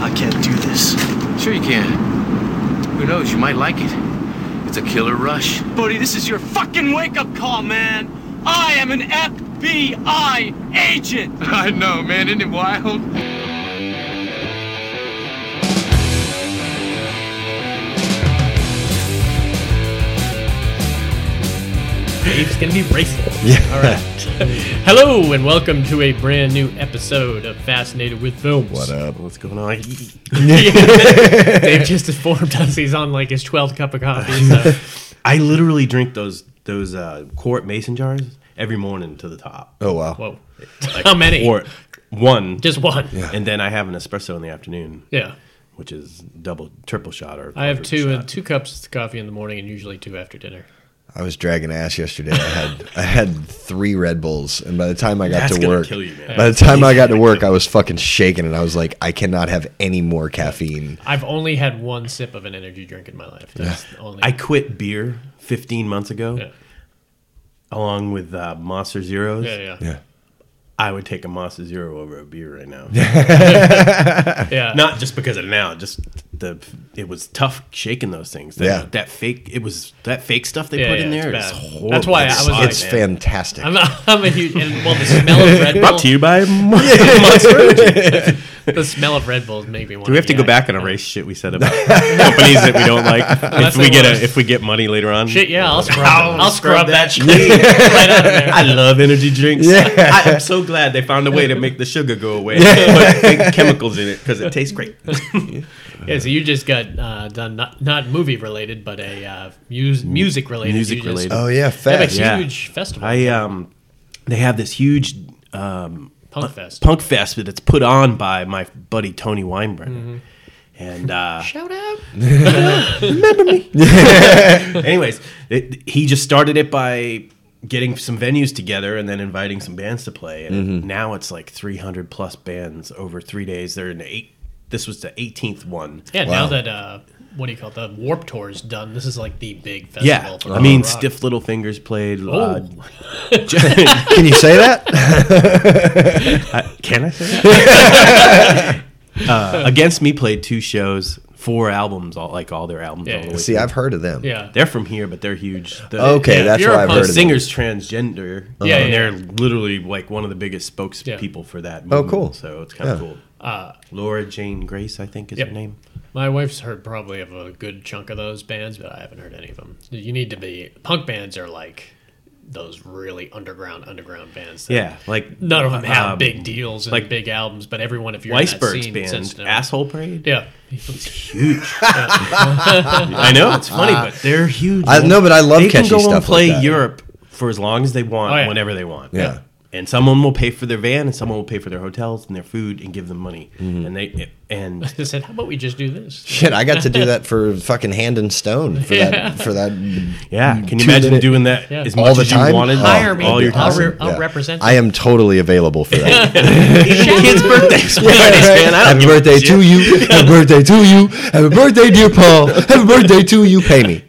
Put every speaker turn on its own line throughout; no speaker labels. I can't do this.
Sure you can. Who knows? You might like it. It's a killer rush.
Buddy, this is your fucking wake up call, man. I am an FBI agent.
I know, man. Isn't it wild?
Dave's gonna be racist.
Yeah.
All right. Hello and welcome to a brand new episode of Fascinated with Films.
What up?
What's going on?
Dave just informed us he's on like his 12th cup of coffee. So
I literally drink those those uh, quart mason jars every morning to the top.
Oh wow.
whoa, how many?
Or one,
Just one. Yeah.
and then I have an espresso in the afternoon,
yeah.
which is double, triple shot. Or
I have two
quadruple
and two cups of coffee in the morning and usually two after dinner.
I was dragging ass yesterday. I had I had three Red Bulls, and by the time I got
That's
to
gonna
work,
kill you, man.
by the time I got to work, I was fucking shaking, and I was like, I cannot have any more caffeine.
I've only had one sip of an energy drink in my life. That's the only.
I quit beer 15 months ago,
yeah.
along with uh, Monster Zeros.
Yeah, yeah,
Yeah,
I would take a Monster Zero over a beer right now.
yeah.
Not just because of now, just the it was tough shaking those things. That,
Yeah.
that fake it was that fake stuff they
Yeah,
put
yeah,
in
it's
there.
bad.
It's
That's
horrible.
why I was like-
it's
man.
fantastic.
I'm, I'm a huge and well the smell of Red Bull.
Brought to you by Monster
The smell of Red Bulls made me want.
Do we have to go back and erase shit we said about companies that we don't like? if
that's
we
the
get
worst.
a, if we get money later on,
Shit, yeah, I'll scrub. I'll, scrub, that. shit right out of there.
I love energy drinks. I am so glad they found a way to make the sugar go away. Put big chemicals in it because it tastes great.
Yeah, so you just got uh, done not, not movie related, but a uh, mus- music related.
music
you just-
related.
oh yeah,
They have a
fast.
Yeah.
huge festival,
I um, they have this huge um,
Punk Fest.
punk fest that's put on by my buddy Tony Weinbrenner. And uh,
Mm-hmm. Shout out.
Anyways, it, he just started it by getting some venues together and then inviting some bands to play. And now it's like 300 plus bands over three days. They're in eight. This was the 18th one.
Yeah,
Wow.
now that uh, what do you call it? The Warp Tour is done. This is like the big festival.
Yeah,
for
I mean,
rock.
Stiff Little Fingers played.
Oh,
Uh, J-
Can you say that?
Oh.
can I say that? uh, Against Me played two shows, four albums, all like all their albums.
Yeah,
all the
yeah.
way
See,
through.
I've heard of them.
yeah,
they're from here, but they're huge. The-
Okay,
Yeah,
that's
you're
why
a
I've
punk
heard
The
of them. Uh-huh.
singer's transgender.
Yeah, yeah,
and they're literally like one of the biggest spokespeople for that. Movement,
Oh, cool.
So it's kind of
Yeah.
cool. Laura Jane Grace, I think, is
Uh, Yep.
her name.
my wife's heard probably of a good chunk of those bands, but I haven't heard any of them. You need to be punk bands are like those really underground underground bands. that-
Yeah, like
none of them have
um,
big deals and
like
big albums, but everyone if you're in that
Weisberg's
scene,
band,
sensitive.
Asshole Parade.
Yeah,
I know it's funny, but they're huge.
I know, but I love
they
catchy
can go
stuff
and
like
play
that.
Europe for as long as they want,
Oh, yeah.
whenever they want.
Yeah.
and someone will pay for their van, and someone will pay for their hotels and their food, and give them money.
Mm-hmm.
And they and
they said, "How about we just do this?"
Shit, I got to do that for fucking Hand and Stone for that for that
yeah,
Mm.
can you
Two
imagine
minute-
doing that
Yeah.
as
All
much
all the
as
time.
you wanted?
Oh,
Hire me.
All your
I'll
time.
re- I'll
Yeah.
represent
I am totally available for that.
Kids' birthdays, man. I don't
Happy
give a
birthday
shit.
to you. Happy birthday to you. Happy birthday, dear Paul. Happy birthday to you. Pay me.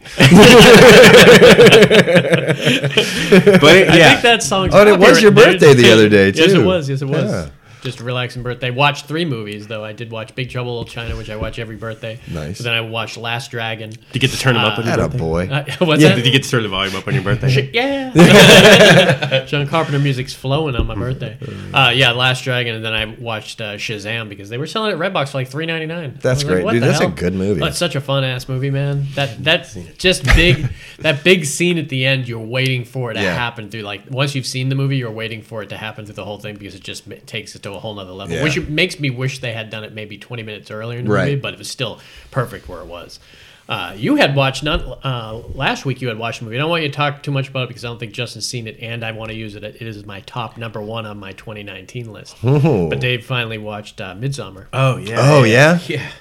But it- yeah,
I think that song.
Oh, and it was your birthday the other day,
Yes, it
too.
was. Yes, it was.
Yeah.
Just relaxing birthday. Watched three movies though. I did watch Big Trouble in Little China, which I watch every birthday.
Nice.
Then I watched Last Dragon.
Did you get to turn them up on your
That a
birthday?
boy.
Uh, what's
Yeah,
that?
did you get to turn the volume up on your birthday?
Mm-hmm.
yeah. John Carpenter music's flowing on my birthday.
Mm-hmm.
Uh, yeah, Last Dragon, and then I watched uh, Shazam because they were selling it at Redbox for like three ninety nine.
That's great, dude. That's a good movie.
That's such a fun ass movie, man. That that's just big. that big scene at the end, you're waiting for it to
Yeah.
happen through. Like once you've seen the movie, you're waiting for it to happen through the whole thing because it just ma- takes it to a whole nother level.
Yeah.
Which it makes me wish they had done it maybe twenty minutes earlier in the
Right.
movie, but it was still perfect where it was. Uh, you had watched not uh, last week. You had watched the movie. I don't want you to talk too much about it because I don't think Justin's seen it, and I want to use it. It is my top number one on my 2019 list. But Dave finally watched uh, Midsummer.
Oh yeah.
Oh yeah.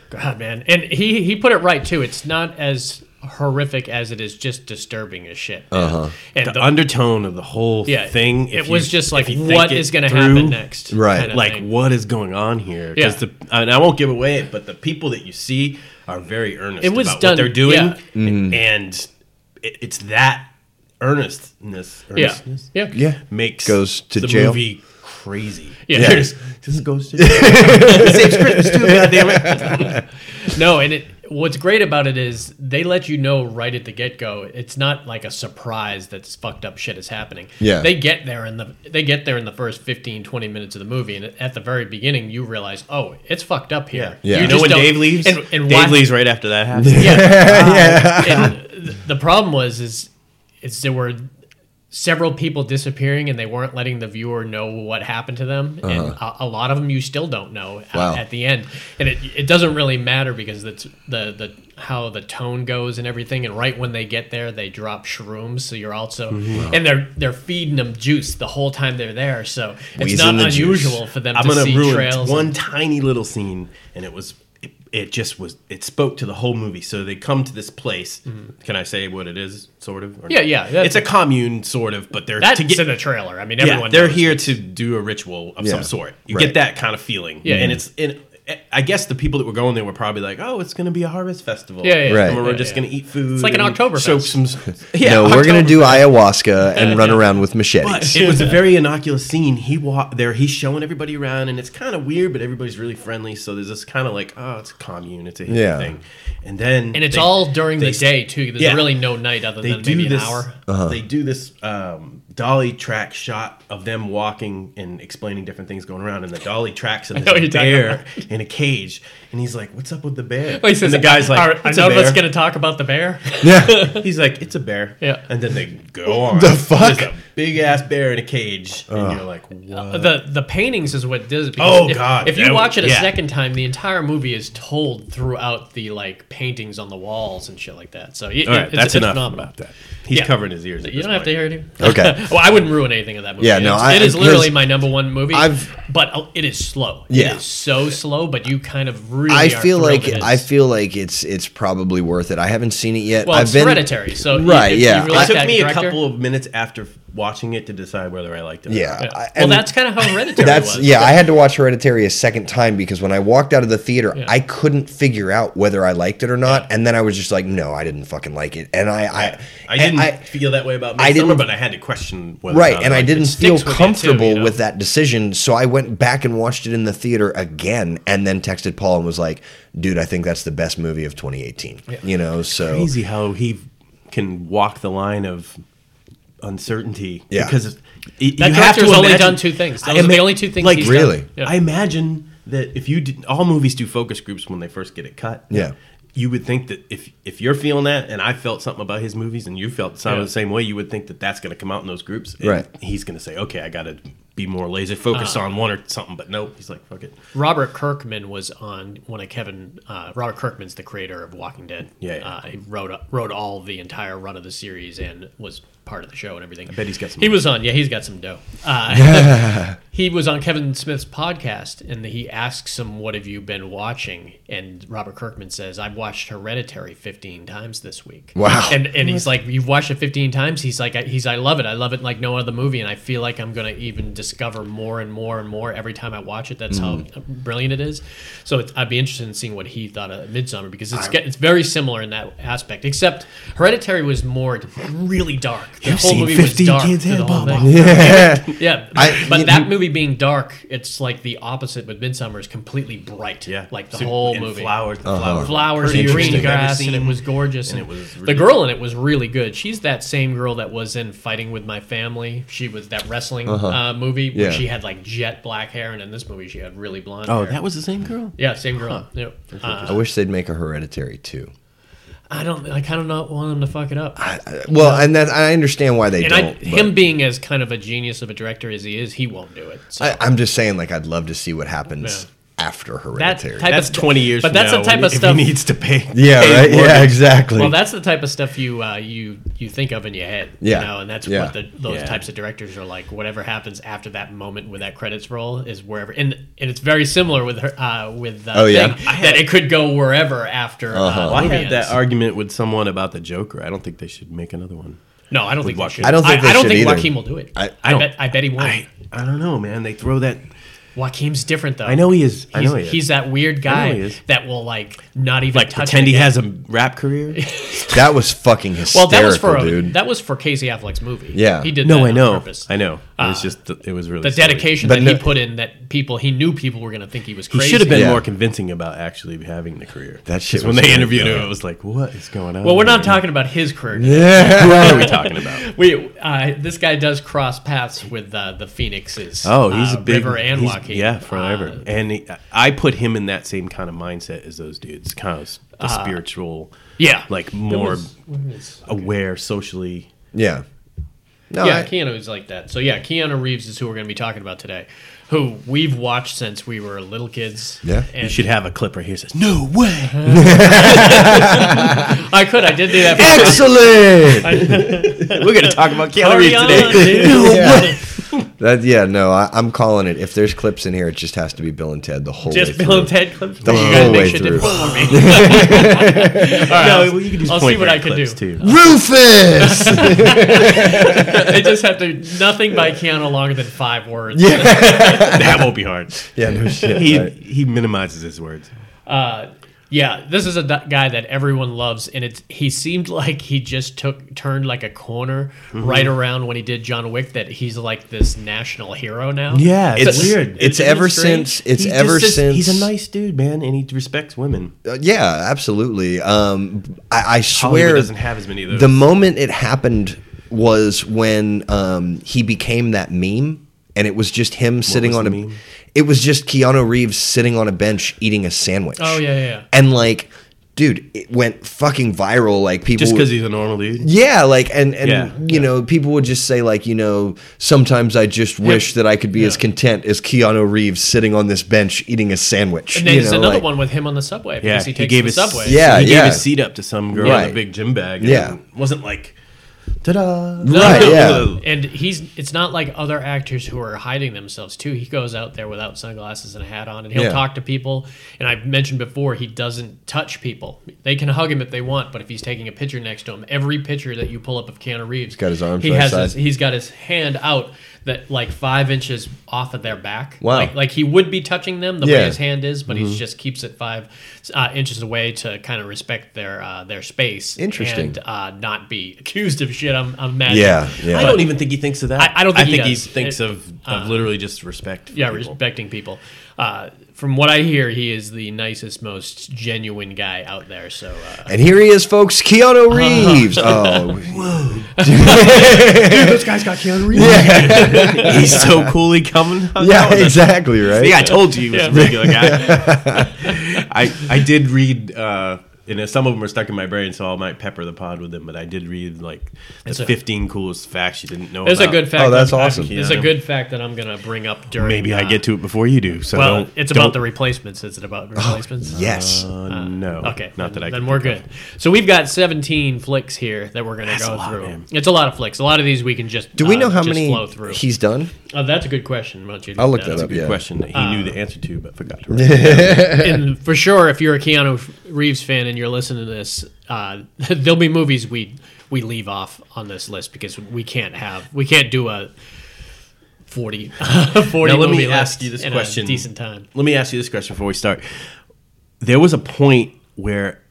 God, man, and he he put it right too. It's not as horrific as it is just disturbing as shit. Uh huh. And
Uh-huh. The
the,
undertone of the whole
yeah,
thing. if
It was
you-
just like,
if you think
what
it
is going to
through,
happen next?
Right.
kinda
Like
thing.
what is going on here? Because
Yeah.
the and I won't give away it, but the people that you see are very earnest.
It was
about
done-
what they're doing,
yeah.
Mm.
and it, it's that earnestness.
Yeah.
earnestness
Yeah.
Yeah.
Makes
Goes to
the
jail.
movie crazy.
Yeah,
Yeah.
there's
This goes to it saves Christmas too. God damn it!
no, and it. What's great about it is they let you know right at the get go. It's not like a surprise that this fucked up shit is happening.
Yeah.
they get there in the they get there in the first 15, 20 minutes of the movie, and at the very beginning you realize, oh, it's fucked up here. you
Yeah. You
You know
just
when
don't-
Dave leaves?
and, and
Dave
why-
leaves right after that happens.
yeah. and th- the problem was is is there were several people disappearing and they weren't letting the viewer know what happened to them and a, a lot of them you still don't know a-
Uh-huh. Wow.
at the end and it, it doesn't really matter because that's the the how the tone goes and everything and right when they get there they drop shrooms so you're also
Mm-hmm.
and they're they're feeding them juice the whole time they're there so it's
Wheezing
not
the juice.
unusual for them
I'm
to
gonna
see
ruin
trails
one
and-
tiny little scene, and it was it, it just was it spoke to the whole movie. So they come to this place. Can I say what it is? Sort of. or
Mm-hmm. Yeah,
no?
yeah, that's-
It's a commune, sort of, but they're
that's
to get
in the trailer i mean
yeah,
everyone
they're
knows.
here to do a ritual of
Yeah,
some sort. You
right.
get that kind of feeling.
Yeah.
and it's and I guess the people that were going there were probably like, oh, it's gonna be a harvest festival.
Yeah, yeah, yeah.
Right.
And we're
Yeah,
just
yeah.
gonna eat food.
It's like an
and
Oktoberfest.
Soak some. Yeah,
no, we're gonna
Oktoberfest.
do ayahuasca and run around with
But
machetes.
it was a very innocuous scene. He walked there. He's showing everybody around, and it's kind of weird, but everybody's really friendly. So there's this kind of like, oh, it's a commune, it's a hippie
Yeah.
thing. And then
and it's
they-
all during
they
the
s-
day too there's
yeah.
really no night other
They
than
do
maybe
this.
an hour
Uh-huh.
They do this um, dolly track shot of them walking and explaining different things going around, and the dolly tracks and
know
there's a
what you're
bear in a cage, and he's like, "What's up with the bear?"
Well, he says,
and the guy's like,
"Are, are
"It's
none
a
of us
bear."
going to talk about the bear?"
He's like, "It's a bear."
Yeah.
and then they go on.
The fuck?
There's a big ass bear in a cage, and you're like, "What?"
the the paintings is what does it. because
Uh, Oh,
if,
God,
If you
that
watch it
was-
a
yeah.
second time, the entire movie is told throughout the like paintings on the walls and shit like that. So it,
All right,
it's,
that's
it's
enough
phenomenal.
about that. He's
Yeah.
covering his ears. at
You
this
don't have to
point.
hear it. Either.
Okay.
well, I wouldn't ruin anything of that movie.
Yeah, no,
It's-
I-
it is
I-
literally
'cause
my number one movie.
I've-
but uh, it is slow.
Yeah.
it is so slow. But you kind of really.
I
are
feel like
thrilled it
I
is.
feel like it's it's probably worth it. I haven't seen it yet.
well,
I've
it's
been
hereditary. So you-
Right,
if you
yeah. It
really
It took
like
me
that
a
director-
couple of minutes after watching it to decide whether I liked it. or
Yeah,
not.
I-
well,
and
that's kind of how hereditary
that's
was.
yeah. I had to watch Hereditary a second time because when I walked out of the theater, I couldn't figure out whether I liked it or not, and then I was just like, no, I didn't fucking like it, and I I,
I
and
didn't
I-
feel that way about
I
Midsummer,
didn't-
but I had to question whether or
Right,
not
and I
liked
didn't
it.
feel
uh, sticks with you, too,
comfortable
you know?
with that decision, so I went back and watched it in the theater again, and then texted Paul and was like, "Dude, I think that's the best movie of 2018." You know, so
Crazy how he can walk the line of uncertainty.
Yeah.
because it,
That
you have to
director's only
imagine-
done two things. Those
I
are the
ima-
only two things
Like
he's
done. Really?
Yeah.
I imagine that if you did, all movies do focus groups when they first get it cut.
Yeah.
You would think that if if you're feeling that, and I felt something about his movies, and you felt some
Yeah.
of the same way, you would think that that's going to come out in those groups. and
Right.
He's going to say, "Okay, I got to be more laser focused
Uh-huh.
on one or something," but nope. He's like, "Fuck it."
Robert Kirkman was on one of Kevin. Uh, Robert Kirkman's the creator of Walking Dead.
Yeah, yeah.
Uh, he wrote wrote all the entire run of the series and was part of the show and everything. I
bet he's got some
He
money.
was on. Yeah, he's got some dough. Uh, he was on Kevin Smith's podcast and he asks him, "What have you been watching?" And Robert Kirkman says, "I've watched Hereditary 15 times this week."
Wow.
And and he's like, "You've watched it 15 times." He's like, I- "He's I love it. I love it like no other movie, and I feel like I'm gonna even discover more and more and more every time I watch it. That's how
Mm.
brilliant it is." So it's, I'd be interested in seeing what he thought of Midsummer because it's get- it's very similar in that aspect, except Hereditary was more really dark. The
You've
whole
seen
movie was
15
dark.
kids
through the
have
whole
Bob
thing.
yeah,
Yeah,
I-
but
you-
that
you-
movie being dark, it's like the opposite. With Midsummer is completely bright.
Yeah,
like the
So-
whole
and
movie
Flowers,
Uh-huh.
the flowers,
flowers
Pretty
and green
interesting.
grass,
Never
and it
seen-
was gorgeous.
and
And,
it was
the girl in it was really good. She's that same girl that was in Fighting with My Family. She was that wrestling uh, movie where
Uh-huh. Yeah.
she had like jet black hair, and in this movie she had really blonde.
Oh,
hair.
that was the same girl.
yeah, same girl. Yep. Uh,
I wish they'd make a Hereditary too.
I don't. I kind of not want him to fuck it up.
Well, and that I understand why they
and I,
don't. but-
him being as kind of a genius of a director as he is, he won't do it. So.
I, I'm just saying, like, I'd love to see what happens after
that
Hereditary.
type
That's
of,
twenty years.
but
from
that's
now,
the type
when-
of
if
stuff
he needs to pay.
yeah,
pay
right.
mortgage.
Yeah, exactly.
Well, that's the type of stuff you uh, you you think of in your head,
Yeah.
you know, and that's
Yeah.
what the, those
Yeah.
types of directors are like. Whatever happens after that moment with that credits roll is wherever, and and it's very similar with her uh, with uh,
Oh, yeah?
Thing, that it could go wherever after. uh
Well, I
movie
had that
ends.
argument with someone about the Joker. I don't think they should make another one.
no, I don't think they
Joaquin.
should.
I don't think
I,
they
don't
should
think
either.
Joaquin will do it. I,
I-
I don't-
bet I bet he won't.
I I don't know, man. They throw that
Joaquin's different though.
I know he is. I
He's-
know he is.
He's that weird
he
guy
is.
that will like not even
like
touch
pretend
it
he
again.
has a rap career.
That was fucking
Well,
hysterical,
that was for a,
dude.
that was for Casey Affleck's movie.
Yeah.
he did.
no,
that
I
on
know.
purpose. Ah.
I know. It was just the, it was really
the
silly.
dedication
But
that he
no-
put in that people he knew people were going to think he was
He
crazy.
should have been
Yeah.
more convincing about actually having the career.
That shit
'Cause
was
when they
really
interviewed
good.
him, it was like, what is going on?
Well, we're
here?
not talking about his career.
Who are we talking about?
We uh, this guy does cross paths with uh, the Phoenixes.
Oh, he's
uh,
a big
River and
he's-
Joaquin. Uh,
Yeah, forever. and he, I put him in that same kind of mindset as those dudes, kind of the
Uh,
spiritual,
yeah,
like
There
more
was- what is-
aware socially.
yeah. No,
Oh, yeah,
I-
Keanu's like that. So yeah, Keanu Reeves is who we're going to be talking about today, who we've watched since we were little kids.
Yeah.
and
You should have a clip right here. that Says no way.
I could. I did do that. For
excellent.
We're gonna talk about Keanu
Hurry
Reeves
on,
today.
dude.
yeah. That yeah, no, I, I'm calling it. If there's clips in here, it just has to be Bill and Ted the whole
Just
way
Bill and
through.
Ted clips.
The
you
whole
guys
way
make shit
through.
different for me. All right,
well, you can just
I'll
point
see what
at
I can do.
clips, too.
Rufus.
I just have to nothing by Keanu longer than five words.
that won't be hard.
yeah, no Oh, shit.
He
right.
he minimizes his words.
Uh, yeah, this is a d- guy that everyone loves, and it's he seemed like he just took turned like a corner
Mm-hmm.
right around when he did John Wick that he's like this national hero now.
Yeah,
It's
weird.
It's
Isn't it
ever
strange?
since. It's
He's just
ever
this-
since.
he's a nice dude, man, and he respects women.
Uh, yeah, absolutely. Um, I, I
Hollywood
swear,
doesn't have as many of those.
the moment it happened was when um, he became that meme, and it was just him sitting
was
on a.
the meme?
It was just Keanu Reeves sitting on a bench eating a sandwich.
Oh yeah, yeah, yeah.
and like, dude, it went fucking viral. Like people
just
would-
because he's a normal dude.
yeah, like and and
Yeah,
you know, people would just say like, you know, sometimes I just wish that I could be as content as Keanu Reeves sitting on this bench eating a sandwich.
And then
you
there's
know,
another
like-
one with him on the subway
Yeah,
because he takes the subway.
Yeah,
he
yeah.
gave his seat up to some girl in
Right.
a big gym bag. and
Yeah.
it wasn't like ta da.
Right, yeah.
And he's it's not like other actors who are hiding themselves too. He goes out there without sunglasses and a hat on and he'll
Yeah.
talk to people. And I've mentioned before he doesn't touch people. They can hug him if they want, but if he's taking a picture next to him, every picture that you pull up of Keanu Reeves,
got his arms
he
by
has
his
his,
side.
he's got his hand out that like five inches off of their back.
Wow.
Like, like he would be touching them the way
Yeah. Mm-hmm.
his hand is, but he just keeps it five uh, inches away to kind of respect their uh, their space.
Interesting.
And uh, not be accused of shit. I'm, I'm mad.
Yeah, yeah.
I don't even think he thinks of that.
I- I don't think he
he,
does.
thinks
It-
of, of literally just respect. For
yeah,
people.
respecting people. Uh, from what I hear, he is the nicest, most genuine guy out there. So, uh,
And here he is, folks, Keanu Reeves. Oh,
this guy's got Keanu Reeves. he's so cool. He coming. hung out
yeah,
with us.
exactly, right?
Yeah, I told you he was
Yeah.
a regular guy. I I did read, uh, you know, some of them are stuck in my brain, so I might pepper the pod with them. But I did read like the
It's a-
15 coolest facts you didn't know.
there's a
about.
good fact.
Oh, that's
I'm- I'm-
awesome.
There's a
Keanu.
good fact that I'm gonna bring up during.
Maybe I
uh,
get to it before you do. So
Well,
don't-
it's
don't-
about the replacements. Is it about
Oh,
replacements?
Yes.
Uh, no.
Okay,
Not
then,
that I.
Then
can
we're
think
good. So we've got 17 flicks here that we're gonna
That's
go
a lot,
through.
man.
It's a lot of flicks. A lot of these we can just.
Do we
uh,
know how
just
many
flow through?
he's done?
Uh, that's a good question. Why don't you
I'll look
uh,
that
of.
up.
It's a good
Yeah.
question that he knew the answer to, but forgot to. Write.
and for sure, if you're a Keanu Reeves fan and you're listening to this, uh, there'll be movies we we leave off on this list because we can't have we can't do a 40, 40
Now, let me
movie list
ask you this
in a
question.
decent time.
Let me ask you this question before we start. There was a point where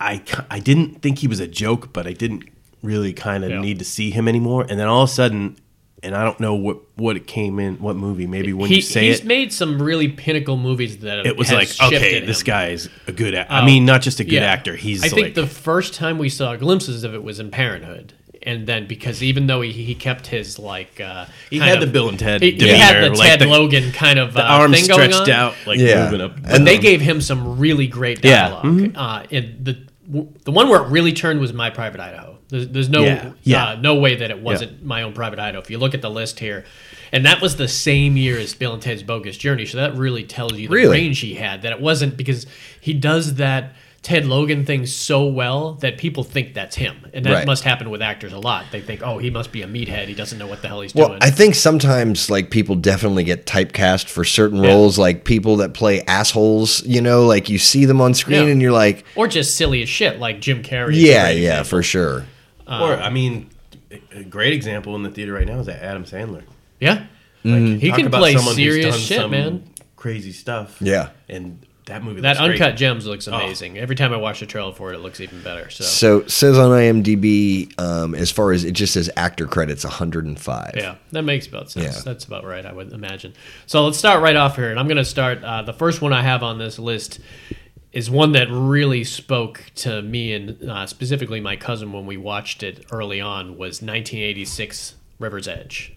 I ki- I didn't think he was a joke, but I didn't really kind of
Yeah.
need to see him anymore. And then all of a sudden, and I don't know what what it came in, what movie. Maybe when
He,
you say
he's
it,
made some really pinnacle movies that have-
it was
has
like okay,
shifted
this
him. Um,
guy is a good. actor. I mean, not just a good
Yeah.
actor. He's
I think
like
the first time we saw glimpses of it was in Parenthood. And then, because even though he, he kept his like, uh,
He
kind
had
of-
the Bill and Ted
he, he had the
demeanor, like
Ted
the-
Logan kind of
the
uh,
arms
thing going
stretched
on.
out, like
Yeah.
moving up.
And
down.
they gave him some really great
Yeah.
dialogue.
Mm-hmm.
Uh, and the w- the one where it really turned was my private Idaho. There's, there's no
Yeah.
Uh,
Yeah.
no way that it wasn't my own private Idaho. If you look at the list here, and that was the same year as Bill and Ted's Bogus Journey, so that really tells you the
Really?
range he had. That it wasn't because he does that. Ted Logan thing so well that people think that's him, and that
Right.
must happen with actors a lot. They think, "Oh, he must be a meathead. He doesn't know what the hell he's
Well,
doing."
I think sometimes like people definitely get typecast for certain roles, like people that play assholes. You know, like you see them on screen
Yeah.
and you're like,
or just silly as shit, like Jim Carrey. is a
yeah,
great
yeah,
example.
for sure.
or I mean, a- a great example in the theater right now is that Adam Sandler.
yeah.
Mm-hmm.
Like,
He
talk
can
about
play
someone who's
serious
done
shit,
some
man.
Crazy stuff.
Yeah.
And that movie.
That
looks great.
Uncut Gems looks
Oh.
amazing. Every time I watch the trailer for it, it looks even better. So,
So says on IMDb, um, as far as it just says actor credits, 105.
yeah, that makes about sense.
Yeah.
That's about right, I would imagine. So let's start right off here, and I'm going to start. Uh, the first one I have on this list is one that really spoke to me and uh, specifically my cousin when we watched it early on. Was 1986 River's Edge.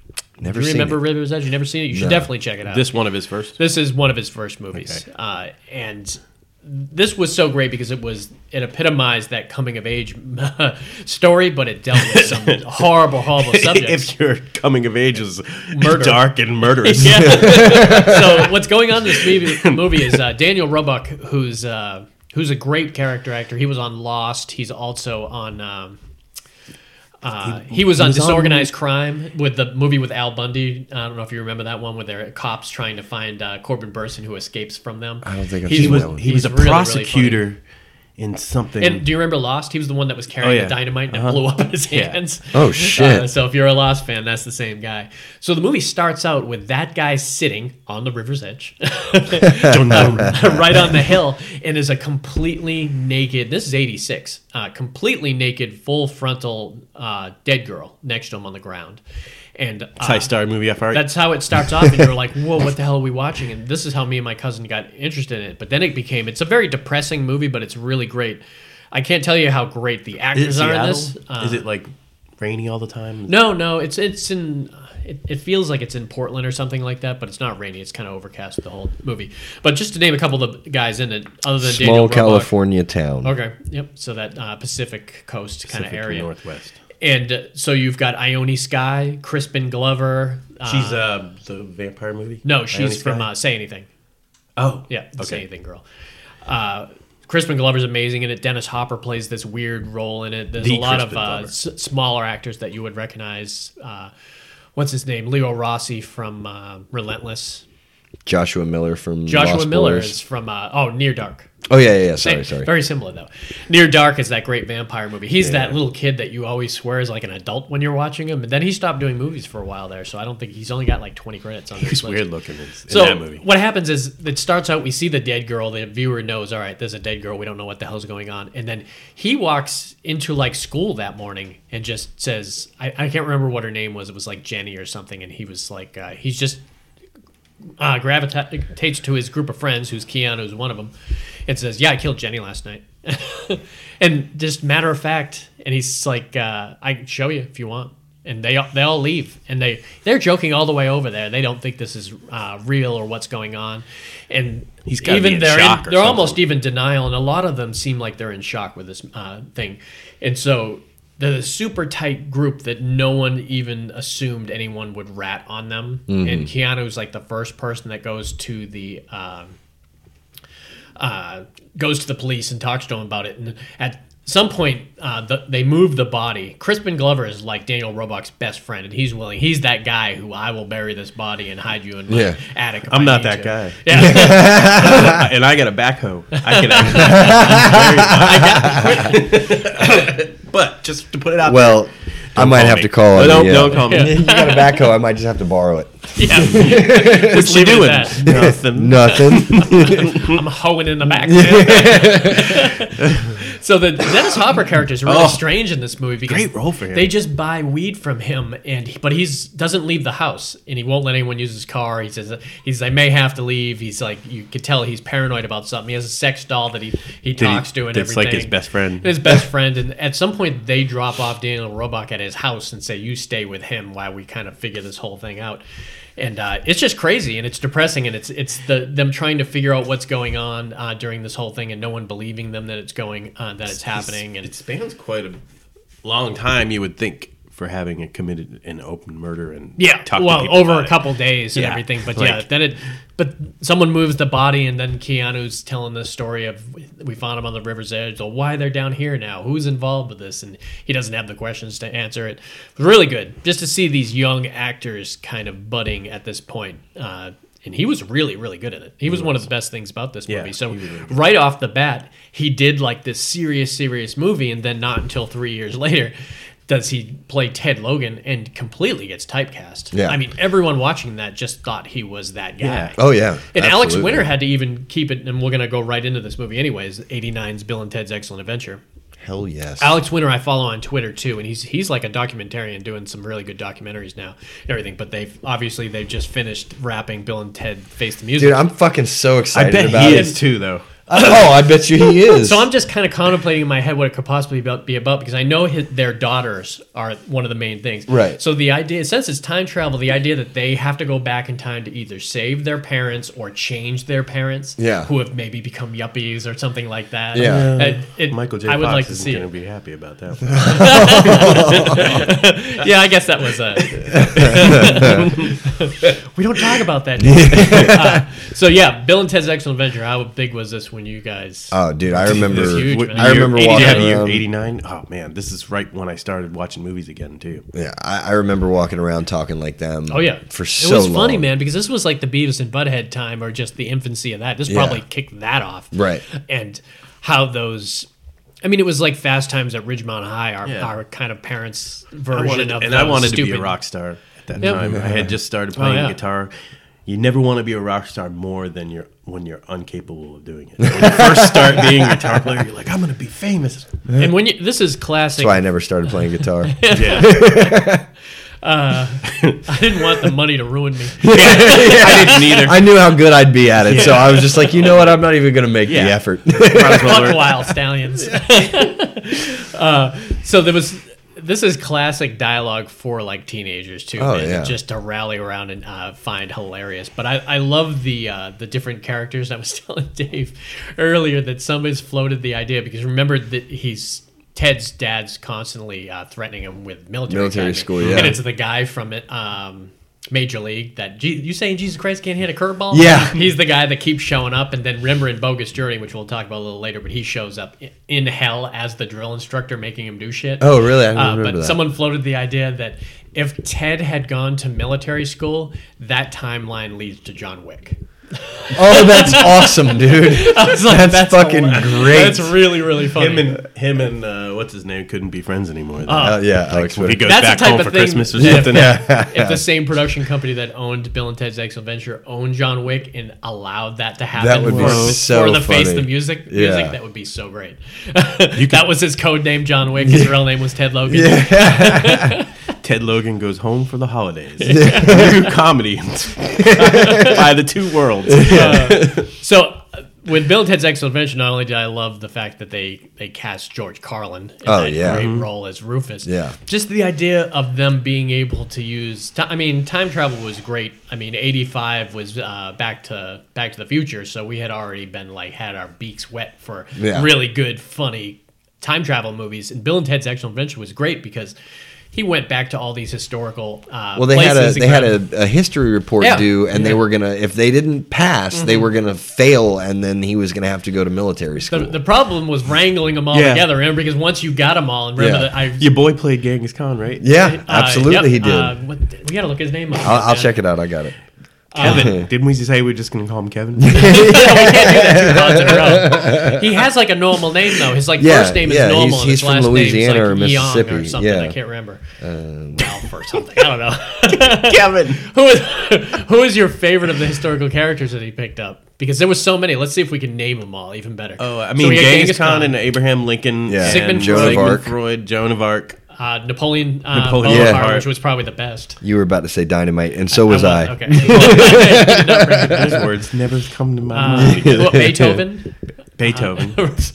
Do
Never
you
seen
remember
it.
River's Edge? You never seen it? You should definitely check it out.
This one of his first.
This is one of his first movies, uh, and this was so great because it was it epitomized that coming of age story, but it dealt with some horrible, horrible subjects.
if your coming of age is
Murder.
dark and murderous.
so what's going on in this movie, movie is uh, Daniel Roebuck, who's uh, who's a great character actor. He was on Lost. He's also on. Um, uh, he was on disorganized crime with the movie with Al Bundy. I don't know if you remember that one with their cops trying to find uh, Corbin Burson who escapes from them.
I don't think I've
He
seen
was
that one.
he was
He's
a
really, really
prosecutor in something. Oh,
And do you remember Lost? He was the one that was carrying
yeah. Uh-huh.
the dynamite that blew up in his
Yeah.
hands.
Oh, shit.
Uh, so if you're a Lost fan, that's the same guy. So the movie starts out with that guy sitting on the river's edge, right on the hill, and is a completely naked. This is '86. Uh, completely naked, full frontal, uh, dead girl next to him on the ground, and uh,
High star movie FR.
that's how it starts off, and you're like, "Whoa, what the hell are we watching?" And this is how me and my cousin got interested in it. But then it became it's a very depressing movie, but it's really great. I can't tell you how great the
is it
actors are
Seattle?
in this. Uh,
is it like rainy all the time?
no, no, it's it's in. uh, It, it feels like it's in Portland or something like that, but it's not rainy. It's kind of overcast the whole movie. But just to name a couple of the guys in it, other than
Small
Daniel Roebuck-
California town.
Okay, yep. So that uh, Pacific Coast kind of
Pacific
area,
Northwest.
and uh, so you've got Ione Sky, Crispin Glover. Uh,
She's uh, the vampire movie.
no,
Ione
she's
Sky?
from uh, Say Anything.
oh
Yeah, the
Okay.
Say Anything Girl. Uh, Crispin Glover's amazing in it. Dennis Hopper plays this weird role in it. There's
The
a lot
Crispin
of uh,
Glover.
s- smaller actors that you would recognize. Uh, what's his name? Leo Rossi from uh, Relentless.
Joshua Miller from
Joshua
Lost
Miller
Boys.
is from uh, oh Near Dark.
Oh yeah, yeah, yeah. Sorry, sorry.
Very similar though. Near Dark is that great vampire movie. He's that little kid that you always swear is like an adult when you're watching him, and then he stopped doing movies for a while there. So I don't think he's only got like 20 credits on.
He's
this list.
weird looking in, in
So
that movie.
what happens is it starts out. We see the dead girl. The viewer knows. All right, there's a dead girl. We don't know what the hell's going on. And then he walks into like school that morning and just says, I, I can't remember what her name was. It was like Jenny or something. And he was like, uh, he's just uh, gravitates to his group of friends, who's Keanu, who's one of them, and says, "Yeah, I killed Jenny last night." and just matter of fact, and he's like, uh, "I can show you if you want." And they all- they all leave, and they they're joking all the way over there. They don't think this is uh, real or what's going on, and
He's gotta be in
they're
shock or
they're
something.
almost even denial, and a lot of them seem like they're in shock with this uh, thing, and so the super tight group that no one even assumed anyone would rat on them, and Keanu's like the first person that goes to the. Um, uh, goes to the police and talks to him about it. And at some point, uh, the, they move the body. Crispin Glover is like Daniel Roebuck's best friend, and he's willing. He's that guy who I will bury this body and hide you in my
Yeah.
attic. if
I'm
I
not
need to."
that guy.
Yeah.
and I got a backhoe. I can. Actually, but just to put it out.
Well, I might
call
have
me.
to call. him,
No,
yeah.
don't call me.
you got a backhoe. I might just have to borrow it.
Yeah. Just
there,
leave it
doing
at that.
nothing.
Nothing.
I'm hoeing in the back. man. so the Dennis Hopper character is really
Oh.
strange in this movie because
Great role for him.
they just buy weed from him, and but he's doesn't leave the house, and he won't let anyone use his car. He says he's I may have to leave. He's like you could tell he's paranoid about something. He has a sex doll that he he
he-
talks to and
that's
everything.
like his best friend.
His best friend, and at some point they drop off Daniel Roebuck at his house and say you stay with him while we kind of figure this whole thing out. And uh, it's just crazy, and it's depressing, and it's it's the them trying to figure out what's going on uh, during this whole thing, and no one believing them that it's going uh, that it's happening, and
It spans quite a long time. You would think for having a committed an open murder and
Yeah,
talked to
well,
people
over
about
a
it.
couple days and
Yeah,
everything, but
like-
yeah, then it. But someone moves the body, and then Keanu's telling the story of we found him on the river's edge. Well, why they're down here now? Who's involved with this? And he doesn't have the questions to answer it. Really good, just to see these young actors kind of budding at this point. Uh, and he was really, really good at it. He was one of the best things about this
Yeah,
movie. So
he was really
right off the bat, he did like this serious, serious movie, and then not until three years later does he play Ted Logan and completely gets typecast.
Yeah.
I mean, everyone watching that just thought he was that guy.
Yeah.
Oh yeah.
And Alex
absolutely.
Winter had to even keep it, and we're going to go right into this movie anyways. 89's Bill and Ted's Excellent Adventure.
Hell yes.
Alex Winter, I follow on Twitter too, and he's he's like a documentarian doing some really good documentaries now and everything. But they've obviously they've just finished wrapping Bill and Ted Face the Music.
Dude, I'm fucking so excited
I bet
about
he
it.
is too, though.
Oh, I bet you he is.
so I'm just kind of contemplating in my head what it could possibly be about, be about because I know his, their daughters are one of the main things.
Right.
So the idea, since it's time travel, the idea that they have to go back in time to either save their parents or change their parents,
Yeah.
who have maybe become yuppies or something like that.
Yeah.
It- it-
Michael J.
I would
Fox
like to
isn't
see.
going
it.
to be happy about that. one.
yeah, I guess that was uh we don't talk about that. Uh, so yeah, Bill and Ted's Excellent Adventure. How big was this when you guys?
oh, dude, I remember.
It's huge, man.
I remember um,
Year-
walking
89, year
around.
89. Oh man, this is right when I started watching movies again too.
Yeah, I, I remember walking around talking like them.
oh yeah,
for
it
so
was funny,
long.
man, because this was like the Beavis and ButtHead time, or just the infancy of that. This
Yeah.
probably kicked that off,
Right.
And how those. I mean, it was like Fast Times at Ridgemont High, our,
Yeah.
our kind of parents'
I
version
wanted,
of
and I
those
wanted
stupid,
to be a rock star at that
Yep. Oh,
time. I had just started playing
yeah.
guitar. You never want to be a rock star more than you're when you're incapable of doing it. When you first start being a guitar player, you're like, I'm going to be famous.
And when you, this is classic,
That's why I never started playing guitar.
Yeah,
I didn't want the money to ruin me.
I didn't either.
I knew how good I'd be at it, so I was just like, you know what? I'm not even gonna make
Yeah.
the effort.
Might as well
Fuck
learn.
Wild Stallions. uh, so there was. This is classic dialogue for like teenagers too,
Oh,
and
yeah.
just to rally around and uh, find hilarious. But I, I love the uh, the different characters. I was telling Dave earlier that somebody's floated the idea because remember that he's Ted's dad's constantly uh, threatening him with military
Military
academy.
school, yeah.
and it's the guy from it. Um, Major League, that G- you saying Jesus Christ can't hit a curveball?
Yeah.
He's the guy that keeps showing up, and then remember in Bogus Journey, which we'll talk about a little later, but he shows up i- in hell as the drill instructor, making him do shit.
Oh, really? I don't
Uh,
remember
but
that.
someone floated the idea that if Ted had gone to military school, that timeline leads to John Wick.
oh, that's awesome, dude.
I was like,
That's fucking
hilarious.
great.
That's really really funny.
Him and him and uh, what's his name couldn't be friends anymore. though.
Uh, yeah,
like
Alex
when he
Winter.
goes
Oh. That's the
back
type
home
of
for
thing
Christmas or
that-
something.
if the same production company that owned Bill and Ted's Excellent Adventure owned John Wick and allowed that to happen
That would be
for,
so
for the face
funny.
the music
Yeah.
music, that would be so great. that was his code name, John Wick. His real name was Ted Logan.
Ted Logan goes home for the holidays. New comedy by the two worlds.
So uh, with Bill and Ted's Excellent Adventure, not only did I love the fact that they they cast George Carlin in
Oh,
that
yeah.
great role as Rufus,
Yeah.
just the idea of them being able to use, ti- I mean, time travel was great. I mean, eighty five was uh, back to Back to the Future, so we had already been like had our beaks wet for
Yeah.
really good, funny time travel movies, and Bill and Ted's Excellent Adventure was great because. He went back to all these historical uh,
Well, they had a
places and
they had
grabbed-
a, a history report
Yeah. Mm-hmm.
due, and they were gonna if they didn't pass, they were gonna fail, and then he was gonna have to go to military
The,
school.
the problem was wrangling them all
Yeah.
together, remember? Because once you got them all, and remember
Yeah.
that I
Your boy played Genghis Khan, right?
yeah,
uh,
absolutely,
yep,
he did.
uh, what, we gotta look his name up.
I'll, I'll check it out. I got it.
Kevin.
Uh-huh.
Didn't we say we are just going to call him Kevin?
He has like a normal name though. His like
Yeah,
first name
yeah,
is normal.
he's-
and his
he's from
last
Louisiana or
name's like Young or
Mississippi,
something.
yeah. Um,
I can't remember. Ralph or something. I don't know. Kevin. who is who is your favorite of the historical characters that he picked up? Because there were so many. Let's see if we can name them all. Even better.
Oh, I
So
mean
we had
Genghis, Khan and Abraham Lincoln,
Yeah.
and
Sigmund
Joan of
Sigmund
Arc.
Freud, Joan of Arc.
uh, Napoleon, uh,
Napoleon
Bonaparte,
Bonaparte.
which was probably the best.
You were about to say dynamite, and so was I.
Okay. Did not bring it.
Those words never come to my
Uh,
mind.
what, Beethoven.
Beethoven.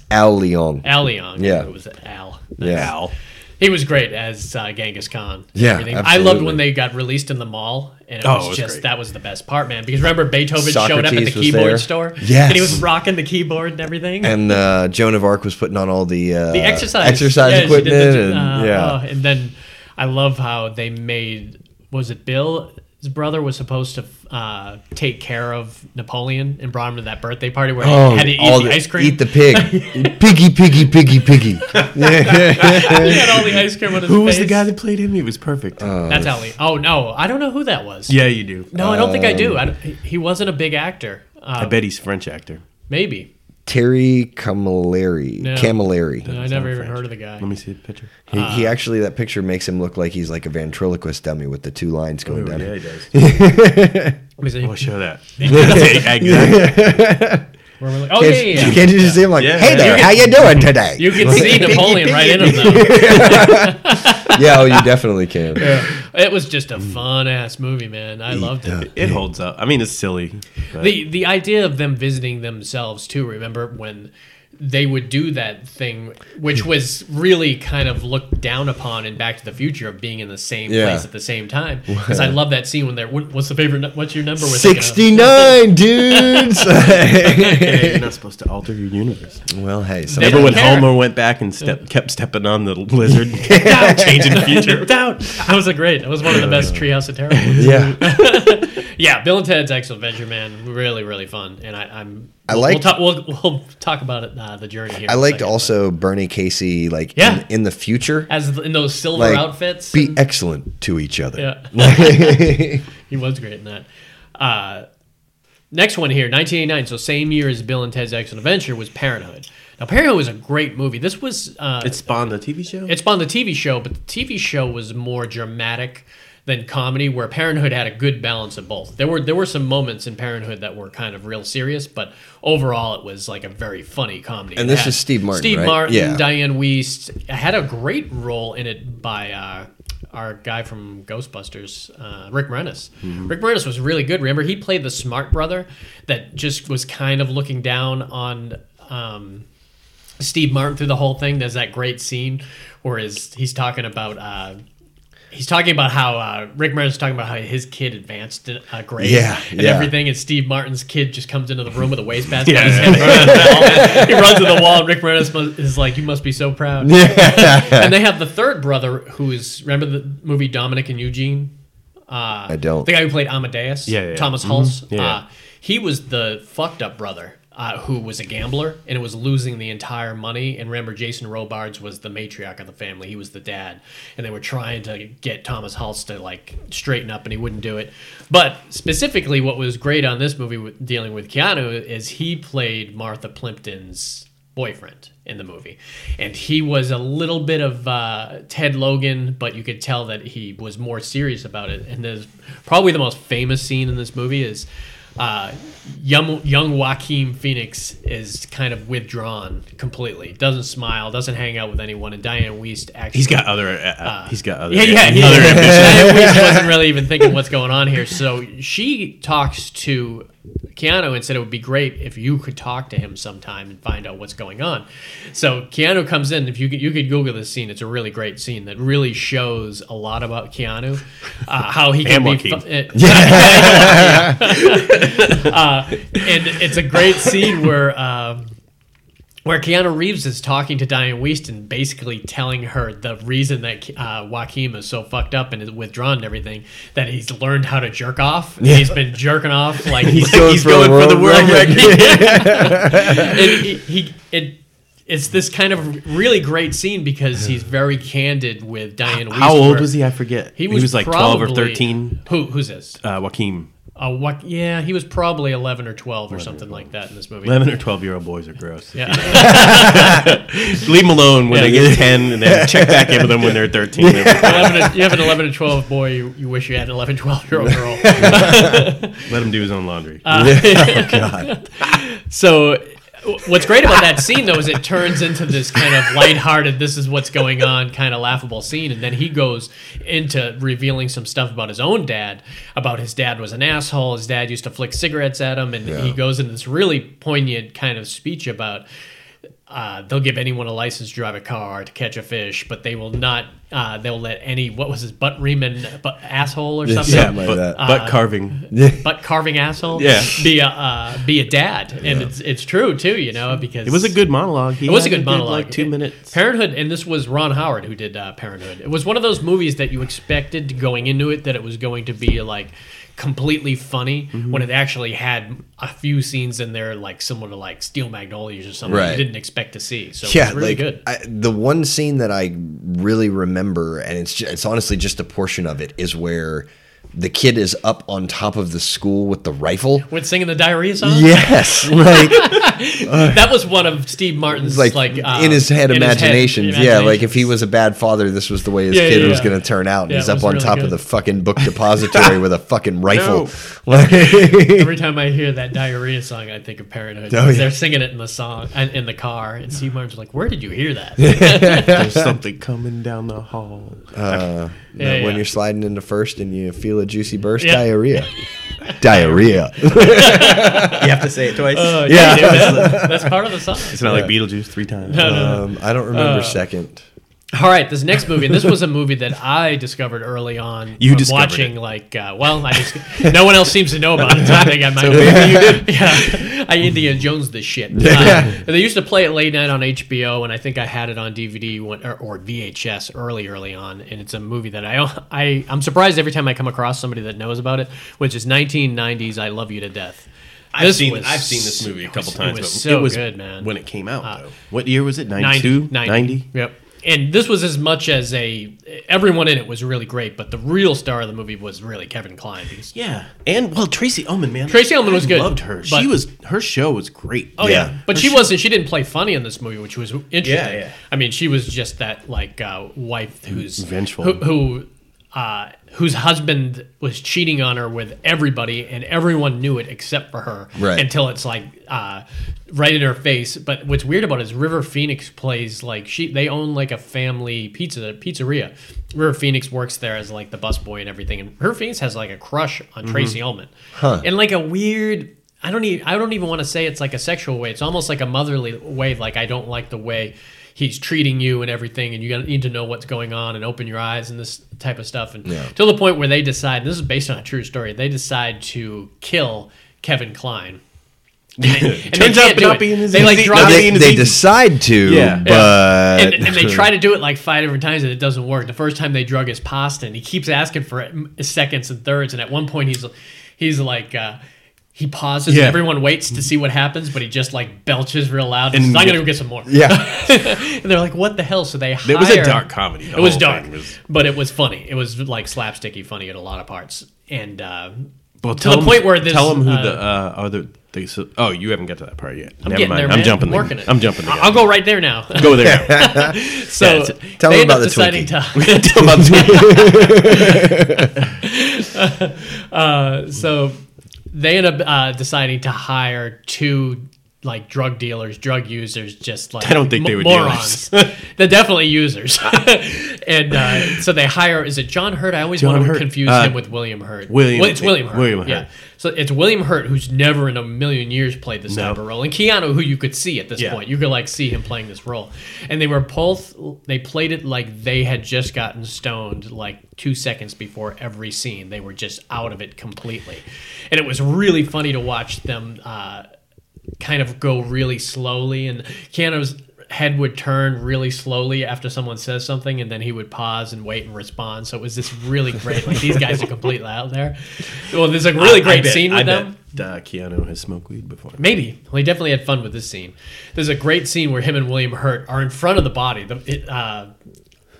Al Leong.
Al Leon.
Yeah.
It was Al.
Yeah.
Al.
He was great as uh, Genghis Khan. and
Yeah,
everything. I
absolutely.
loved when they got released in the mall, and it
Oh,
was,
it was
just
great.
that was the best part, man. Because remember, Beethoven showed up at the
Socrates was
keyboard
there.
store,
Yes.
and he was rocking the keyboard and everything.
And uh, Joan of Arc was putting on all the uh,
the exercise,
exercise
Yeah, she did
equipment.
the-
and,
uh,
yeah.
oh, and then I love how they made was it Bill. His brother was supposed to uh, take care of Napoleon and brought him to that birthday party where he oh, had to eat
Oh, all
the, ice cream.
Eat the pig. piggy, piggy, piggy, piggy.
he had all the ice cream on his
Who was the
face.
guy that played him? He was perfect.
That's how he. Oh no, I don't know who that was.
yeah, Um, you do.
No, I don't think I do. I don't- he he wasn't a big actor.
I
Uh,
bet he's a French actor.
maybe.
Terry Camilleri.
No.
Camilleri.
No, I never even heard of the guy.
Let me see the picture.
He, he
Uh,
actually that picture makes him look like he's like a ventriloquist dummy with the two lines going down.
yeah, he does.
Let me see.
I'll show that. Exactly.
Where we're like- oh, yeah,
Can't,
yeah, yeah.
can't you just see him like,
Yeah,
hey
yeah.
there,
You
how you doing today?
You can see Napoleon right in him, though.
yeah, oh, you definitely can.
It was just a fun ass movie, man. I loved it.
It holds up. I mean, it's silly. but-
The the idea of them visiting themselves too. Remember when they would do that thing,
Hmm.
which was really kind of looked down upon in Back to the Future of being in the same
Yeah.
place at the same time. Because I love that scene when they're. What, what's the favorite? nu- What's your number? we're thinking of?
Sixty nine dudes.
Yeah, you're not supposed to alter your universe.
well, hey, some,
They-
Remember when
care.
Homer went back and step, kept stepping on the lizard, changing the future?
That was a great. That was one of the best Treehouse of Terror. ones.
yeah,
yeah, Bill and Ted's Excellent Adventure, man, really really fun. And I, I'm.
I
we'll-
liked-
We'll talk, we'll, we'll talk about it. Uh, the journey here.
I
in a
liked
second,
also Bernie Casey like
Yeah.
in, in the future.
but- as in those silver
Like
outfits.
be excellent to each other.
yeah. He was great in that. Uh, next one here, 1989. So same year as Bill and Ted's Excellent Adventure was Parenthood. Now Parenthood was a great movie. This was uh,
It spawned a TV show.
it spawned the TV show, but the TV show was more dramatic than comedy, where Parenthood had a good balance of both. There were there were some moments in Parenthood that were kind of real serious, but overall it was like a very funny comedy.
And this
It had
is Steve Martin,
Steve
right?
Martin,
Yeah.
Diane Weist had a great role in it by. Uh, our guy from Ghostbusters, uh, Rick Moranis.
Mm-hmm.
Rick Moranis was really good. Remember, he played the smart brother that just was kind of looking down on um, Steve Martin through the whole thing. There's that great scene where is he's talking about uh, he's talking about how uh, Rick Moranis is talking about how his kid advanced a grade
Yeah,
and
yeah.
everything, and Steve Martin's kid just comes into the room with a wastebasket. yeah, yeah. he runs to the wall. and Rick Moranis mu- is like, "You must be so proud." and they have the third brother who is remember the movie Dominic and Eugene. Uh,
I don't.
The guy who played Amadeus,
Yeah, yeah, yeah.
Thomas Hulse.
Yeah, yeah.
Uh, he was the fucked up brother uh, who was a gambler and was losing the entire money. And remember, Jason Robards was the matriarch of the family. He was the dad, and they were trying to get Thomas Hulse to like straighten up, and he wouldn't do it. But specifically, what was great on this movie with dealing with Keanu is he played Martha Plimpton's boyfriend in the movie and he was a little bit of uh, ted logan but you could tell that he was more serious about it and there's probably the most famous scene in this movie is uh, young, young joaquin phoenix is kind of withdrawn completely doesn't smile doesn't hang out with anyone and diane weist actually
He's got other. Uh, he's got other.
yeah, yeah, yeah.
other
Diane Weiss wasn't really even thinking what's going on here. So she talks to Keanu and said it would be great if you could talk to him sometime and find out what's going on. So Keanu comes in. If you could, you could Google this scene, it's a really great scene that really shows a lot about Keanu, uh, how he can
And
be.
Joaquin.
fu- uh, and it's a great scene where um, where Keanu Reeves is talking to Diane Weist and basically telling her the reason that uh, Joaquin is so fucked up and is withdrawn and everything that he's learned how to jerk off. And He's been jerking off like he's
He's going for the world record.
it, it- he it. It's this kind of really great scene because he's very candid with Diane. Weist
How old
where-
was he? I forget.
He was,
like twelve or
probably-
thirteen.
Who who's this?
Uh, Joaquin.
Uh, what? Yeah, he was probably eleven or twelve or something like that in this movie.
Eleven or twelve year old boys are gross.
Yeah.
Leave them alone when
Yeah.
they get ten, and then check back in with them when they're thirteen.
11 to- you have an 11 to 12 boy, you, you wish you had an 11, 12 year old girl.
Let him do his own laundry.
Uh, So, w- what's great about that scene, though, is it turns into this kind of lighthearted, this is what's going on kind of laughable scene. And then he goes into revealing some stuff about his own dad, about his dad was an asshole, his dad used to flick cigarettes at him. And he goes into this really poignant kind of speech about. Uh, they'll give anyone a license to drive a car to catch a fish, but they will not. Uh, they'll let any what was his butt Riemann but asshole or something.
yeah,
like
but,
that.
uh,
butt carving.
butt carving asshole.
Yeah.
be a uh, be a dad, and it's it's true too, you know, because
It was a good monologue. He
it was a
had
good monologue.
like two minutes.
Parenthood, and this was Ron Howard who did uh, Parenthood. It was one of those movies that you expected going into it that it was going to be like completely funny when it actually had a few scenes in there like similar to like Steel Magnolias or something
Right.
you didn't expect to see. So it
yeah,
was really
like
good.
I, the one scene that I really remember, and it's ju- it's honestly just a portion of it, is where the kid is up on top of the school with the rifle.
With singing the diarrhea song?
Yes, like
That was one of Steve Martin's, like,
like,
uh,
in his head
in his head
imaginations. Yeah, like if he
imaginations.
was a bad father, this was the way his
Yeah,
kid
yeah,
was
yeah.
going to turn out. And
Yeah,
he's
it
up
was
on
really
top
good.
of the fucking book depository with a fucking rifle.
Every time I hear that diarrhea song, I think of Parenthood.
Oh, yeah.
They're singing it in the song and in the car, and Steve Martin's like, "Where did you hear that?"
There's something coming down the hall.
Yeah, yeah.
When you're sliding into first and you feel a juicy burst,
Yeah.
diarrhea. diarrhea.
You have to say it twice.
Oh, yeah,
Yeah.
you do that. that's part of the song.
it's not like Beetlejuice three times.
um, I don't remember
Uh,
second.
All right, this next movie, and this was a movie that I discovered early on.
You
from
discovered
watching like, uh, well, I just, no one else seems to know about it. So I think I might. maybe you did. Yeah, I Indiana Jones this shit. Uh, and they used to play it late night on HBO, and I think I had it on DVD when, or, or VHS early, early on. And it's a movie that I, I, I'm surprised every time I come across somebody that knows about it, which is 1990s. I love you to death.
I've
This
seen,
was-
I've seen this movie a couple
it
times,
was
but
so
it was
good, man.
when it came out.
Uh,
though. What year was it? 92? 90.
90. Yep. And this was as much as a everyone in it was really great, but the real star of the movie was really Kevin Klein. Because,
Yeah. And, well, Tracy Ullman, man.
Tracy Ullman was
I
good,
loved her.
but-
She was, her show was great.
oh yeah,
Yeah.
but she wasn't. She didn't play funny in this movie, which was interesting.
Yeah, yeah.
I mean, she was just that like uh, wife who's
Vengeful.
who, who uh, whose husband was cheating on her with everybody, and everyone knew it except for her.
Right.
Until it's like uh, right in her face. But what's weird about it is River Phoenix plays like she they own like a family pizza pizzeria. River Phoenix works there as like the busboy and everything, and River Phoenix has like a crush on Tracy Ullman, and like a weird. I don't even I don't even want to say it's like a sexual way. It's almost like a motherly way. Like I don't like the way he's treating you and everything, and you gotta need to know what's going on and open your eyes and this type of stuff. And till the point where they decide, and this is based on a true story, they decide to kill Kevin Klein. And they- and they
Turns out
can't do
not
it.
being his
they like
easy-
drop
not
They,
being- mean,
they
it's-
decide to,
Yeah.
but
and, and they try to do it like five different times and it doesn't work. The first time they drug his pasta and he keeps asking for it, m- seconds and thirds. And at one point he's he's like uh, he pauses.
Yeah.
Everyone waits to see what happens, but he just like belches real loud. And
And
says, I'm
yeah.
gonna go get some more.
yeah.
and they're like, what the hell? So they hire,
It was a dark comedy. The
It was
whole
dark,
thing was-
but it was funny. It was like slapsticky funny at a lot of parts. And uh,
Well,
to
tell
the
'em-
point where this
Tell them who
uh,
the, uh, are the, they, so, oh, you haven't got to that part yet. I'm
getting there,
I'm
man.
jumping
I'm
the-
working it.
I'm jumping the
I- I'll
gun.
go right there now.
Go there. now.
so
Tell
they end
them
up
about the
deciding to.
Tell 'em about the-
so they end up uh, deciding to hire two like drug dealers, drug users, just like
I don't think they were
morons. They're definitely users, and uh, so they hire. Is it John Hurt? I always
John
want to
Hurt.
confuse
Uh,
him with William Hurt.
William-
Well, it's William Hurt.
William Hurt.
Yeah. So it's William Hurt who's never in a million years played this
No.
type of role, and Keanu, who you could see at this
Yeah.
point, you could like see him playing this role, and they were both they played it like they had just gotten stoned like two seconds before every scene. They were just out of it completely, and it was really funny to watch them uh, kind of go really slowly, and Keanu's head would turn really slowly after someone says something and then he would pause and wait and respond so it was this really great like these guys are completely out there well there's a really great
I bet-
scene with
I
them
Bet, uh, Keanu has smoked weed before.
Maybe. Well, he definitely had fun with this scene. There's a great scene where him and William Hurt are in front of the body. The, it, uh,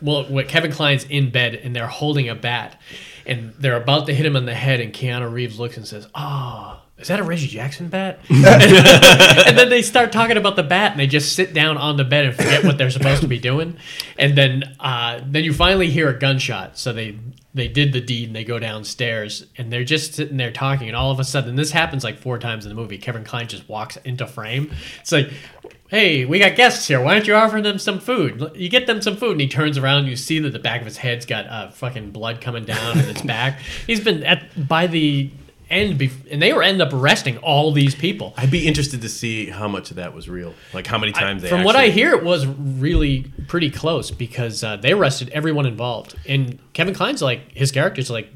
well, what Kevin Klein's in bed and they're holding a bat, and they're about to hit him on the head, and Keanu Reeves looks and says, "Ah." Is that a Reggie Jackson bat? and then they start talking about the bat, and they just sit down on the bed and forget what they're supposed to be doing. And then, uh, then you finally hear a gunshot. So they they did the deed, and they go downstairs, and they're just sitting there talking. And all of a sudden, this happens like four times in the movie. Kevin Klein just walks into frame. It's like, hey, we got guests here. Why aren't you offering them some food? You get them some food, and he turns around. You see that the back of his head's got uh, fucking blood coming down in its back. He's been at by the. end, bef- and they were end up arresting all these people.
I'd be interested to see how much of that was real. Like how many times they.
From what I
actually-
hear, it was really pretty close because uh, they arrested everyone involved, and Kevin Klein's like his character's like,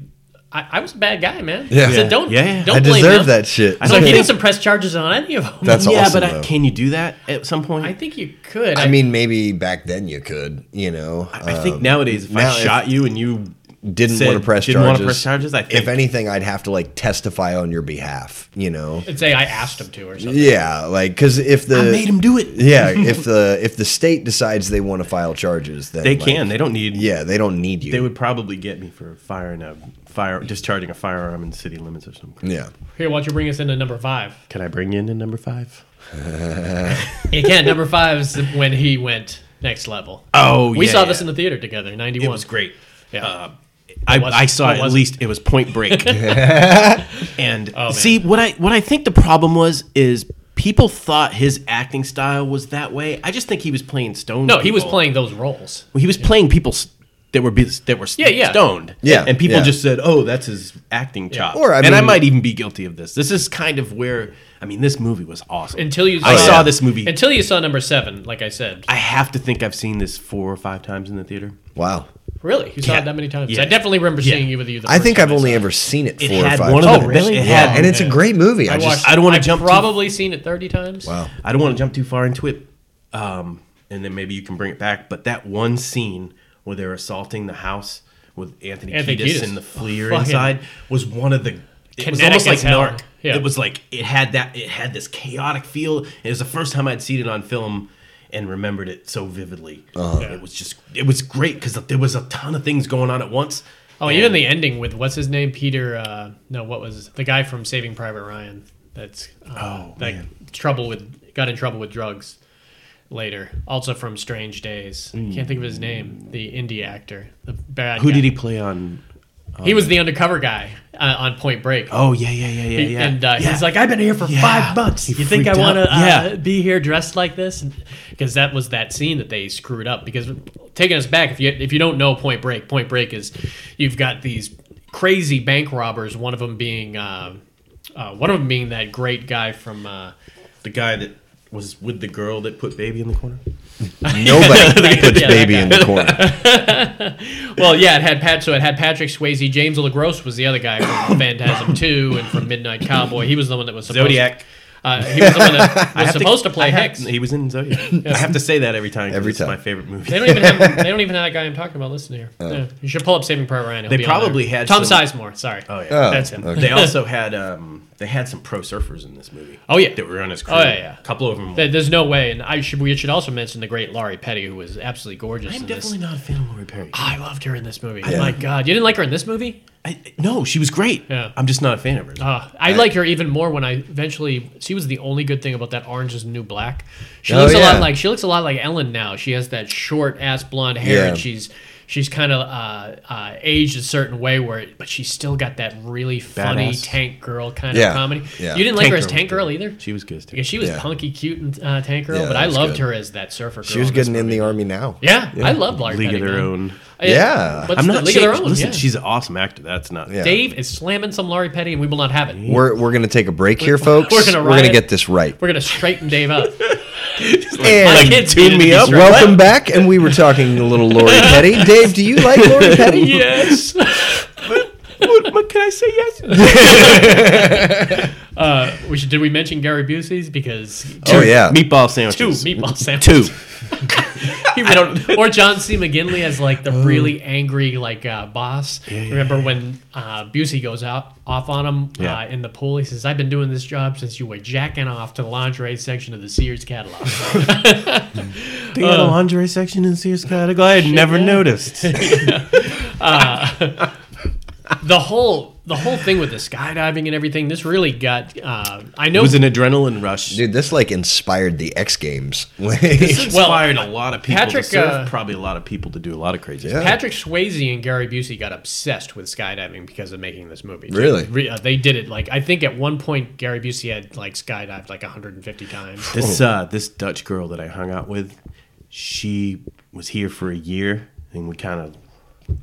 I, I was a bad guy, man.
Yeah.
He said, don't,
Yeah, yeah.
don't
I
blame
deserve
them."
that shit.
So he didn't press charges on any of them.
That's
yeah,
awesome.
but
though.
I, can you do that at some point?
I
I,
think you could.
I mean, maybe back then you could, you know.
think nowadays, if
Um, now
I
if-
shot you and you
didn't
Said
want to press
didn't wanna
charges.
press charges, I think.
if anything, I'd have to like testify on your behalf. You know.
I'd say I asked him to or something.
Yeah, like because if the
I made him do it.
yeah, if the if the state decides they want to file charges, then
They
like,
can. They don't need.
Yeah, they don't need you.
They would probably get me for firing a fire, discharging a firearm in city limits or something.
Yeah.
Here, why don't you bring us into number five?
Can I bring you in in number five?
Again, number five is when he went next level.
Oh,
we
yeah,
saw
yeah.
this in the theater together, ninety
It
one.
was great. Uh,
Yeah.
I,
was-
I saw
what
it,
was it?
at least it was Point Break. and
Oh, man.
see what I what I think the problem was is people thought his acting style was that way. I just think he was playing stoned.
no, he was
people.
playing those roles.
Well, he was playing people s- that were bus- that were
Yeah, yeah.
stoned.
Yeah,
and people
yeah.
just said, "Oh, that's his acting chop."
Or, I
and I
mean-
might even be guilty of this. This is kind of where I mean, this movie was awesome.
Until you,
I saw
yeah.
this movie,
Until you saw number seven, like I said.
I have to think I've seen this four or five times in the theater.
Wow.
Really, you saw
Yeah.
it that many times?
Yeah.
I definitely remember
Yeah.
seeing you with you. The
I
first
think
time
I've
I
only
saw it.
ever seen it
It
four or
had
five
one of
times.
the best. It
yeah,
had,
and it's a great movie. I,
I
just
watched.
I
I
don't
don't
wanna
want to
jump
jump.
too-
Probably seen it thirty times.
wow.
I don't want to jump too far into it, um, and then maybe you can bring it back. But that one scene where they're assaulting the house with Anthony,
Anthony
Kiedis,
Kiedis.
and the Fleer
Fucking-
inside was one of the. It was
Kinetic
almost like
as hell.
Narc.
Yeah.
It was like it had that. It had this chaotic feel. It was the first time I'd seen it on film and remembered it so vividly. It was just. It was great because there was a ton of things going on at once.
Oh,
And-
even the ending with what's his name, Peter? Uh, no, what was the guy from Saving Private Ryan? That's uh,
Oh,
that
man.
trouble with got in trouble with drugs later. Also from Strange Days. I can't think of his name. The indie actor, the bad.
Who
guy.
did he play on?
He was the undercover guy uh, on Point Break.
Oh yeah, yeah, yeah, yeah,
He-
yeah.
And uh,
yeah.
he's like, I've been here for
Yeah.
five months.
He
you think I
freaked
want
out.
to uh,
Yeah.
be here dressed like this? Because that was that scene that they screwed up. Because taking us back, if you if you don't know Point Break, Point Break is you've got these crazy bank robbers. One of them being uh, uh, one of them being that great guy from. Uh,
the guy that was with the girl that put baby in the corner.
Nobody puts
Yeah, that
baby
guy.
in the corner.
well, yeah, it had Pat. So it had Patrick Swayze. James LaGrosse was the other guy from Phantasm Two and from Midnight Cowboy. He was the one that was supposed
Zodiac.
Uh, he was the one that was supposed to, play
I have-
Hicks.
he was in Zodiac. I have to say that every time. 'cause
Every
it's
time.
my favorite movie.
They don't even have. They don't even have that guy I'm talking about listed here. Yeah. You should pull up Saving Private Ryan. He'll
They
be on there.
probably had
Tom
some-
Sizemore. Sorry.
oh yeah.
Oh,
That's him.
okay.
They also had um, they had some pro surfers in this movie.
Oh, yeah.
that were on his crew.
Oh, yeah, yeah.
A couple of them.
There- There's no way, and I should. We should also mention the great Laurie Petty, who was absolutely gorgeous.
I'm
in
definitely
This.
not a fan of Lori Perry. I,
I loved her in this movie. My God, you didn't like her in this movie?
I- no, she was great.
Yeah.
I'm just not a fan of her.
Uh, I, like her even more when I eventually. She was the only good thing about that Orange Is the New Black. She
Oh,
looks a
yeah.
lot like she looks a lot like Ellen now. She has that short ass blonde hair, and
Yeah.
she's she's kind of uh, uh, aged a certain way, where it, but she's still got that really funny
Badass.
tank girl kind
Yeah,
of comedy.
yeah.
You didn't like
Tank
her as
Girl
Tank
was good.
Girl either.
she was good. Too.
Because she was
Yeah.
punky, cute, and uh, Tank Girl,
Yeah,
but
that
I
was
loved
good.
her as that surfer girl.
She was
in this
getting in
movie.
the army now.
Yeah, I love Laurie
League
Petty,
of Their
man.
Own.
Yeah.
but
I'm not.
League of Their
saying-
Own.
Listen,
yeah.
she's an awesome actor. That's not.
Yeah.
Dave is slamming some Laurie Petty, and we will not have it.
We're, we're gonna take a break here, folks.
We're gonna
gonna
riot.
get this right.
We're gonna straighten Dave up.
And
My kids needed to
tune me
be
up.
straightened.
welcome back, and we were talking a little Lori Petty. Dave, do you like Lori Petty?
yes.
What, what can I say? Yes.
We should, did we mention Gary Busey's because
Oh yeah.
Meatball
two
sandwiches.
meatball
Two.
sandwiches. I don't. Or John C. McGinley as like
Oh.
the really angry like uh, boss. Remember when uh, Busey goes out off on him
Yeah.
uh, in the pool? He says, "I've been doing this job since you were jacking off to the lingerie section of the Sears catalog."
They
Uh,
got a lingerie section in Sears catalog. I had never noticed.
the whole the whole thing with the skydiving and everything. This really got. Uh, I know.
It was an adrenaline rush.
Dude, this like inspired the X Games.
This
Like,
Well,
inspired a lot of people
Patrick,
to surf,
uh,
probably a lot of people to do a lot of crazy
Yeah.
stuff.
Patrick Swayze and Gary Busey got obsessed with skydiving because of making this movie. too.
Really?
Re- uh, they did it like I think at one point Gary Busey had like skydived like 150 times.
This uh, this Dutch girl that I hung out with, she was here for a year and we kind of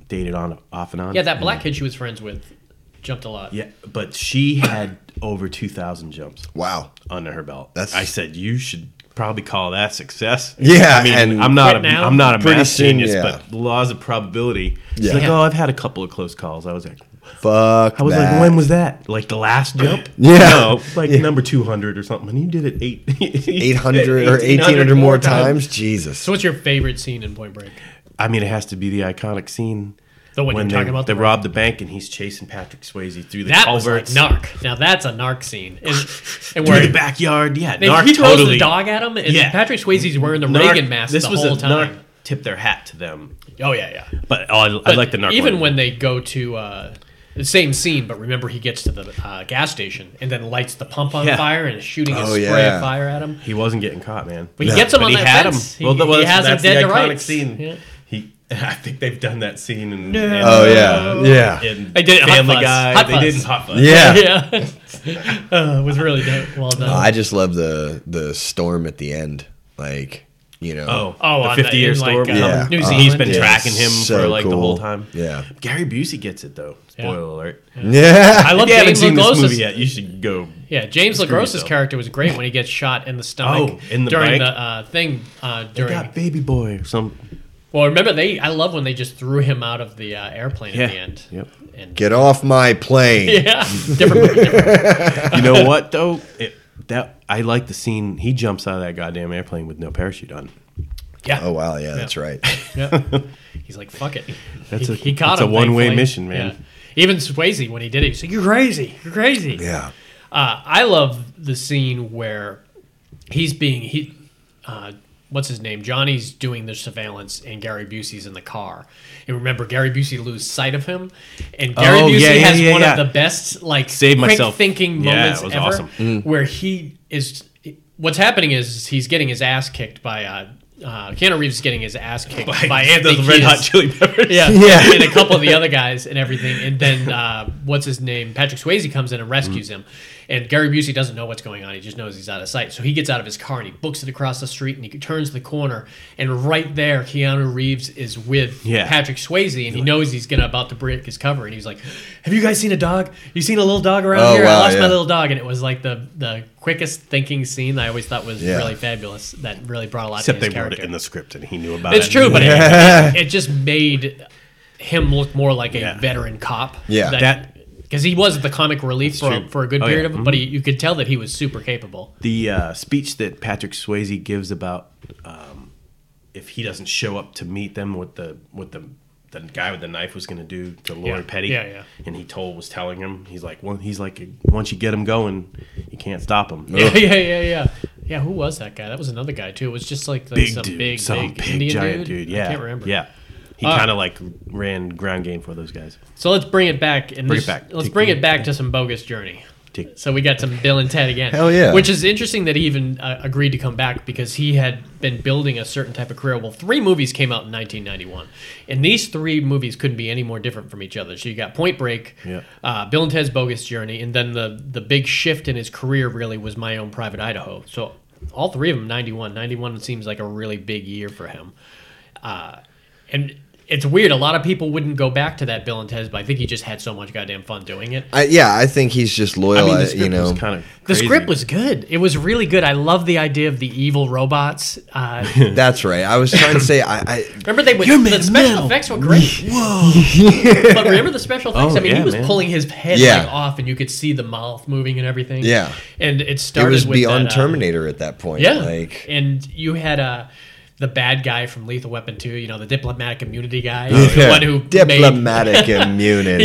dated on off and on.
Yeah, that black kid she was friends with jumped a lot.
Yeah, but she had over 2,000 jumps
wow.
under her belt.
That's-
I said you should probably call that success.
Yeah,
I mean,
and-
I'm not
Right
a,
now?
am not a
Pretty
math
soon,
genius,
yeah.
but the laws of probability. She's
Yeah.
like,
Yeah.
oh, I've had a couple of close calls. I was like,
Fuck.
I was
that.
like, when was that? Like the last jump?
Yeah.
No, like number 200 or something. And you did it eight,
800 or 1800 more times? Jesus.
So what's your favorite scene in Point Break?
I mean, it has to be the iconic scene
The one you're
when they,
talking about,
they
the
rob the bank and he's chasing Patrick Swayze through the
That was like
culverts,
narc. Now that's a narc scene. And, and
through
where
the backyard. Yeah,
they-
narc
he throws
totally.
the dog at him, and
Yeah.
Patrick Swayze's wearing the
Narc-
Reagan mask
This
the
was
whole
a
time.
narc. Tip their hat to them,
Oh yeah, yeah.
but oh, I, I
But
like the narc.
Even
one.
when they go to uh, the same scene, but remember he gets to the uh, gas station and then lights the pump on
Yeah.
fire and is shooting a
Oh,
spray
yeah.
of fire at him.
he wasn't getting caught, man.
But he gets him
But
on
he
that
had
fence.
him. Well,
he,
that was,
he has
that's
him dead
the
to
iconic
rights.
scene.
Yeah.
He, I think they've done that scene. In,
No.
in,
Oh
uh,
yeah, yeah,
in
They did it in Hot
Family
Fuzz.
Guy.
Hot
they
Fuzz.
did in Hot Fuzz.
yeah.
yeah. uh, it was really done- well done.
I just love the the storm at the end, like you know.
Oh,
Oh, on the-
the 50 year
in, like,
storm.
uh,
coming.
New
He's been
Zealand.
tracking him for
So
like the
cool.
whole time.
Yeah.
Gary Busey gets it though. Spoiler
Yeah.
alert.
Yeah.
I love
If you haven't
James
seen this movie
LaGrosa's
yet, you should go.
Yeah, James
Screw
LaGrosse's
yourself.
character was great when he gets shot in the stomach
Oh, in the
during
bank?
the uh, thing. Uh, during
Got baby boy. or Some
well, remember they? I love when they just threw him out of the uh, airplane
Yeah,
at the end.
yep.
And,
Get off my plane.
yeah, different. different
you know what though? It, that I like the scene. He jumps out of that goddamn airplane with no parachute on.
yeah.
Oh wow, yeah, that's right.
yeah. He's like, "Fuck it."
That's
he,
a-
he caught
that's a
him,
one-way
thankfully.
mission, man.
Yeah. Even Swayze when he did it, he's like, "You're crazy. You're crazy."
Yeah.
Uh, I love the scene where he's being he, uh, what's his name? Johnny's doing the surveillance, and Gary Busey's in the car. And remember, Gary Busey loses sight of him, and Gary
Oh,
Busey
yeah, yeah,
has
yeah,
one
yeah.
of the best like
Save
quick
myself.
thinking
Yeah, it
moments
was
ever,
awesome. Mm.
where he is. What's happening is he's getting his ass kicked by. Uh, uh, Keanu Reeves is getting his ass kicked by, Anthony
the Red Hot
Kiedis.
Chili Peppers.
Yeah,
Yeah.
and a couple of the other guys and everything. And then uh, what's his name? Patrick Swayze comes in and rescues him. And Gary Busey doesn't know what's going on. He just knows he's out of sight. So he gets out of his car and he books it across the street and he turns the corner. And right there, Keanu Reeves is with
Yeah.
Patrick Swayze, and he knows he's gonna about to break his cover. And he's like, "Have you guys seen a dog? You seen a little dog around
Oh,
here? I
wow,
lost my
yeah.
little dog." And it was like the the quickest thinking scene that I always thought was
Yeah.
really fabulous. That really brought a lot
Except
to
they
his
wrote
character.
it in the script and he knew about it.
It's true, but it- it, it just made him look more like a
Yeah.
veteran cop.
Yeah.
because he was the comic relief for,
true.
for a good
Oh,
period
yeah.
of it, but he, you could tell that he was super capable.
the uh, speech that Patrick Swayze gives about um, if he doesn't show up to meet them, what the what the the guy with the knife was going to do to Lori
Yeah.
Petty,
Yeah, yeah.
and he told was telling him he's like, well, he's like, once you get him going, you can't stop him.
Yeah, yeah, yeah, yeah. Yeah, who was that guy? That was another guy too. It was just like, like
Big
some
dude,
big,
some
big,
big,
Indian
giant dude. Yeah,
I can't remember. Uh,
Yeah, he kind of like ran ground game for those guys.
So let's bring it back and
Bring it
this-
back.
Let's
Take-
bring it back to some bogus journey.
Take-
So we got some Bill and Ted again.
Hell yeah.
Which is interesting that he even uh, agreed to come back because he had been building a certain type of career. Well, three movies came out in 1991, and these three movies couldn't be any more different from each other. So you got Point Break,
Yeah.
uh, Bill and Ted's Bogus Journey, and then the the big shift in his career really was My Own Private Idaho. So all three of them 91. 91 seems like a really big year for him. Uh, and it's weird. A lot of people wouldn't go back to that Bill and Ted's, but I think he just had so much goddamn fun doing it.
I, yeah, I think he's just
I
loyal.
mean, the
I-
script
you know,
was kind of
The script was good. It was really good. I love the idea of the evil robots. Uh,
that's right. I was trying to say, I, I
remember they would,
Your
the
man's
special
metal.
effects were great. Whoa! but remember the special effects?
Oh,
I mean, he
yeah,
was
man.
pulling his head
Yeah.
like, off, and you could see the mouth moving and everything.
Yeah.
and it
it
started
was
with
beyond
that, uh,
Terminator at that point.
Yeah,
like
and you had Uh, the bad guy from Lethal Weapon 2, you know, the diplomatic immunity guy,
Yeah.
the one who made
diplomatic immunity.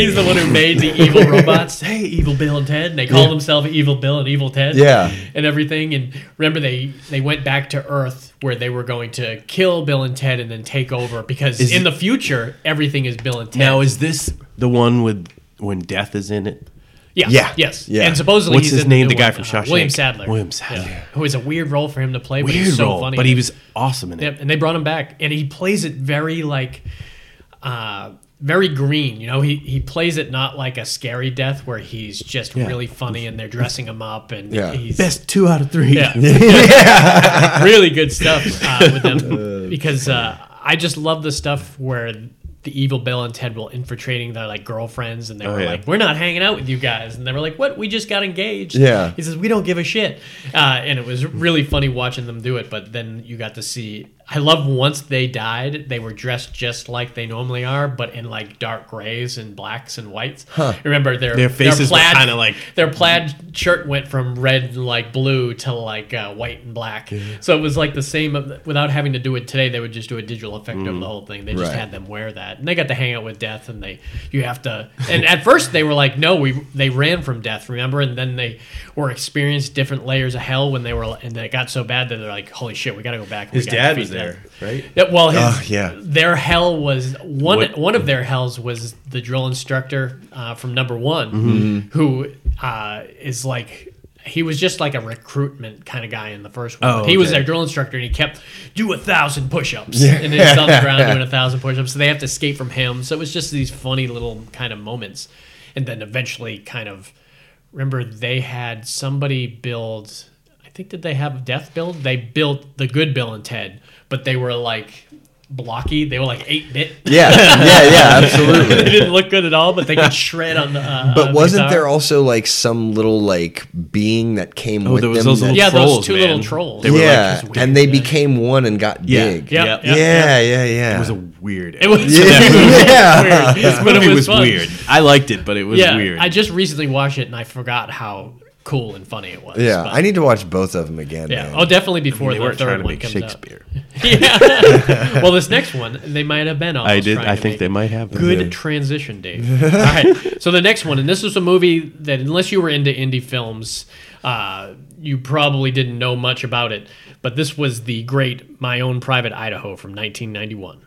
He's the one who made the evil robots. Hey, evil Bill and Ted. And they called themselves Evil Bill and Evil Ted.
Yeah.
And everything. And remember, they they went back to Earth where they were going to kill Bill and Ted and then take over because in the future everything is Bill and Ted.
now. Is this the one with when death is in it?
yeah,
Yeah.
yes,
Yeah.
And supposedly
What's
he's
his
in the
name,
new
the guy
one,
from
uh, William
Shawshank?
Sadler.
William Sadler.
Who is a weird role for him to play, but
Weird
he's so
role,
funny.
but he was awesome in it.
Yep, and they brought him back, and he plays it very like, uh, very green. You know, he he plays it not like a scary death where he's just really funny and they're dressing him up and
Yeah.
he's
Best two out of three.
yeah, really good stuff uh, with them because uh, I just love the stuff where the evil Bill and Ted were infiltrating their like girlfriends and they were
yeah.
like, "We're not hanging out with you guys," and they were like, "What? We just got engaged."
Yeah.
he says, "We don't give a shit," uh, and it was really funny watching them do it. But then you got to see I love once they died, they were dressed just like they normally are, but in like dark grays and blacks and whites. Remember their
Their faces were
plaid-
kinda like-
their plaid shirt went from red and like blue to like uh, white and black. So it was like the same of- without having to do it today. They would just do a digital effect
Mm.
of the whole thing. They just
Right.
had them wear that, and they got to hang out with death. And they you have to. And at first they were like, no, we they ran from death. Remember, and then they were experienced different layers of hell when they were, and it got so bad that they're like, holy shit, we got to go back.
His
We gotta
dad
defeat
was there,
death.
right?
Yeah, well, his,
Oh, yeah.
Their hell was one.
What-
One of their hells was the drill instructor uh, from number one,
Mm-hmm.
who uh, is like he was just like a recruitment kind of guy in the first one.
Oh,
He was
okay.
their drill instructor, and he kept do a thousand push-ups, and then he's on the ground doing a thousand push-ups. So they have to escape from him. So it was just these funny little kind of moments, and then eventually, kind of remember they had somebody build i think did they have death build they built the good bill and ted but they were like blocky they were like 8-bit
Yeah, yeah, yeah, absolutely.
they didn't look good at all but they could shred on the uh,
But
on
wasn't
guitar.
there also like some little like being that came with
Oh, there was
them?
those
that-
little
yeah those
trolls,
two little
man.
trolls
They were, like,
yeah,
just weird,
and they
yeah.
became one and got
Yeah.
big.
yeah
Yep.
yeah,
yeah, yeah, yeah.
It was a weird.
It was,
Yeah.
yeah.
Yeah.
but it
movie
was,
was
fun.
weird. I liked it, but it was
Yeah,
weird.
I just recently watched it and I forgot how cool and funny it was.
yeah,
but-
I need to watch both of them again.
yeah.
man.
Oh, definitely before
they
the
weren't trying
third
to
one
make
comes out.
Shakespeare.
yeah. well, this next one, they might have been. almost
I did.
trying
I
to
think
make-
they might have been.
Good
Yeah.
transition, Dave. All right. So the next one, and this was a movie that, unless you were into indie films, uh, you probably didn't know much about it. But this was the great My Own Private Idaho from 1991.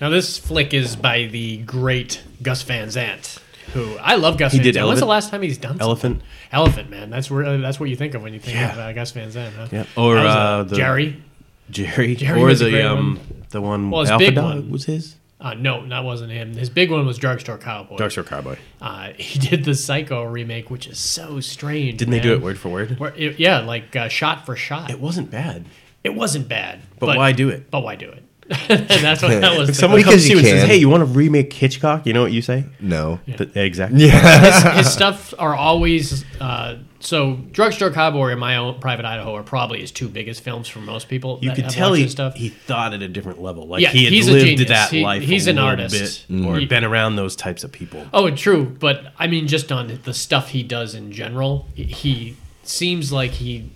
Now this flick is by the great Gus Van Zant, who I love. Gus. He Van
did
Zant. When's the
Elephant-
last time he's done something?
Elephant.
Elephant Man. That's where that's what you think of when you think
Yeah.
of uh, Gus Van Zant. Huh?
Yeah. Or,
That was,
uh, the-
Jerry.
Jerry,
Jerry
or
was a great
the um the one
Well, his
Alpha
big
Dog
one.
was his
Uh, no, that wasn't him. His big one was Drugstore Cowboy.
Dark Star Cowboy.
Uh, he did the Psycho remake, which is so strange.
Didn't they
man.
do it word for word?
Where it- yeah, like uh, shot for shot.
It
It,
wasn't bad,
wasn't bad.
but, why do it?
But why do it? That's what that was.
Someone
Because
comes to
you
you and says,
can.
"Hey, you want to remake Hitchcock?" You know what you say?
no.
Th- exactly.
his, his stuff are always uh, so. Drugstore Cowboy and My Own Private Idaho are probably his two biggest films for most people.
You
that
could
have
tell
watched
he,
his stuff.
he thought at a different level. Like
Yeah,
he had
he's a
lived
genius.
that
He-
life.
he's
a
an
little
artist.
bit,
Mm.
or
He-
been around those types of people.
Oh, true, but I mean, just on the stuff he does in general, he seems like he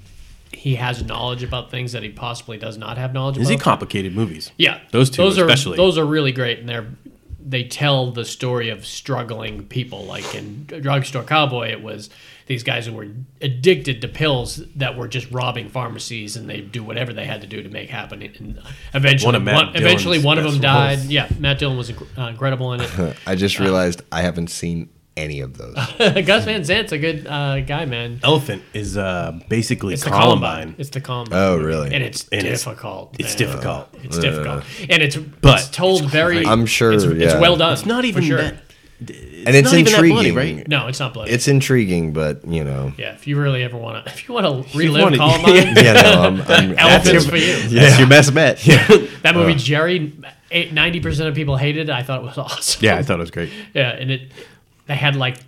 he has knowledge about things that he possibly does not have knowledge
Is
about.
he complicated movies?
Yeah,
Those two
are
especially.
those are really great, and they're they tell the story of struggling people. Like in Drugstore Cowboy, it was these guys who were addicted to pills that were just robbing pharmacies, and they do whatever they had to do to make happen. And eventually,
One of Matt
eventually
Dillon's
one of
best
them died.
roles.
Yeah, Matt Dillon was inc- uh, incredible in it.
I just realized I haven't seen any of those.
Gus Van Sant's a good uh, guy, man.
Elephant is uh, basically
It's the Columbine.
Columbine.
It's the Columbine.
Oh, really?
And it's
And it's-
difficult. man.
It's difficult.
It's difficult, and it's but
But
it's told very.
I'm sure,
it's, it's
yeah.
well done.
It's not
for
even
sure.
that.
and it's
not even that
intriguing.
bloody, right?
No, it's not bloody.
It's intriguing, but you know.
Yeah, if you really ever want to, if you want to
you
relive
wanna-
Columbine,
Yeah, no, I'm, I'm,
elephants for you.
That's Uh. your best bet. Yeah.
That movie, Jerry, ninety percent of people hated. it. I thought it was awesome.
yeah, I thought it was great.
yeah, and it they had like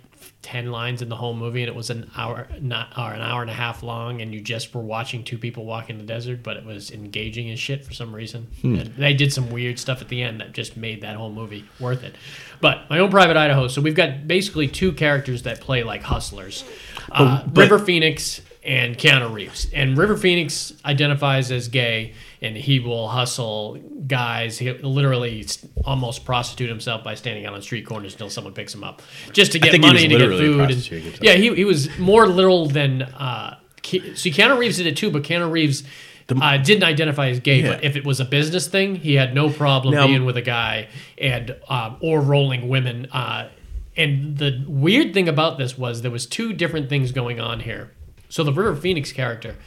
ten lines in the whole movie, and it was an hour, not or an hour and a half long, and you just were watching two people walk in the desert, but it was engaging as shit for some reason.
Hmm.
And they did some weird stuff at the end that just made that whole movie worth it. But my own private Idaho. So we've got basically two characters that play like hustlers, uh,
Oh, but-
River Phoenix. And Keanu Reeves. And River Phoenix identifies as gay, and he will hustle guys. He literally s- almost prostitute himself by standing out on street corners until someone picks him up, just to get
think he
money
was
to get
literally
food. And,
prostituting himself.
yeah, he, he was more literal than. Uh, Ke- see, Keanu Reeves did it too, but Keanu Reeves uh, didn't identify as gay. But
Yeah.
if it was a business thing, he had no problem
Now-
being with a guy and um, or rolling women. Uh, and the weird thing about this was there was two different things going on here. So the River Phoenix character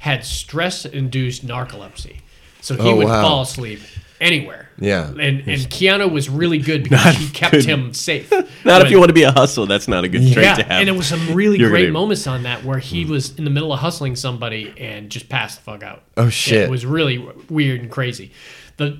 had stress-induced narcolepsy, so he
Oh,
would
wow.
fall asleep anywhere.
Yeah.
and and Keanu was really good because he kept him safe.
Not if
When-
you want to be a hustle. That's not a good trait
yeah,
to have.
and it was some really
You're
great
gonna- Hmm.
moments on that where he was in the middle of hustling somebody and just passed the fuck out.
Oh, shit.
It was really w- weird and crazy. The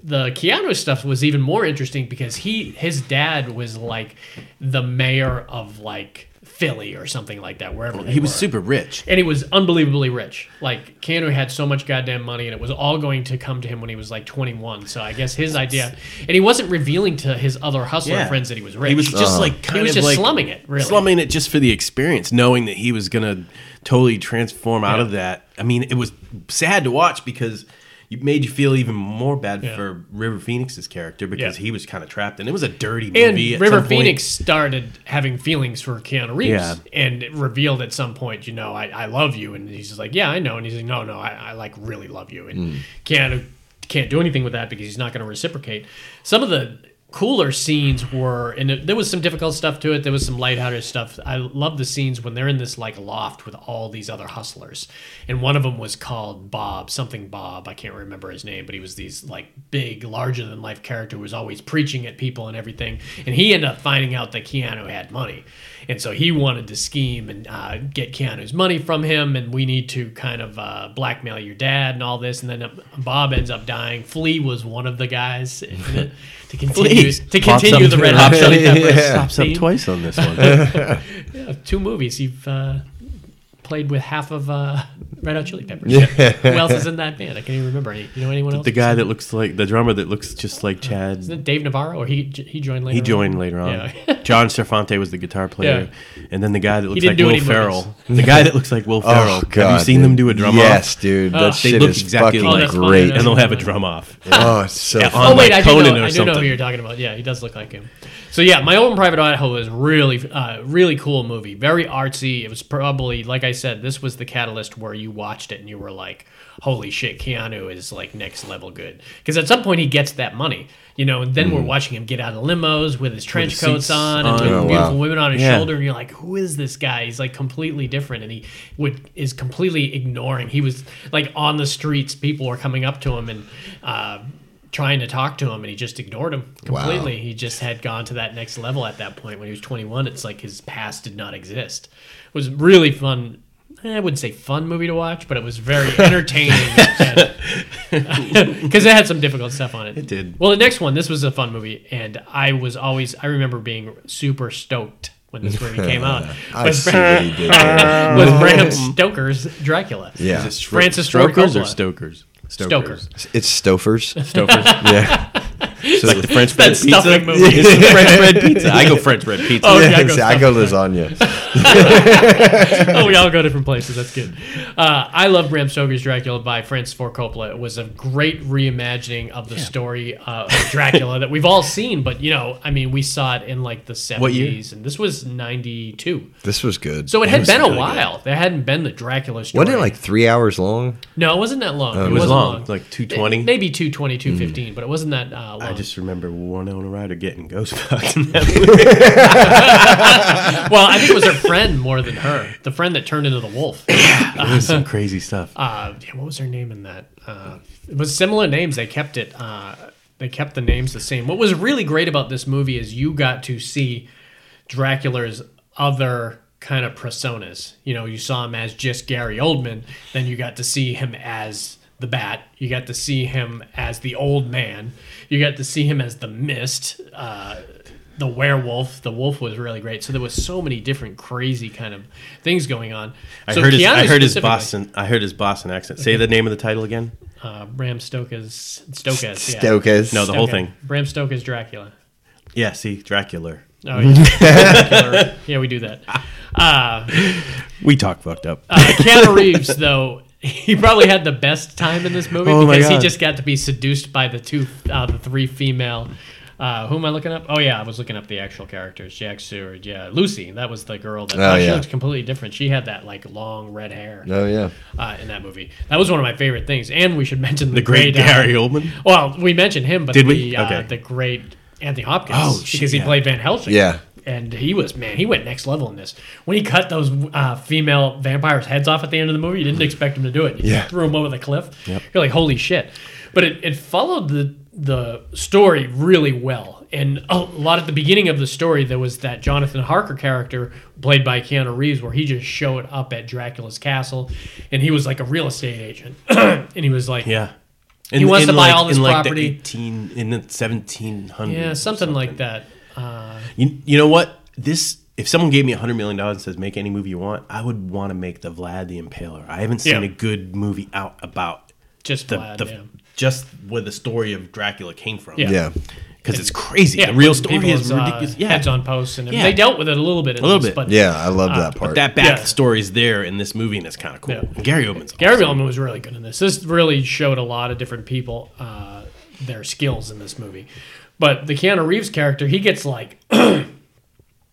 the Keanu stuff was even more interesting because he his dad was like the mayor of like Philly or something like that, wherever they
He was
were.
super rich.
and he was unbelievably rich. Like Keanu had so much goddamn money, and it was all going to come to him when he was like 21. So I guess his idea, and he wasn't revealing to his other hustler
Yeah.
friends that he was rich.
He was just like kind
he was
of
just
like
slumming it, really.
slumming it just for the experience, knowing that he was gonna totally transform out of that. I mean, it was sad to watch because it made you feel even more bad
Yeah.
for River Phoenix's character because
Yeah.
he was kind of trapped, and it was a dirty
And
movie. at
River
some point.
Phoenix started having feelings for Keanu Reeves
Yeah.
and it revealed at some point, you know, I, I love you. And he's just like, yeah, I know. And he's like, no, no, I, I like really love you.
Hmm.
And Keanu can't do anything with that because he's not going to reciprocate. Some of the cooler scenes were, and there was some difficult stuff to it. There was some lighthearted stuff. I love the scenes when they're in this like loft with all these other hustlers. And one of them was called Bob, something Bob. I can't remember his name, but he was these like big, larger than life character who was always preaching at people and everything. And he ended up finding out that Keanu had money. And so he wanted to scheme and uh, get Keanu's money from him, and we need to kind of uh, blackmail your dad and all this. And then uh, Bob ends up dying. Flea was one of the guys in it to continue
Please.
to continue the Red Hot Chili Peppers.
Pops up
See?
twice on this one.
Yeah, two movies you've uh, played with half of uh, Red Hot Chili Peppers. Yeah. Who else is in that band? I can't even remember. Any, you know anyone else?
the guy that looks like the drummer that looks just
Uh,
like Chad.
Isn't it Dave Navarro, or he he joined later.
He
on?
joined later on.
Yeah.
John Serfante was the guitar player, and then the guy that looks
didn't
like
do
Will
any movies.
Ferrell. The guy that looks like Will Ferrell.
Oh, God,
Have you seen
dude.
them do a drum
Yes,
off?
dude. That
Oh.
They
shit
look
is
exactly
fucking
like-
Oh,
great.
that's
And they'll have a drum off.
Oh, it's so
Yeah,
fun.
on-
Oh wait,
like
I do,
Conan
know,
or
I do know who
something.
you're talking about. Yeah, he does look like him. So yeah, my own private Idaho is really, uh, really cool movie. Very artsy. It was probably, like I said, this was the catalyst where you watched it and you were like, "Holy shit, Keanu is like next level good." Because at some point he gets that money, you know, and then we're watching him get out of limos with his trench
Mm. his
coats
suits
on and
on.
with
Oh,
beautiful
wow.
women on his
Yeah.
shoulder, and you're like, "Who is this guy?" He's like completely different, and he would is completely ignoring. He was like on the streets, people were coming up to him and. Uh, trying to talk to him and he just ignored him completely. He just had gone to that next level at that point when he was 21. It's like his past did not exist. It was really fun. eh, I wouldn't say fun movie to watch, but it was very entertaining because it had some difficult stuff on it. It
did.
Well, the next one, this was a fun movie, and I was always I remember being super stoked when this movie came out.
I
was,
see
Bram,
what he did there.
was Bram Stoker's Dracula?
Yeah.
Is it Stro-
Francis Ford
Strokers or
Coppola.
Stokers?
Stoker.
It's Stouffer's.
Stokers.
Yeah. So,
like the French bread
That
pizza.
stuffing movie.
It's the French bread pizza. I go French bread pizza.
Oh, yeah,
yeah,
I go
see, I go lasagna.
oh, we all go different places. That's good. Uh, I love Bram Stoker's Dracula by Francis Ford Coppola. It was a great reimagining of the story uh, of Dracula that we've all seen, but you know, I mean, we saw it in like the
What year?
seventies, and this was ninety two.
This was good.
So it had
was
been a
really good.
while. There hadn't been the Dracula story.
wasn't it like three hours long?
No, it wasn't that long.
uh, It was long, like two
It-
twenty. Mm.
maybe 220, 215, but it wasn't that uh, long.
I just remember Winona Ryder getting ghost fucked in that
well, I think it was her friend more than her. The friend that turned into the wolf.
It was some crazy stuff.
uh, yeah, what was her name in that? Uh, it was similar names. They kept it. Uh, they kept the names the same. What was really great about this movie is you got to see Dracula's other kind of personas. You know, you saw him as just Gary Oldman. Then you got to see him as the Bat. You got to see him as the Old Man. You got to see him as the Mist. Uh, the werewolf, the wolf was really great. So there was so many different crazy kind of things going on.
I
So
heard his, I
Keanu
heard his
specifically-
Boston I heard his Boston accent. Say the name of the title again.
uh, Bram Stoker's Stoker's yeah.
Stoker's.
No, the whole
Okay.
thing.
Bram Stoker's Dracula.
Yeah, see, Dracula.
Oh yeah, Dracula. yeah, we do that.
We talk fucked up.
Uh, Keanu Reeves though. He probably had the best time in this movie
Oh my
because he
God.
just got to be seduced by the two, uh, the three female. Uh, who am I looking up? Oh yeah, I was looking up the actual characters. Jack Seward, yeah, Lucy. That was the girl that.
Oh,
Oh, she
yeah.
looked completely different. She had that like long red hair
Oh yeah.
uh, in that movie. That was one of my favorite things. And we should mention the,
the great
uh,
Gary Oldman.
Well, we mentioned him, but
Did
the,
we?
Uh,
Okay.
the great Anthony Hopkins.
Oh, shit,
Because he
yeah.
played Van Helsing.
Yeah.
And he was, man, he went next level in this. When he cut those uh, female vampires' heads off at the end of the movie, you didn't expect him to do it. You
Yeah.
threw him over the cliff. You're like, holy shit. But it, it followed the, the story really well. And a lot at the beginning of the story, there was that Jonathan Harker character played by Keanu Reeves where he just showed up at Dracula's castle and he was like a real estate agent. and he was like,
Yeah. In,
wants to buy all this
in like
property.
The 18, in the 1700s.
Yeah,
or
something like that.
You, you know what? This if someone gave me hundred million dollars and says make any movie you want, I would want to make the Vlad the Impaler. I haven't seen
Yeah.
a good movie out about
Just
the,
Vlad,
the
yeah.
just where the story of Dracula came from.
Yeah.
Yeah.
because it's crazy.
Yeah,
the real
putting
story
people's,
is ridiculous.
Uh,
yeah,
heads on posts, and
Yeah.
they dealt with it a little bit. At
A little
least,
bit.
But
Yeah, I love that part.
Uh, that back
Yeah.
story's there in this movie, and it's kind of cool.
Yeah.
And Gary Oldman's
Gary
awesome.
Oldman was really good in this. This really showed a lot of different people uh, their skills in this movie. But the Keanu Reeves character, he gets like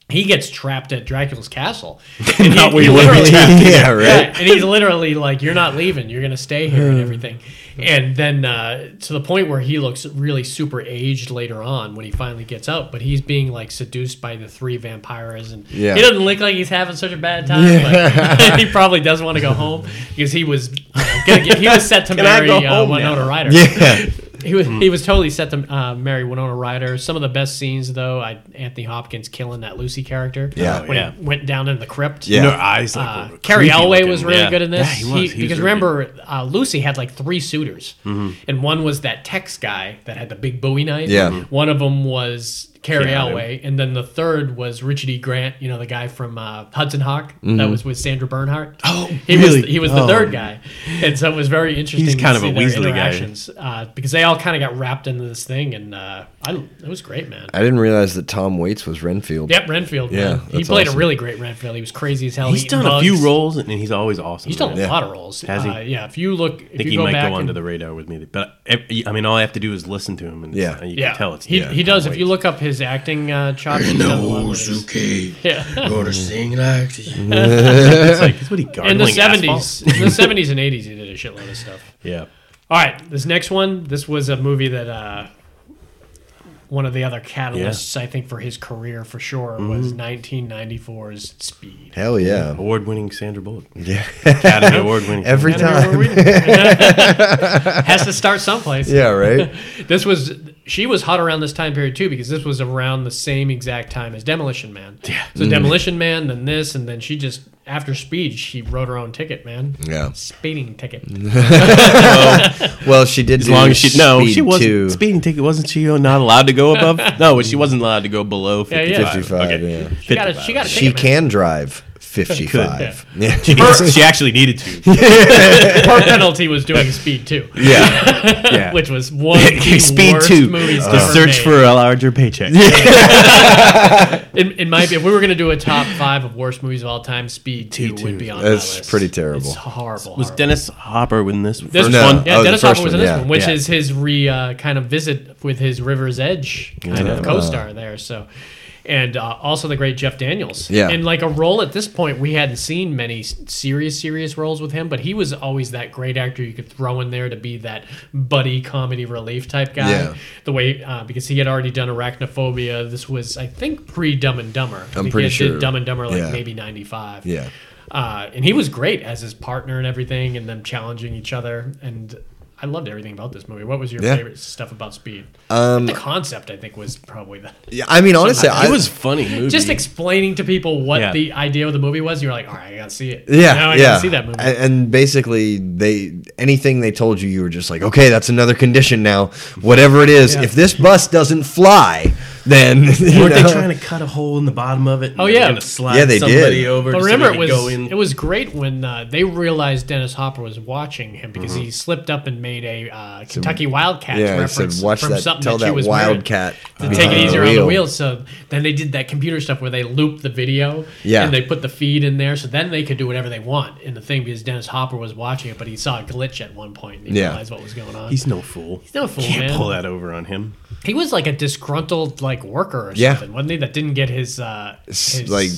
he gets trapped at Dracula's castle. And
Not where you wanna be
literally-
trapped.
yeah, right.
Yeah, and he's literally like, "You're not leaving. You're gonna stay here
Uh-huh.
and everything." And then uh, to the point where he looks really super aged later on when he finally gets out, but he's being like seduced by the three vampires, and
Yeah.
he doesn't look like he's having such a bad time. But he probably does want to go home because he was uh, gonna get, he was set to
I
marry
go
uh,
home
Winona
now?
Ryder.
Yeah.
He was he was totally set to uh, marry Winona Ryder. Some of the best scenes though, I, Anthony Hopkins killing that Lucy character.
Yeah.
when
Yeah.
he went down in the crypt.
Yeah.
And her eyes like
Uh,
were
Carrie
creepy
Elway
looking.
was really
Yeah.
good in this.
Yeah, he was. He was
because
really Mm-hmm.
remember, uh, Lucy had like three suitors, and one was that Tex guy that had the big Bowie knife.
Yeah.
Mm-hmm.
Mhm.
One of them was Carrie
Keanu.
Elway, and then the third was Richard E. Grant. You know, the guy from uh, Hudson Hawk that was with Sandra Bernhardt. Oh, he was
Mm-hmm. really?
he was the
Oh.
third guy, and so it was very interesting.
He's kind
to
of a
see their
Weasley guy.
interactions, uh, because they all kind of got wrapped into this thing, and uh, I, it was great, man.
I didn't realize that Tom Waits was Renfield.
Yep, Renfield.
Yeah,
man. he
that's
played a
awesome.
really great Renfield. He was crazy as hell.
He's
eating
done a few
bugs.
roles, and he's always awesome.
He's done a
I
Yeah.
lot of roles.
Has he?
Uh, yeah, if you look, if
think
you
he
go
might
back
go
and-
onto the radar with me, but I, I mean, all I have to do is listen to him, and
Yeah.
you
yeah,
can tell it's
he,
yeah,
he does.
Tom
If you
Waits.
look up his acting uh, chops, he's done a lot of movies. yeah.
gonna sing like the
it's like it's what he
In
gargling
the
asphalt?
seventies, in the seventies and eighties, he did a shitload of stuff.
Yeah,
All right, this next one, this was a movie that uh, one of the other catalysts, I think, for his career for sure
Mm-hmm.
was 1994's Speed.
Hell yeah.
award-winning Sandra Bullock. Yeah, Academy Award-winning.
Every time.
Has to start someplace.
Yeah, right?
This was she was hot around this time period too because this was around the same exact time as Demolition Man. Yeah. So Demolition Man, then this, and then she just after Speed she wrote her own ticket, man.
Yeah.
Speeding ticket.
Well, she did
As
do
long as she no,
Speed
she wasn't
2.
speeding ticket. Wasn't she uh, not allowed to go above? No, she wasn't allowed to go below
Yeah,
fifty-five.
yeah.
55, yeah.
She got a, she got a
She
ticket.
can drive 55. Yeah.
She, did- she actually needed to.
Man. Her penalty was doing Speed too,
yeah.
Yeah.
which was one of the
Speed
worst
two. Uh-huh.
movies
The
ever
search
made.
for a larger paycheck.
In, in my if we were gonna do a top five of worst movies of all time, Speed two would be on my
That's
list.
pretty terrible.
It's horrible.
Was
horrible.
Dennis Hopper in this
This
first
No.
one?
Yeah,
Oh, the
Dennis
first
Hopper was in
one,
this
yeah,
one, which
yeah.
is his re uh, kind of visit with his River's Edge kind of co-star there. So, and uh, also the great Jeff Daniels.
Yeah.
and like a role at this point, we hadn't seen many s- serious serious roles with him, but he was always that great actor you could throw in there to be that buddy comedy relief type guy.
Yeah.
The way uh, because he had already done Arachnophobia. This was I think pre Dumb and Dumber. I think he
pretty
had did
sure.
Dumb and Dumber like
Yeah.
maybe ninety five.
Yeah.
Uh, and he was great as his partner and everything, and them challenging each other. And I loved everything about this movie. What was your
Yeah.
favorite stuff about Speed? Um, the concept, I think, was probably the
Yeah, I mean, honestly, I
It was a funny movie.
just explaining to people what
Yeah.
the idea of the movie was. You're like, all right, I gotta see it.
Yeah,
now I
yeah.
gotta see that movie.
A- And basically, they anything they told you, you were just like, okay, that's another condition now. Whatever it is,
Yeah.
if this bus doesn't fly, then you
Weren't
know?
they trying to cut a hole in the bottom of it? and
Oh,
they were
yeah.
gonna slide
Yeah, they did.
somebody over.
But
so
remember,
they
it was
could go in.
it was great when uh, they realized Dennis Hopper was watching him because he slipped up and made a uh, Kentucky Wildcats
Mm-hmm. Yeah, I
reference
said, watch
from
that.
something
Tell
that, she
that,
was wearing
wildcat
to take it
behind
easier on the wheel. So then they did that computer stuff where they looped the video
Yeah.
and they put the feed in there. So then they could do whatever they want in the thing because Dennis Hopper was watching it, but he saw a glitch at one point and he
Yeah.
realized what was going on.
He's no fool. He's
no fool,
Can't
man.
pull that over on him.
he was like a disgruntled like worker or
Yeah.
something, wasn't he? That didn't get his, uh,
S-
his
like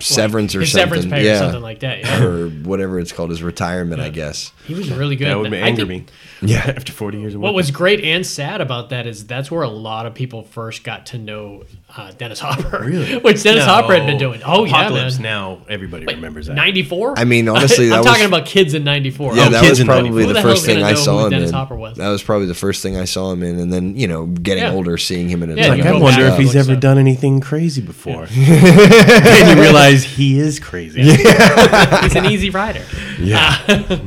severance or
his
something.
severance pay
yeah.
or something like that. Yeah.
or whatever it's called, his retirement, I guess.
He was really good.
That would
I
anger
think-
me.
Yeah.
After forty years of
What
work.
was great and sad about that is that's where a lot of people first got to know uh, Dennis Hopper. Really? Which Dennis Hopper had been doing. Oh,
Apocalypse
yeah, man.
Now everybody remembers that.
94?
I mean, honestly,
I'm
that
talking
was-
about kids in 94.
Yeah,
Oh,
that
kids
was
in
probably
94.
the
Who the
first
hell's gonna
thing I
know who
saw him
Dennis
in.
Hopper was?
That was probably the first thing I saw him in, and then you know, getting
Yeah.
older, seeing him in
Yeah,
another.
you
Like, I
go
wonder
back
if he's
and look
ever
up.
done anything crazy before. and you realize he is crazy.
He's an easy rider. Yeah.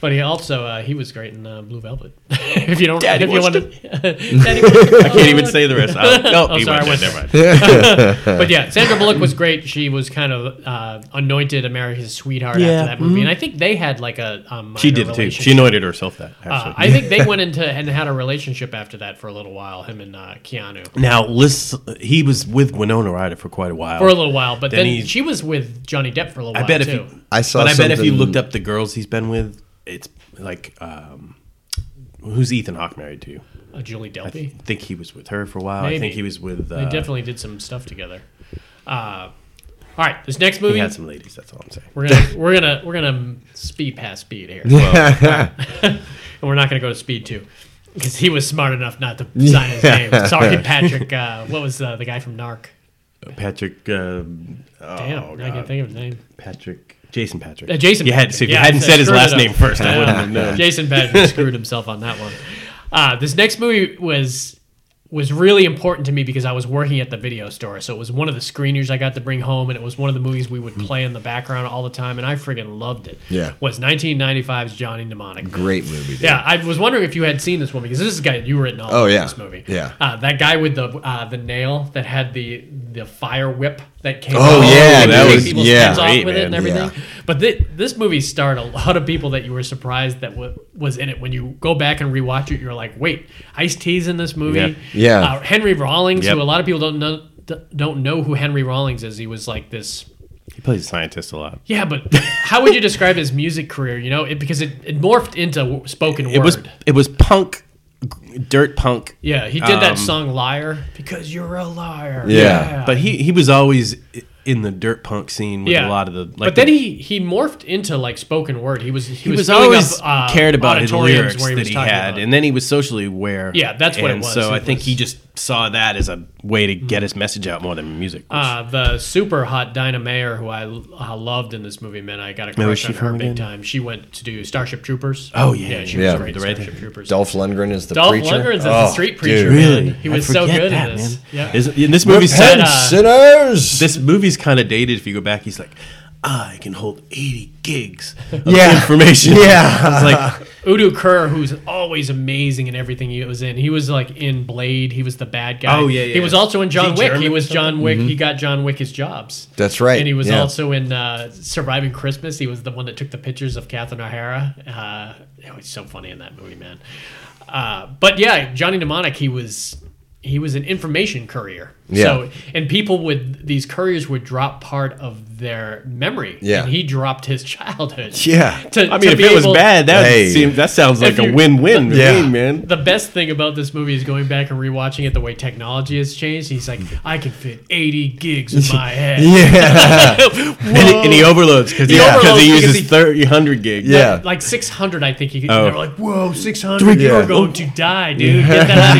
But he also uh, he was great in uh, Blue Velvet. if you don't,
Daddy
if you want
Washington.
to,
I can't even say the rest. Oh, no,
Oh,
he
sorry, I went
went there.
there.
Never mind.
But yeah, Sandra Bullock was great. She was kind of uh, anointed America's sweetheart
Yeah,
after that movie, and I think they had like a, a minor
She did too.
relationship.
She anointed herself that.
Uh,
Actually.
I think they went into and had a relationship after that for a little while. Him and uh, Keanu
now, listen, he was with Winona Ryder for quite a while.
for a little while, but
Then
then,
he-
she was with Johnny Depp for a little
I
while
bet if
too.
you,
I saw
But I bet if you
something-
looked up the girls he's been with, it's like um, who's Ethan Hawke married to?
Uh, Julie Delpy.
I th- think he was with her for a while. I
Maybe.
think he was with. Uh,
They definitely did some stuff together. Uh, all right, this next
He
movie
had some ladies. That's all I'm saying.
we're gonna we're gonna we're gonna speed past speed here, and we're not gonna go to speed two because he was smart enough not to sign his name. Sorry, Patrick. Uh, what was uh, the guy from Narc?
Patrick. Uh,
Damn,
oh,
I
God.
can't think of his name.
Patrick. Jason Patrick.
Uh, Jason.
You had,
Patrick.
so if
Yeah,
you hadn't
I
said his
screwed it
last
up.
name first, I
Yeah.
wouldn't have known.
Jason Patrick screwed himself on that one. Uh, this next movie was was really important to me because I was working at the video store, so it was one of the screeners I got to bring home, and it was one of the movies we would play in the background all the time, and I friggin' loved it.
Yeah.
was 1995's Johnny Mnemonic.
Great movie. Dude.
Yeah, I was wondering if you had seen this one because this is the guy you were in all
Oh,
over
yeah.
this movie.
Yeah.
uh, that guy with the uh, the nail that had the the fire whip that came.
Oh, yeah,
and
that
kicked
was-
people's
yeah.
heads off
Great,
with it and
man.
everything.
Yeah.
But thi- this movie starred a lot of people that you were surprised that w- was in it. When you go back and rewatch it, you're like, wait, Ice T's in this movie.
Yeah.
Yeah.
Uh, Henry Rawlings,
Yep.
who a lot of people don't know d- don't know who Henry Rawlings is. He was like this.
He plays a scientist a lot.
Yeah, but how would you describe his music career? You know, it, because it, it morphed into w- spoken word.
It was it was punk, dirt punk.
Yeah, he did
Um,
that song "Liar" because you're a liar.
Yeah.
But he he was always i- in the dirt punk scene with
yeah,
a lot of the. Like
but then he he morphed into like spoken word. He was he,
he
was,
was
filling
always
up, uh,
cared about his
auditoriums
lyrics
where
that
was
he
talking
had,
about-
and then he was socially aware.
Yeah, that's what it
and
was.
So
It
I think he
was- Mm.
just saw that as a way to get his message out more than music. which-
uh, the super hot Dinah Mayer, who I uh, loved in this movie, man, I got a
Where was
crush
Oh, she
on her
from
big
again?
time. She went to do Starship Troopers.
Oh, yeah,
yeah, she was
yeah.
Yeah.
great.
The
in
redhead.
Starship Troopers.
Dolph Lundgren is the
Dolph
preacher.
Lundgren's as the street preacher.
Oh, dude.
really,
He
I
was so
forget
good in
that,
this.
man.
Yeah.
Is- in this movie.
Repent,
uh,
sinners.
this movie's kind of dated. If you go back, he's like, I can hold eighty gigs of
Yeah.
information.
Yeah.
it's like
Udo Kerr, who's always amazing in everything he was in. He was like in Blade. He was the bad guy.
Oh, yeah, yeah,
He was
yeah.
also in
Is
John Wick.
he
He
German or Mm-hmm.
was John Wick. He got John Wick his jobs.
That's right,
And he was
yeah.
also in uh, Surviving Christmas. He was the one that took the pictures of Catherine O'Hara. Uh, oh, he's so funny in that movie, man. Uh, but yeah, Johnny Mnemonic, he was he was an information courier.
Yeah.
So and people would these couriers would drop part of their memory.
Yeah.
And he dropped his childhood.
Yeah.
To,
I mean,
to
if
be
it was
able-
bad, that
Hey.
seems that sounds
If
like a
you-
win-win.
Yeah.
Yeah, man.
The best thing about this movie is going back and rewatching it the way technology has changed. He's like, I can fit 80 gigs in my head.
yeah.
And he, and he overloads because he,
He
because
overloads
he
because
uses
he-
thirty hundred gig.
Yeah.
Like 600, I think. He,
Oh.
They were like, whoa, 600, you're
Yeah.
going to die, dude. Get that out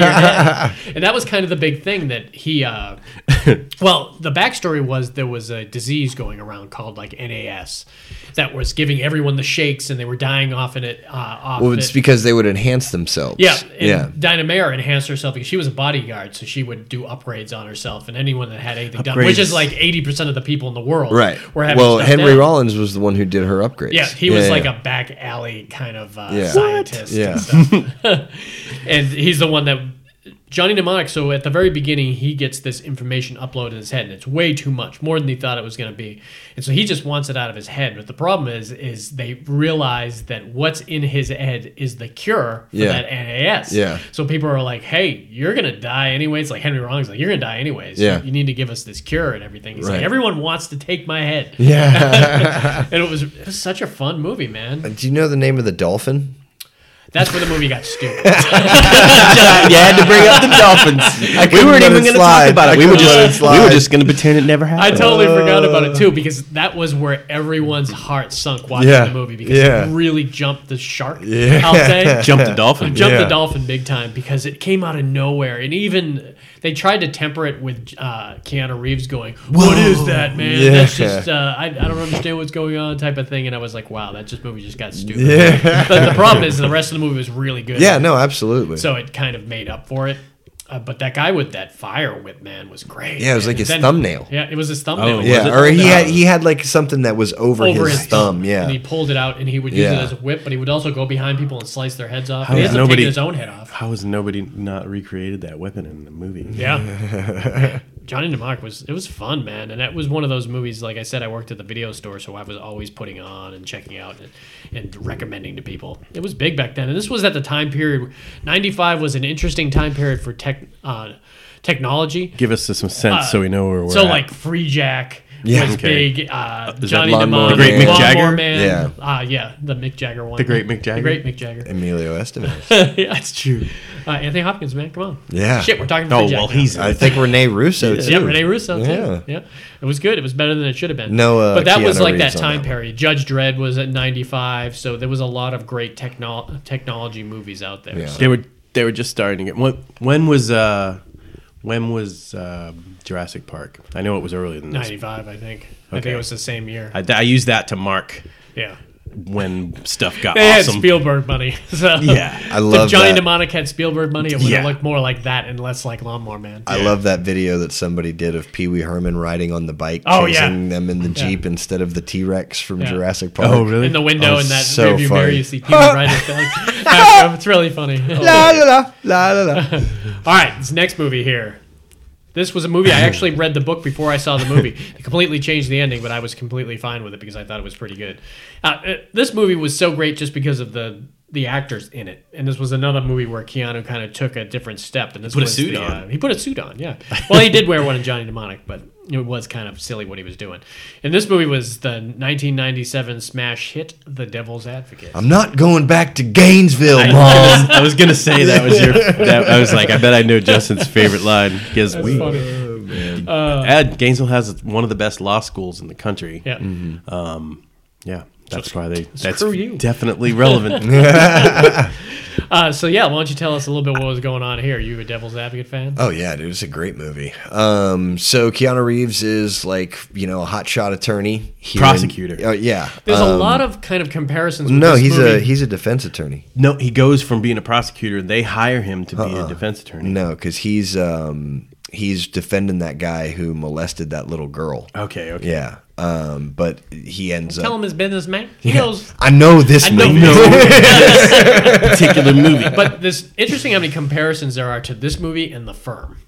of your head. And that was kind of the big thing that he, uh, well, the backstory was there was a disease going around called like NAS that was giving everyone the shakes and they were dying off in it. Uh, off
Well, it's
it.
because they would enhance themselves.
Yeah, and
yeah.
Dinah Mayer enhanced herself because she was a bodyguard, so she would do upgrades on herself and anyone that had anything done, which
Upgrades.
is like eighty percent of the people in the world.
Right.
Were having
well,
stuff
Henry
done.
Rollins was the one who did her upgrades.
Yeah, he was
yeah,
like
yeah.
a back alley kind of uh,
Yeah. What?
scientist.
Yeah.
And, stuff. and he's the one that Johnny Mnemonic. So at the very beginning, he gets this information uploaded in his head, and it's way too much, more than he thought it was going to be. And so he just wants it out of his head. But the problem is, is they realize that what's in his head is the cure for
Yeah.
that NAS.
Yeah.
So people are like, "Hey, you're going to die anyways." Like Henry Rollins, like, "You're going to die anyways.
Yeah.
You need to give us this cure and everything." He's
Right.
like, "Everyone wants to take my head."
Yeah.
And it was, it was such a fun movie, man.
Do you know the name of the dolphin?
That's where the movie got stupid.
you had to bring up the dolphins. we
couldn't
weren't
let
even
it
going to
slide.
talk about
I
it. We were
couldn't let
just
it
we were
slide.
just going to pretend it never
I
happened.
totally forgot about it too because that was where everyone's heart sunk watching
Uh. Yeah.
the movie because
Yeah.
it really jumped the shark. I'll say.
Jump the dolphin.
Jump
Yeah.
the dolphin big time because it came out of nowhere, and even they tried to temper it with uh, Keanu Reeves going, "What is that, man?
Yeah.
That's just uh, I, I don't understand what's going on," type of thing. And I was like, "Wow, that just movie just got stupid." But the problem is the rest of the movie was really good.
Yeah, no, absolutely.
So it kind of made up for it. Uh, but that guy with that fire whip, man, was great.
Yeah, it was
man.
like his
Then-
thumbnail.
Yeah, it was his thumbnail.
Oh, Was
Yeah,
it-
or he had he had like something that was over,
Over
his, thumb.
and he
Yeah,
pulled it out, and he would use it
Yeah. Oh,
as a whip, but he would also go behind people and slice their heads off.
How
he
is
ends up
nobody-
taking his own head off.
How has nobody not recreated that weapon in the movie?
Yeah. Johnny Mnemonic was it was fun, man, and that was one of those movies. Like I said, I worked at the video store, so I was always putting on and checking out and, and recommending to people. It was big back then, and this was at the time period. Ninety five was an interesting time period for tech uh, technology.
Give us some sense so we know where we're
so
at.
like Free Jack
Yeah,
was
okay.
big. Uh,
that
Johnny
Lawnmower
Mnemonic,
The Great Mick
Lawnmower
Jagger?
Man. Yeah, uh, yeah, the Mick Jagger one.
The Great Mick Jagger?
The Great Mick Jagger.
Emilio Estevez.
yeah, that's true. Uh, Anthony Hopkins, man, come on.
Yeah.
Shit, we're talking.
Oh,
Free Jack
well,
now.
he's-
I think Rene Russo too.
Yeah, Rene Russo. Too. Yeah,
Yeah.
It was good. It was better than it should have been.
No, uh,
but that was
Keanu
like that
Reeves on
time
that one.
period. Judge Dredd was at '95, so there was a lot of great techno- technology movies out there.
Yeah.
So-
they were they were just starting it. When when was uh when was uh, Jurassic Park? I know it was earlier than this.
'95, I think. I
Okay.
think it was the same year.
I, I used that to mark
yeah,
when stuff got
they
awesome.
had Spielberg money. So.
yeah.
I
If
love
Johnny
that.
Mnemonic had Spielberg money, it would have
Yeah.
looked more like that and less like Lawnmower Man.
I love that video that somebody did of Pee Wee Herman riding on the bike,
Oh, yeah.
chasing them in the jeep instead of the T Rex from
Yeah.
Jurassic Park.
in the window
Oh,
in that
so
rearview mirror,
funny.
you see people riding. down. it's really funny.
La la la la la la.
All right, this next movie here. This was a movie I actually read the book before I saw the movie. They completely changed the ending, but I was completely fine with it because I thought it was pretty good. Uh, uh, this movie was so great just because of the the actors in it, and this was another movie where Keanu kind of took a different step. And this
put a
was
suit
the,
on.
uh, he put a suit on, yeah. Well, he did wear one in Johnny Mnemonic, but it was kind of silly what he was doing. And this movie was the 1997 smash hit, The Devil's Advocate.
I'm not going back to Gainesville, Mom.
I was, I was gonna say that was your. That, I was like, I bet I know Justin's favorite line. Gives we
Funny.
Ed Gainesville has one of the best law schools in the country.
Yeah.
Yeah, that's why they. That's
screw you.
definitely relevant.
Uh, so yeah, why don't you tell us a little bit what was going on here? You a Devil's Advocate fan?
Oh yeah, dude, it's a great movie. Um, so Keanu Reeves is like you know a hotshot attorney, here in-
Prosecutor.
Oh yeah,
There's
Uh,
a lot of kind of comparisons. With
no,
this
he's a
movie.
he's a defense attorney.
no, he goes from being a prosecutor. They hire him to be
Uh-uh.
a defense attorney.
No, because he's um, he's defending that guy who molested that little girl.
Okay. Okay.
Yeah, um, but he ends
Oh. tell
up.
him his business, man. He knows.
I know this
I know
movie.
Particular movie.
But this interesting how many comparisons there are to this movie and The Firm.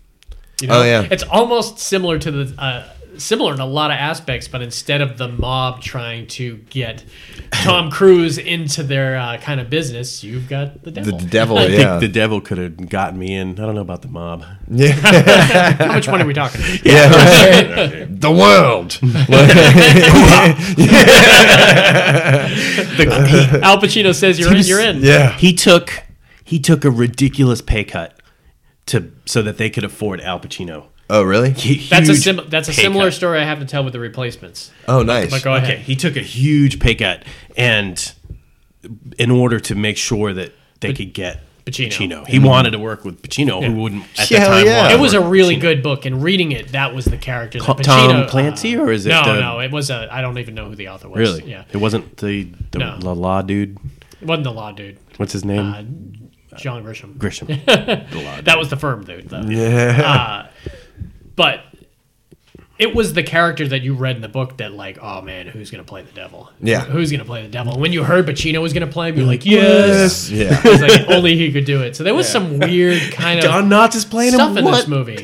You
Oh, yeah.
it's almost similar to the uh, similar in a lot of aspects, but instead of the mob trying to get Tom Cruise into their uh, kind of business, you've got the
The
devil.
devil,
I
yeah.
think the devil could have gotten me in. I don't know about the mob.
How much money are we talking?
Yeah, right. the world.
Al Pacino says you're in, you're in.
Yeah,
He took he took a ridiculous pay cut to so that they could afford Al Pacino.
Oh, really?
He-
That's a
huge
sim- that's a
pay
similar
cut.
story I have to tell with the replacements.
Oh, nice.
But go ahead.
Okay, he took a huge pay cut, and in order to make sure that they could get
Pacino. Mm-hmm.
Pacino, he wanted to work with Pacino, who wouldn't at
Hell
the time.
yeah.
want to
It was a
work with
really
Pacino.
good book, and reading it, that was the character. That
Cl-
Pacino,
Tom Clancy, or is it
No,
the-
no, it was a. I don't even know who the author was.
Really,
Yeah,
It wasn't the the,
No.
the law dude.
it wasn't the law dude.
What's his name?
Uh, John Grisham. Uh,
Grisham. the law dude.
That was the firm dude, though. Yeah. Uh, but it was the character that you read in the book that, like, oh man, who's gonna play the devil?
Yeah.
Who's gonna play the devil? And when you heard Pacino was gonna play him, you're like, yes.
Yeah.
It's like only he could do it. So there was some weird kind of
Don Knotts is playing him.
stuff in
What?
this movie.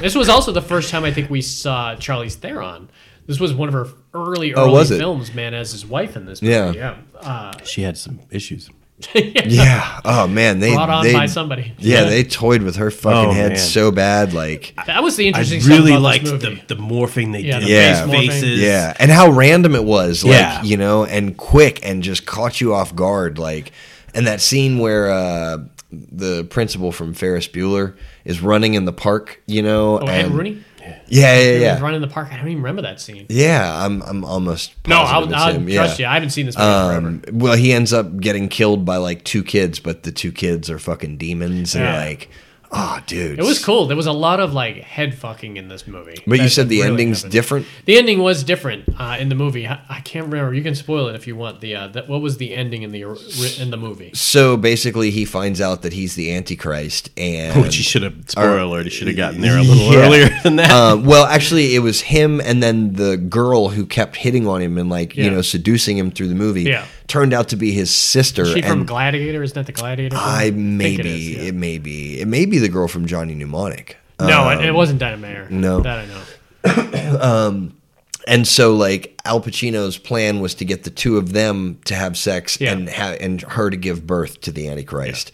This was also the first time I think we saw Charlize Theron. This was one of her early, early
Oh, was it?
films, man, as his wife in this movie.
Yeah.
Uh,
She had some issues.
Yeah. Oh man, they
brought on
they
by somebody.
yeah, they toyed with her fucking
Oh,
head
man.
so bad, like
That was the
I
interesting stuff
really
about
liked
this
the,
movie.
the morphing they
Yeah,
did.
the
Yeah.
on
face
faces.
morphing.
yeah, and how random it was, like
Yeah.
you know, and quick and just caught you off guard, like, and that scene where uh, the principal from Ferris Bueller is running in the park, you know,
Oh, Ed
and-
Rooney?
yeah, yeah,
He was
yeah,
running in the park. I don't even remember that scene.
yeah. I'm I'm almost
No,
positive
I'll,
it's
I'll
him,
trust
yeah.
you. I haven't seen this movie forever.
Um, well, he ends up getting killed by like two kids, but the two kids are fucking demons,
Yeah.
and like, Oh, dude.
It was cool. There was a lot of like head fucking in this movie.
But you
That
said the
really
ending's
happened.
different.
The ending was different uh, in the movie. I, I can't remember. You can spoil it if you want. The uh, that, what was the ending in the or- in the movie?
So basically, he finds out that he's the Antichrist, and
Which you should have spoiler alert. You should have gotten there a little
Yeah.
earlier than that.
Um, well, actually, it was him, and then the girl who kept hitting on him and like
Yeah.
you know seducing him through the movie
Yeah.
turned out to be his sister.
She from
and
Gladiator? Isn't that the Gladiator? film?
I
think
maybe
it
it,
is, yeah.
may be it may be the girl from Johnny Mnemonic.
no, it, it wasn't Dynamare.
Um, no.
that I know.
And so, like Al Pacino's plan was to get the two of them to have sex
Yeah.
and ha- and her to give birth to the Antichrist.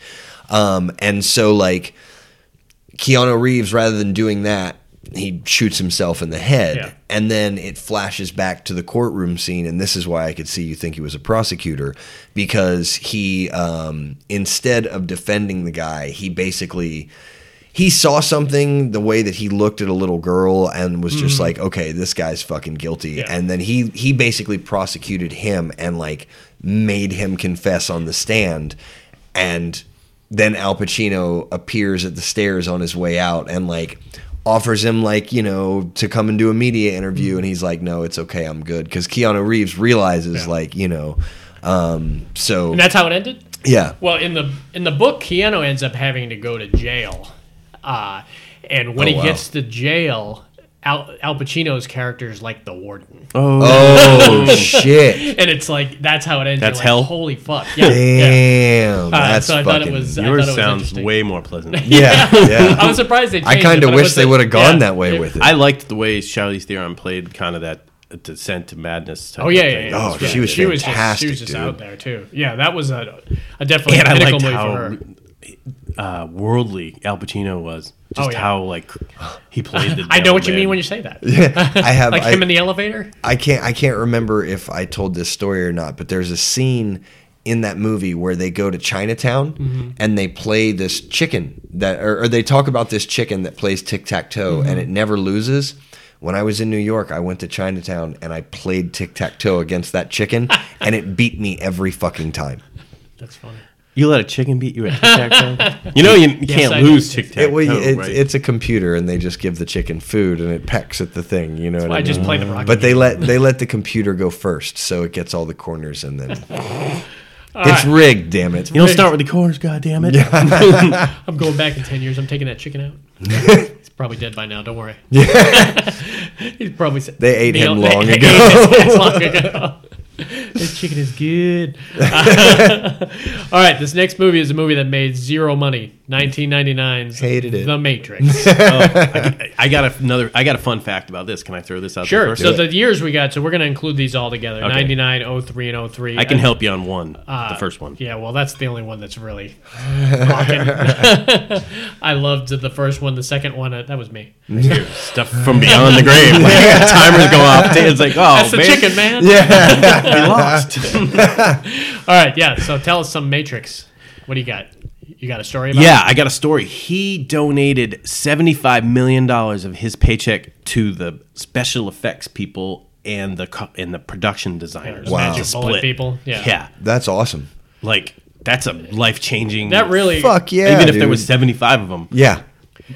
Um, and so, like Keanu Reeves, rather than doing that, he shoots himself in the head.
Yeah.
And then it flashes back to the courtroom scene, and this is why I could see you think he was a prosecutor because he, um, instead of defending the guy, he basically he saw something the way that he looked at a little girl and was just like, okay, this guy's fucking guilty.
Mm-hmm. Yeah.
And then he he basically prosecuted him and like made him confess on the stand and then Al Pacino appears at the stairs on his way out and like offers him like you know to come and do a media interview and he's like no it's okay I'm good because Keanu Reeves realizes
Yeah.
like you know um so
And that's how it ended.
yeah
Well, in the in the book, Keanu ends up having to go to jail, uh, and when
Oh,
he
wow.
gets to jail, Al, Al Pacino's character is like the warden,
oh shit
and it's like that's how it ends.
That's
You're like,
hell?
Holy fuck! Yeah, yeah.
damn
Uh,
that's
so I thought
fucking
it was. I
Yours
thought it was
sounds
interesting.
way more pleasant.
yeah yeah
I was surprised they.
I
changed it,
kind
but
of
it
wish
was
they
like-
would have gone
yeah.
that way
It-
with it
I liked the way Charlize Theron played kind of that descent to madness. Type
Oh yeah,
of
yeah,
thing.
yeah.
Oh,
That's right.
she was
just-
fantastic,
she was just
dude.
out there too. Yeah, that was a, a definitely
and I
pinnacle
liked
movie for her.
how uh, worldly Al Pacino was. Just
Oh, yeah.
how like he played the.
I know
devil,
what you mean
man.
when you say that.
I have
like
I,
him in the elevator.
I can't I can't remember if I told this story or not, but there's a scene in that movie where they go to Chinatown
Mm-hmm.
and they play this chicken that or, or they talk about this chicken that plays tic tac toe
Mm-hmm.
and it never loses. When I was in New York, I went to Chinatown and I played tic tac toe against that chicken and it beat me every fucking time.
That's funny.
You let a chicken beat you at tic tac toe. You know you you can't
I did.
lose tic tac
It,
toe.
well, it's,
right?
it's a computer and they just give the chicken food and it pecks at the thing, you know. what
I just
mean?
played the rock.
But they let they let the computer go first, so it gets all the corners and then it's rigged. Damn it!
you don't start with the chorus, goddamn it.
I'm going back in ten years. I'm taking that chicken out. He's probably dead by now. Don't worry. He's probably s-
They ate
Neil-
him
they-
long
they
ago.
ate his ass long ago. this chicken is good. All right, this next movie is a movie that made zero money. 1999's
Hated it.
The Matrix.
I got a- another. I got a fun fact about this. Can I throw this out? there
Sure.
first?
So the years we got, so we're going to include these all together:
Okay.
99, 03, and 03.
I can help you on one.
Uh,
the first one.
Yeah, well, that's the only one that's really. rocking. I loved the first one. The second one, uh, that was me.
Oh, Stuff from beyond the grave. Like, the timers go off. It's like, oh
That's the
man,
chicken, man.
Yeah.
we lost.
All right, yeah. So tell us some Matrix. What do you got? You got a story about?
Yeah, I got a story. He donated $75 million of his paycheck to the special effects people and the co- and the production designers.
Wow.
It's a
Magic bullet people, yeah.
Yeah.
That's awesome.
Like that's a life-changing
that really.
Fuck yeah.
Even if there
dude.
was 75 of them.
Yeah.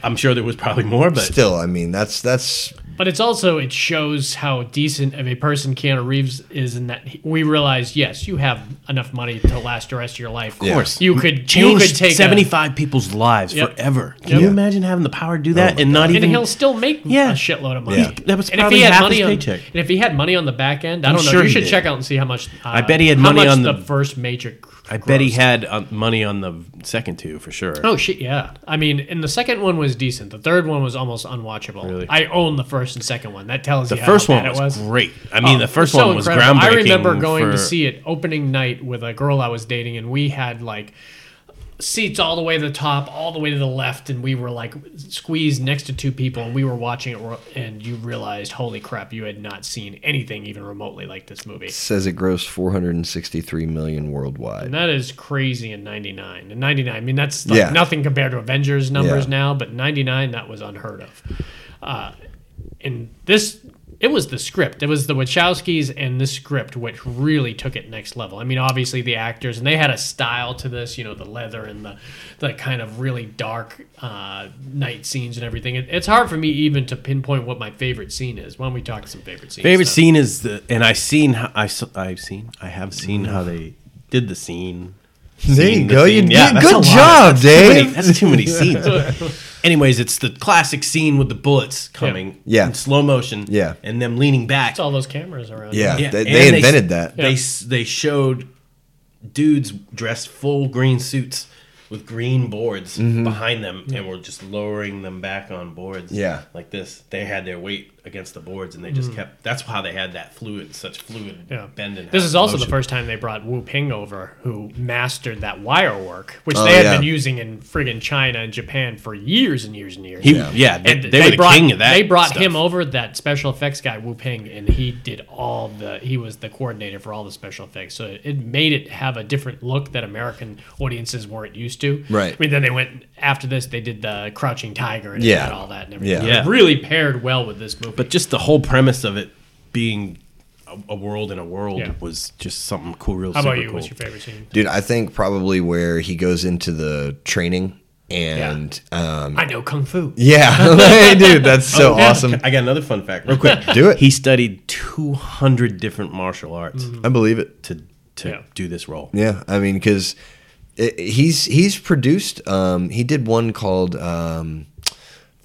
I'm sure there was probably more, but
Still, I mean that's that's
But it's also it shows how decent of a person Keanu Reeves is, in that he- we realize yes, you have enough money to last the rest of your life. Of
course.
you could
change
you could take a-
75 people's lives
Yep.
forever. Oh Can you
Yeah.
imagine having the power to do that and not
and
even
he'll still make
Yeah.
a shitload of money.
Yeah. That was
and if
probably
he had
half
money
his
on,
paycheck.
And if he had money on the back end, I don't know.
sure
you
he
should
did.
check out and see how much. Uh,
I bet he had
how
money
much
on
the,
the-
first major.
I bet he
grossed.
had uh, money on the second two for sure.
Oh shit! Yeah, I mean, and the second one was decent. The third one was almost unwatchable.
Really?
I own the first and second one. That tells
The
you
first
how
one
bad
was,
it was.
great. I mean,
Oh,
the
it's
first
so
one was
incredible.
groundbreaking.
I remember going
for-
to see it opening night with a girl I was dating, and we had like seats all the way to the top, all the way to the left, and we were like squeezed next to two people, and we were watching it, ro- and you realized, holy crap, you had not seen anything even remotely like this movie.
says it grossed 463 million worldwide.
And that is crazy in 99. In 99, I mean, that's like
Yeah.
nothing compared to Avengers numbers
Yeah.
now, but 99, that was unheard of. Uh, and this it was the script. It was the Wachowskis and the script which really took it next level. I mean, obviously the actors and they had a style to this, you know, the leather and the the kind of really dark uh, night scenes and everything. It, it's hard for me even to pinpoint what my favorite scene is. Why don't we talk some favorite scenes?
Favorite
now?
scene is the and I seen how- I s- I've seen I have seen how they did the scene.
There
Seen
you
the
go. You
scene.
did
Yeah, that's a
good
lot.
job,
Too
Dave.
many- that's too many scenes. Anyways, it's the classic scene with the bullets coming
Yeah.
in slow motion.
Yeah.
and them leaning back.
It's all those cameras around.
Yeah,
Yeah,
they,
and
they
s-
invented that.
They s- they showed dudes dressed full green suits with green boards
Mm-hmm.
behind them, and were just lowering them back on boards.
Yeah.
like this. They had their weight against the boards, and they just kept. That's how they had that fluid, such fluid
Mm. Yeah.
bend. And
This is also
motion.
the first time they brought Wu Ping over, who mastered that wire work, which
Oh,
they had
yeah.
been using in friggin' China and Japan for years and years and years.
He, yeah, they,
and
they, were the
brought,
king of that.
They brought
stuff.
him over, that special effects guy Wu Ping, and he did all the. He was the coordinator for all the special effects, so it, it made it have a different look that American audiences weren't used to.
Right.
I mean, then they went after this. They did the Crouching Tiger and it
Yeah.
had all that and everything.
Yeah.
It really paired well with this movie.
But just the whole premise of it being a, a world in a world
Yeah.
was just something cool, real
how
super
about you?
cool.
What's your favorite scene?
Dude, I think probably where he goes into the training and yeah, um,
I know kung fu.
yeah. hey, dude, that's so
Oh, Yeah,
awesome.
I got another fun fact, real quick.
Do it.
He studied 200 different martial arts
I believe it.
to
Mm-hmm.
to
Yeah.
do this role.
Yeah, I mean, because he's he's produced. Um, he did one called. Um,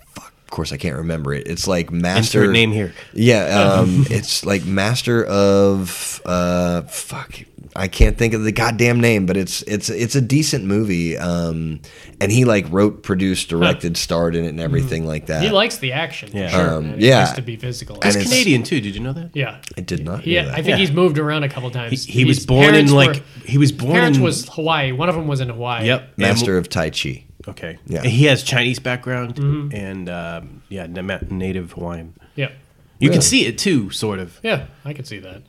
fuck, of course, I can't remember it. It's like master
Insert name here.
Yeah, um, it's like master of. Uh, fuck, I can't think of the goddamn name, but it's it's it's a decent movie. Um, and he like wrote, produced, directed, starred in it, and everything like that.
Hmm. He likes the action.
Yeah.
Yeah, sure,
Um,
man.
yeah.
He likes to be physical.
And
He's
it's-
Canadian too. Did you know that?
yeah,
I did not.
yeah.
know that.
I think he's moved around a couple
He,
times.
he was
His
born in
parents
like
were-
he was born
parents
in
was Hawaii. One of them was in Hawaii.
yep and-
master of Tai Chi.
Okay,
Yeah.
And he has Chinese background
Mm-hmm.
and um, yeah, na- native Hawaiian.
Yep.
You can
Really?
see it too, sort of.
Yeah, I could see that.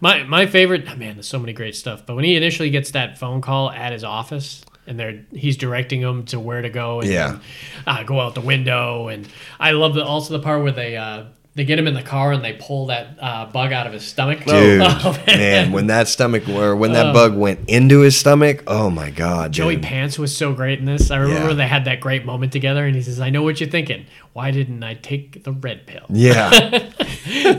My my favorite oh, man, there's so many great stuff. But when he initially gets that phone call at his office and they're he's directing him to where to go and
Yeah.
uh, go out the window and I love the also the part where they uh, they get him in the car and they pull that uh, bug out of his stomach.
Dude,
Oh,
man. when that stomach or when that bug went into his stomach, oh my god,
Joey
dude.
Pants was so great in this. I remember
Yeah.
they had that great moment together, and he says, "I know what you're thinking. Why didn't I take the red pill?"
Yeah,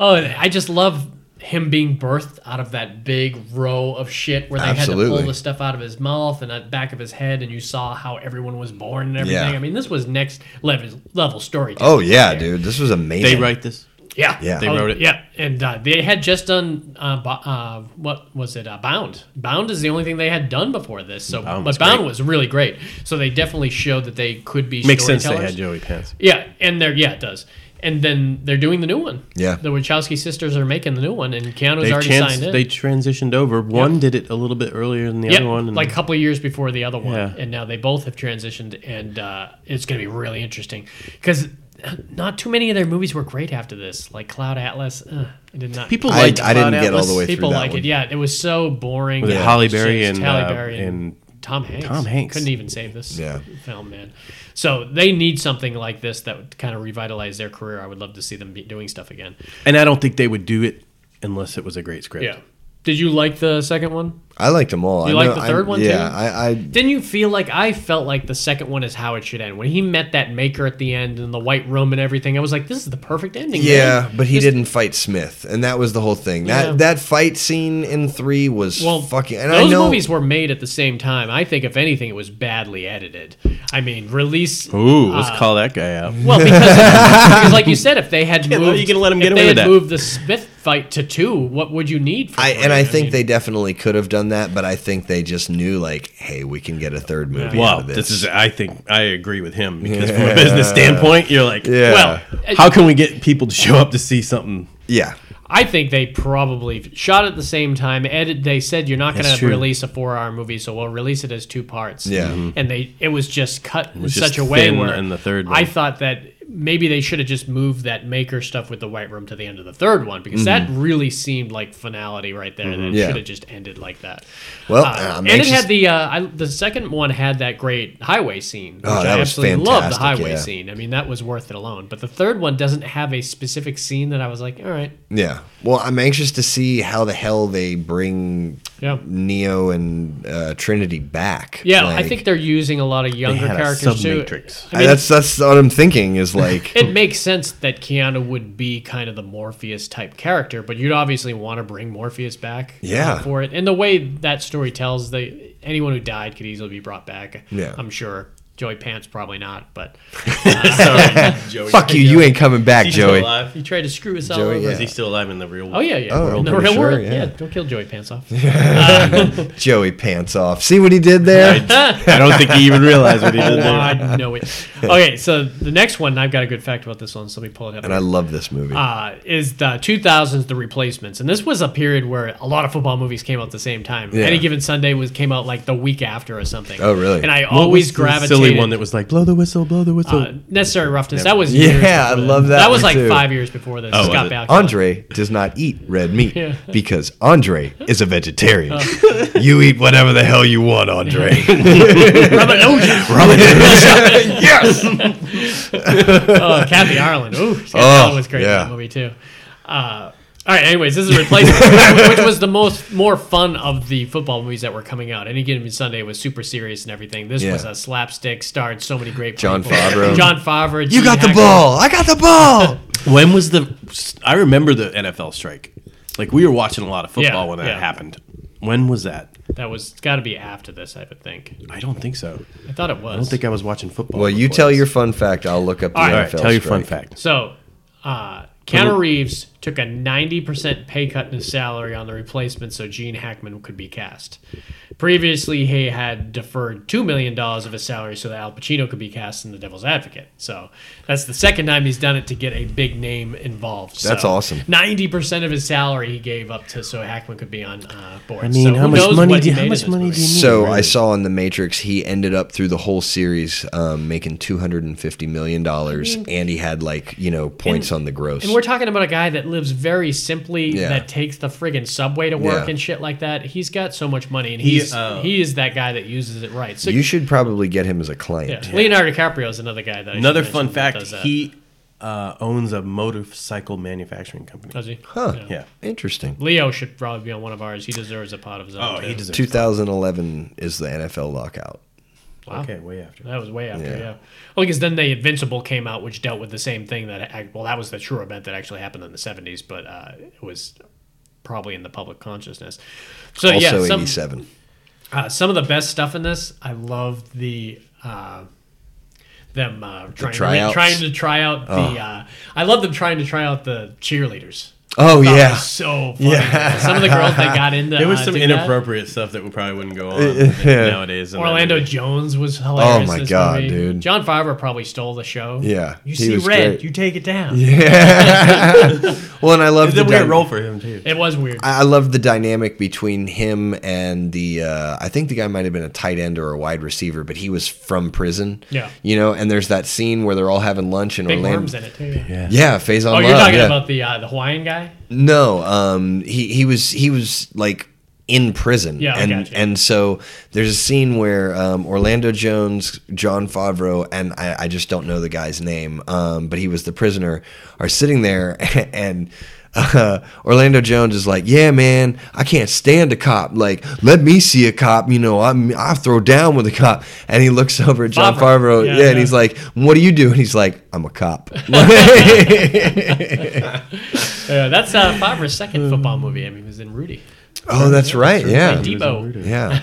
Oh, I just love him being birthed out of that big row of shit where they had to
Absolutely.
pull the stuff out of his mouth and out back of his head, and you saw how everyone was born and everything.
Yeah.
I mean, this was next level level storytelling.
oh yeah, dude, this was amazing.
They write this.
yeah,
Yeah. They
Oh,
wrote it.
Yeah, and uh, they had just done uh, Bo- uh, what was it? Uh, Bound. Bound is the only thing they had done before this. So,
Bound
but
was
Bound
great.
was really great. So they definitely showed that they could be
Makes sense. They
storytellers.
had Joey Pants.
Yeah, and they're yeah, it does. And then they're doing the new one.
Yeah.
the Wachowski sisters are making the new one, and Keanu's
They
already
chance,
signed it.
they transitioned over. One did it a little bit earlier than the
yeah,
other one. and-
like a couple of years before the other one,
Yeah.
and now they both have transitioned, and uh, it's going to be really interesting because not too many of their movies were great after this, like Cloud Atlas. Uh, I did not.
people
I-
liked
I didn't
Cloud
get all the
Atlas.
way through
people
that
like
one.
it. Yeah, it was so boring.
Was it
and
Halle
just
Berry and,
Halle
uh,
Berry and, Tom Hanks.
Tom Hanks.
couldn't even save this
Yeah.
film, man. So they need something like this that would kind of revitalize their career. I would love to see them be doing stuff again.
And I don't think they would do it unless it was a great script.
Yeah. Did you like the second one?
I liked them all.
You
I
like
know-
the
I-
third one,
Yeah,
too?
I, I
Didn't you feel like I felt like the second one is how it should end? When he met that maker at the end in the white room and everything, I was like, this is the perfect ending.
yeah,
man.
but he
This-
didn't fight Smith, and that was the whole thing.
Yeah.
That that fight scene in three was
Well,
fucking. And
those
I know
movies were made at the same time. I think, if anything, it was badly edited. I mean, release.
Ooh, let's call that guy out.
Well, because, because like you said, if they had
Yeah, well,
moved,
you can let 'em
if
get
they
away
had
with that.
moved the Smith fight to two, what would you need? For
I
three?
and I think
mean,
they definitely could have done that, but I think they just knew like, hey, we can get a third movie. out
Wow,
of
this.
this.
is. I think I agree with him because from a business standpoint, you're like,
Yeah.
Well,
how can we get people to show up to see something?
yeah,
I think they probably shot at the same time. Edit. They said you're not going
That's
to
true.
release a four-hour movie, so we'll release it as two parts.
Yeah. Mhm.
and they it was just cut in
Mm-hmm. was
such
just
a way
thin
where
in the third
I
one.
thought that maybe they should have just moved that maker stuff with the white room to the end of the third one because that
Mm-hmm.
really seemed like finality right there. That it
Yeah.
should have just ended like that.
Well,
Uh,
I'm
and it
anxious-
had the uh, I, the second one had that great highway scene, which
Oh, that
I
was
absolutely loved. The
fantastic,
highway
yeah.
scene. I mean, that was worth it alone. But the third one doesn't have a specific scene that I was like, all right,
Yeah. Well, I'm anxious to see how the hell they bring
yeah.
Neo and uh, Trinity back.
Yeah,
Like,
I think they're using a lot of younger
had a
characters too.
sub-matrix.
I mean,
that's that's what I'm thinking is like
it makes sense that Keanu would be kind of the Morpheus type character, but you'd obviously want to bring Morpheus back uh,
Yeah.
for it. And the way that story tells, they anyone who died could easily be brought back.
Yeah.
I'm sure. Joey Pants probably not, but
Joey.
fuck you, you ain't coming back,
He's
Joey.
still alive.
he tried to screw us all
Joey,
over.
Is he still alive in the real
Oh yeah, yeah.
Oh, I'm
in the
pretty
real
sure,
world,
yeah.
yeah. Don't kill Joey Pants off.
Joey pants off. See what he did there?
I don't think he even realized what he did
Oh,
there.
I know it. Okay, so the next one, I've got a good fact about this one, so let me pull it up.
And I love this movie.
Ah,
uh, is the 2000s the replacements and this was a period where a lot of football movies came out at the same time
Yeah.
any given sunday was came out like the week after or something
Oh, really?
and i
What
always
was the
gravitated
silly one that was like blow the whistle, blow the whistle.
uh, necessary roughness that was
Yeah,
years before
I love that
that was
one,
like
too.
five years before this
Oh, was
scott
it?
bakula
Andre does not eat red meat
Yeah.
because Andre is a vegetarian.
Oh.
you eat whatever the hell you want, Andre. yes.
oh kathy ireland ooh kathy
Oh,
ireland was great
yeah.
in that movie too uh, all right. Anyways, this is replacement, which was the most more fun of the football movies that were coming out. Any given Sunday was super serious and everything. This
Yeah.
was a slapstick. Starred so many great
John
people.
Favreau.
John Favreau.
You
Gene
got the
Hackman.
ball. I got the ball.
when was the? I remember the NFL strike. Like we were watching a lot of football
Yeah,
when that
yeah.
happened. When was that?
That was got to be after this, I would think.
I don't think so.
I thought it was.
I don't think I was watching football.
Well, you
before
tell
this.
your fun fact. I'll look up the
All
NFL.
right, tell your fun
strike.
fact.
so. Uh, Keanu Reeves took a 90% pay cut in his salary on the replacement so Gene Hackman could be cast. Previously, he had deferred $2 million of his salary so that Al Pacino could be cast in The Devil's Advocate. So that's the second time he's done it to get a big name involved.
That's
So
awesome.
90% of his salary he gave up to so Hackman could be on uh, board.
I
So
mean, how
who
much
knows
money?
what
Do,
he
how
made
much
in this
money
movie.
do you need?
So
really?
I saw in the Matrix he ended up through the whole series um, making two hundred and fifty million dollars,
Mm-hmm.
and he had like you know points on the gross.
And we're talking about a guy that lives very simply,
Yeah.
that takes the friggin' subway to work
Yeah.
and shit like that. He's got so much money, and he's he,
uh,
is that guy that uses it right. So
you should probably get him as a
yeah.
client.
Leonardo DiCaprio is another guy that I should
Another
mention
fun
that
fact:
does that.
he uh, owns a motorcycle manufacturing company.
Does he?
Huh?
Yeah.
Yeah.
Interesting.
Leo should probably be on one of ours. He deserves a pot of his own.
Oh, he
too.
deserves.
2011 is the NFL lockout.
Wow.
Okay, way after.
That was way after,
Yeah.
yeah. Well, because then the Invincible came out, which dealt with the same thing that ac- well, that was the true event that actually happened in the '70s, but uh, it was probably in the public consciousness. So
Also
yeah, some,
87.
Uh, some of the best stuff in this. I love the uh, them uh, trying,
tryouts.
to, trying to try out the. Uh, I love them trying to try out the cheerleaders.
Oh
That
yeah.
was so funny. Some of the girls that got into
There was
uh,
some
doing that.
inappropriate stuff that we probably wouldn't go on nowadays. in that
Orlando
movie.
Jones was hilarious.
Oh, my
in this
God,
movie.
dude.
John Favreau probably stole the show.
Yeah,
you
he
see
was
red,
great.
you take it down.
Well, and I love
It's a
the
weird
dy-
role for him too.
It was weird.
I I love the dynamic between him and the. Uh, I think the guy might have been a tight end or a wide receiver, but he was from prison.
Yeah.
You know, and there's that scene where they're all having lunch in
Big
Orlando.
worms in it too.
Yeah.
Yeah, phase on.
Oh, you're
Love,
talking
yeah.
about the uh, the Hawaiian guy?
no. Um, he he was he was like in prison.
Yeah, I
and
gotcha.
and so there's a scene where um, Orlando Jones, John Favreau, and I, I just don't know the guy's name, um, but he was the prisoner, are sitting there and. Uh, Orlando Jones is like, yeah, man, I can't stand a cop. Like, let me see a cop. You know, I'm I throw down with a cop. And he looks over at John
Favreau.
Favreau,
Yeah,
yeah, and
yeah.
he's like, what do you do? And he's like, I'm a cop. Oh,
Yeah, that's uh, Favreau's second football movie. I mean, he was in Rudy.
Oh, that's right. Yeah.
Played Debo.
Yeah.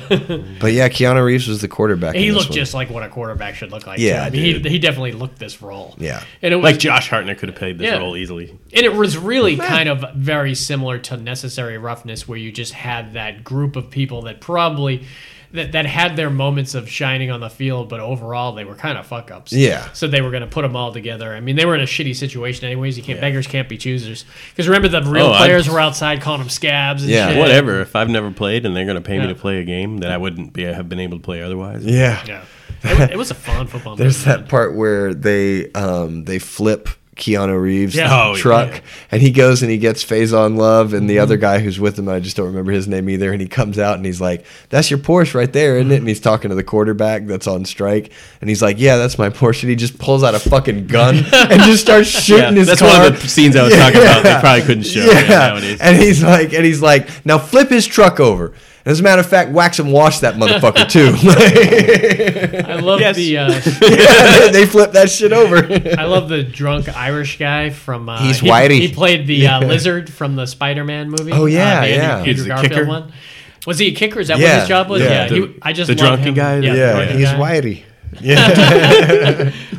But yeah, Keanu Reeves was the quarterback.
He
in this
looked
one.
just like what a quarterback should look like.
Yeah,
too. I mean, he, he definitely looked this role.
Yeah.
and it was
Like Josh Hartnett could have played this
Yeah.
role easily.
and it was really kind of very similar to Necessary Roughness, where you just had that group of people that probably that that had their moments of shining on the field, but overall they were kind of fuck ups.
Yeah.
So they were going to put them all together. I mean, they were in a shitty situation anyways. You can't beggars can't be choosers. Because remember the real
Oh, I-
players were outside calling them scabs. And
Yeah.
shit.
Whatever. If I've never played and they're going to pay
Yeah.
me to play a game that I wouldn't be have been able to play otherwise,
Yeah.
Yeah. It, it was a fun football.
There's
movie.
that part where they um, they flip Keanu Reeves'
Yeah.
Oh,
truck,
yeah. Mm-hmm.
and he goes and he gets Faison Love and the other guy who's with him. I just don't remember his name either. And he comes out and he's like, "That's your Porsche right there, isn't it?" And he's talking to the quarterback that's on strike, and he's like, "Yeah, that's my Porsche." And he just pulls out a fucking gun and just starts shooting his
that's
car.
one of the scenes I was talking about. They probably couldn't show yeah. nowadays.
And he's like, and he's like, now flip his truck over. And as a matter of fact, wax and wash that motherfucker too.
I love
Yes.
the uh,
they flip that shit over.
I love the drunk Irish guy from. Uh,
He's
he,
Whitey.
He played the uh, lizard from the Spider-Man movie.
Oh, yeah,
uh, the Andrew-
yeah.
Andrew
He's the
Garfield
kicker.
one. Was he a kicker? Is that what
Yeah,
his job was?
yeah.
Yeah,
The-
he, I just
the
love
drunken
him.
guy?
Yeah, the
Yeah,
drunken
he's
guy.
whitey.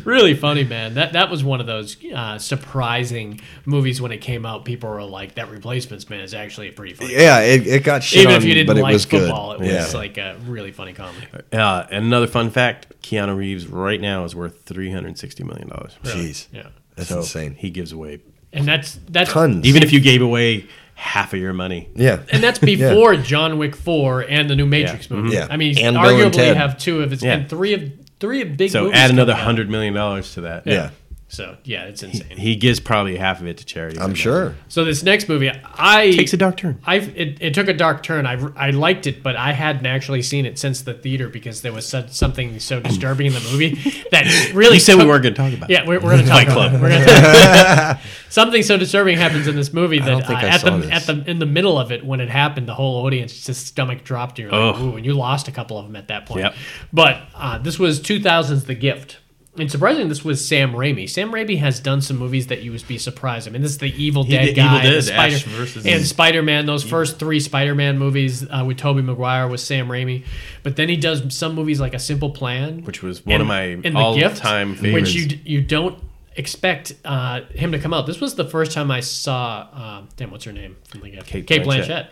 Really funny, man. That that was one of those uh, surprising movies when it came out. People were like, "That replacements man is actually a pretty funny."
Yeah, it, it got shit
Even
on,
if you
but
didn't
it
like
was
football,
good.
it was
yeah.
like a really funny comedy.
Uh, and another fun fact: Keanu Reeves right now is worth three hundred sixty million dollars.
jeez,
uh, Yeah,
that's insane.
He gives away
and that's that's
Tons.
even if you gave away half of your money.
yeah,
and that's before John Wick Four and the new Matrix movie.
Mm-hmm.
Yeah.
I mean, he's
And Bill and
arguably
Ted.
have two of his
Yeah.
and three of three of big.
So
movies
add another
coming out.
hundred million dollars to that.
yeah,
So yeah, it's
He,
insane.
he gives probably half of it to charity.
I'm sure.
so this next movie, I
Takes a dark turn.
I've, it, it took a dark turn. I, I liked it, but I hadn't actually seen it since the theater because there was such, something so disturbing in the movie that really.
You said we
took-
weren't going to talk about.
Yeah, we're, we're going to talk
Fight
about
Club.
it. We're gonna talk- something so disturbing happens in this movie that
don't think
uh,
I
at
saw
the
this.
at the in the middle of it when it happened, the whole audience just stomach dropped. And you're like,
Ugh.
ooh, and you lost a couple of them at that point.
Yep.
But uh, this was 2000's The Gift. And surprisingly, this was Sam Raimi. Sam Raimi has done some movies that you would be surprised. I mean, this is the Evil Dead
did Evil
guy,
Dead,
and Spider
Ash versus-
and Spider Man. Those first three Spider Man movies uh, with Tobey Maguire with Sam Raimi. But then he does some movies like A Simple Plan,
Which was one of my
The
all-time favorites.
Which you d- you don't expect uh, him to come out. This was the first time I saw uh, damn what's her name from the Gift?
Kate
Kate
Blanchett.
Blanchett.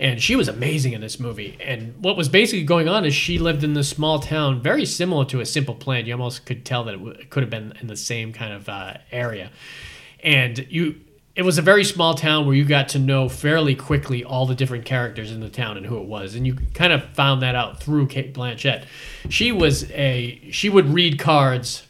And she was amazing in this movie. And what was basically going on is she lived in this small town, very similar to a simple plan. You almost could tell that it, w- it could have been in the same kind of uh, area. And you, it was a very small town where you got to know fairly quickly all the different characters in the town and who it was. And you kind of found that out through Kate Blanchett. She was a, she would read cards.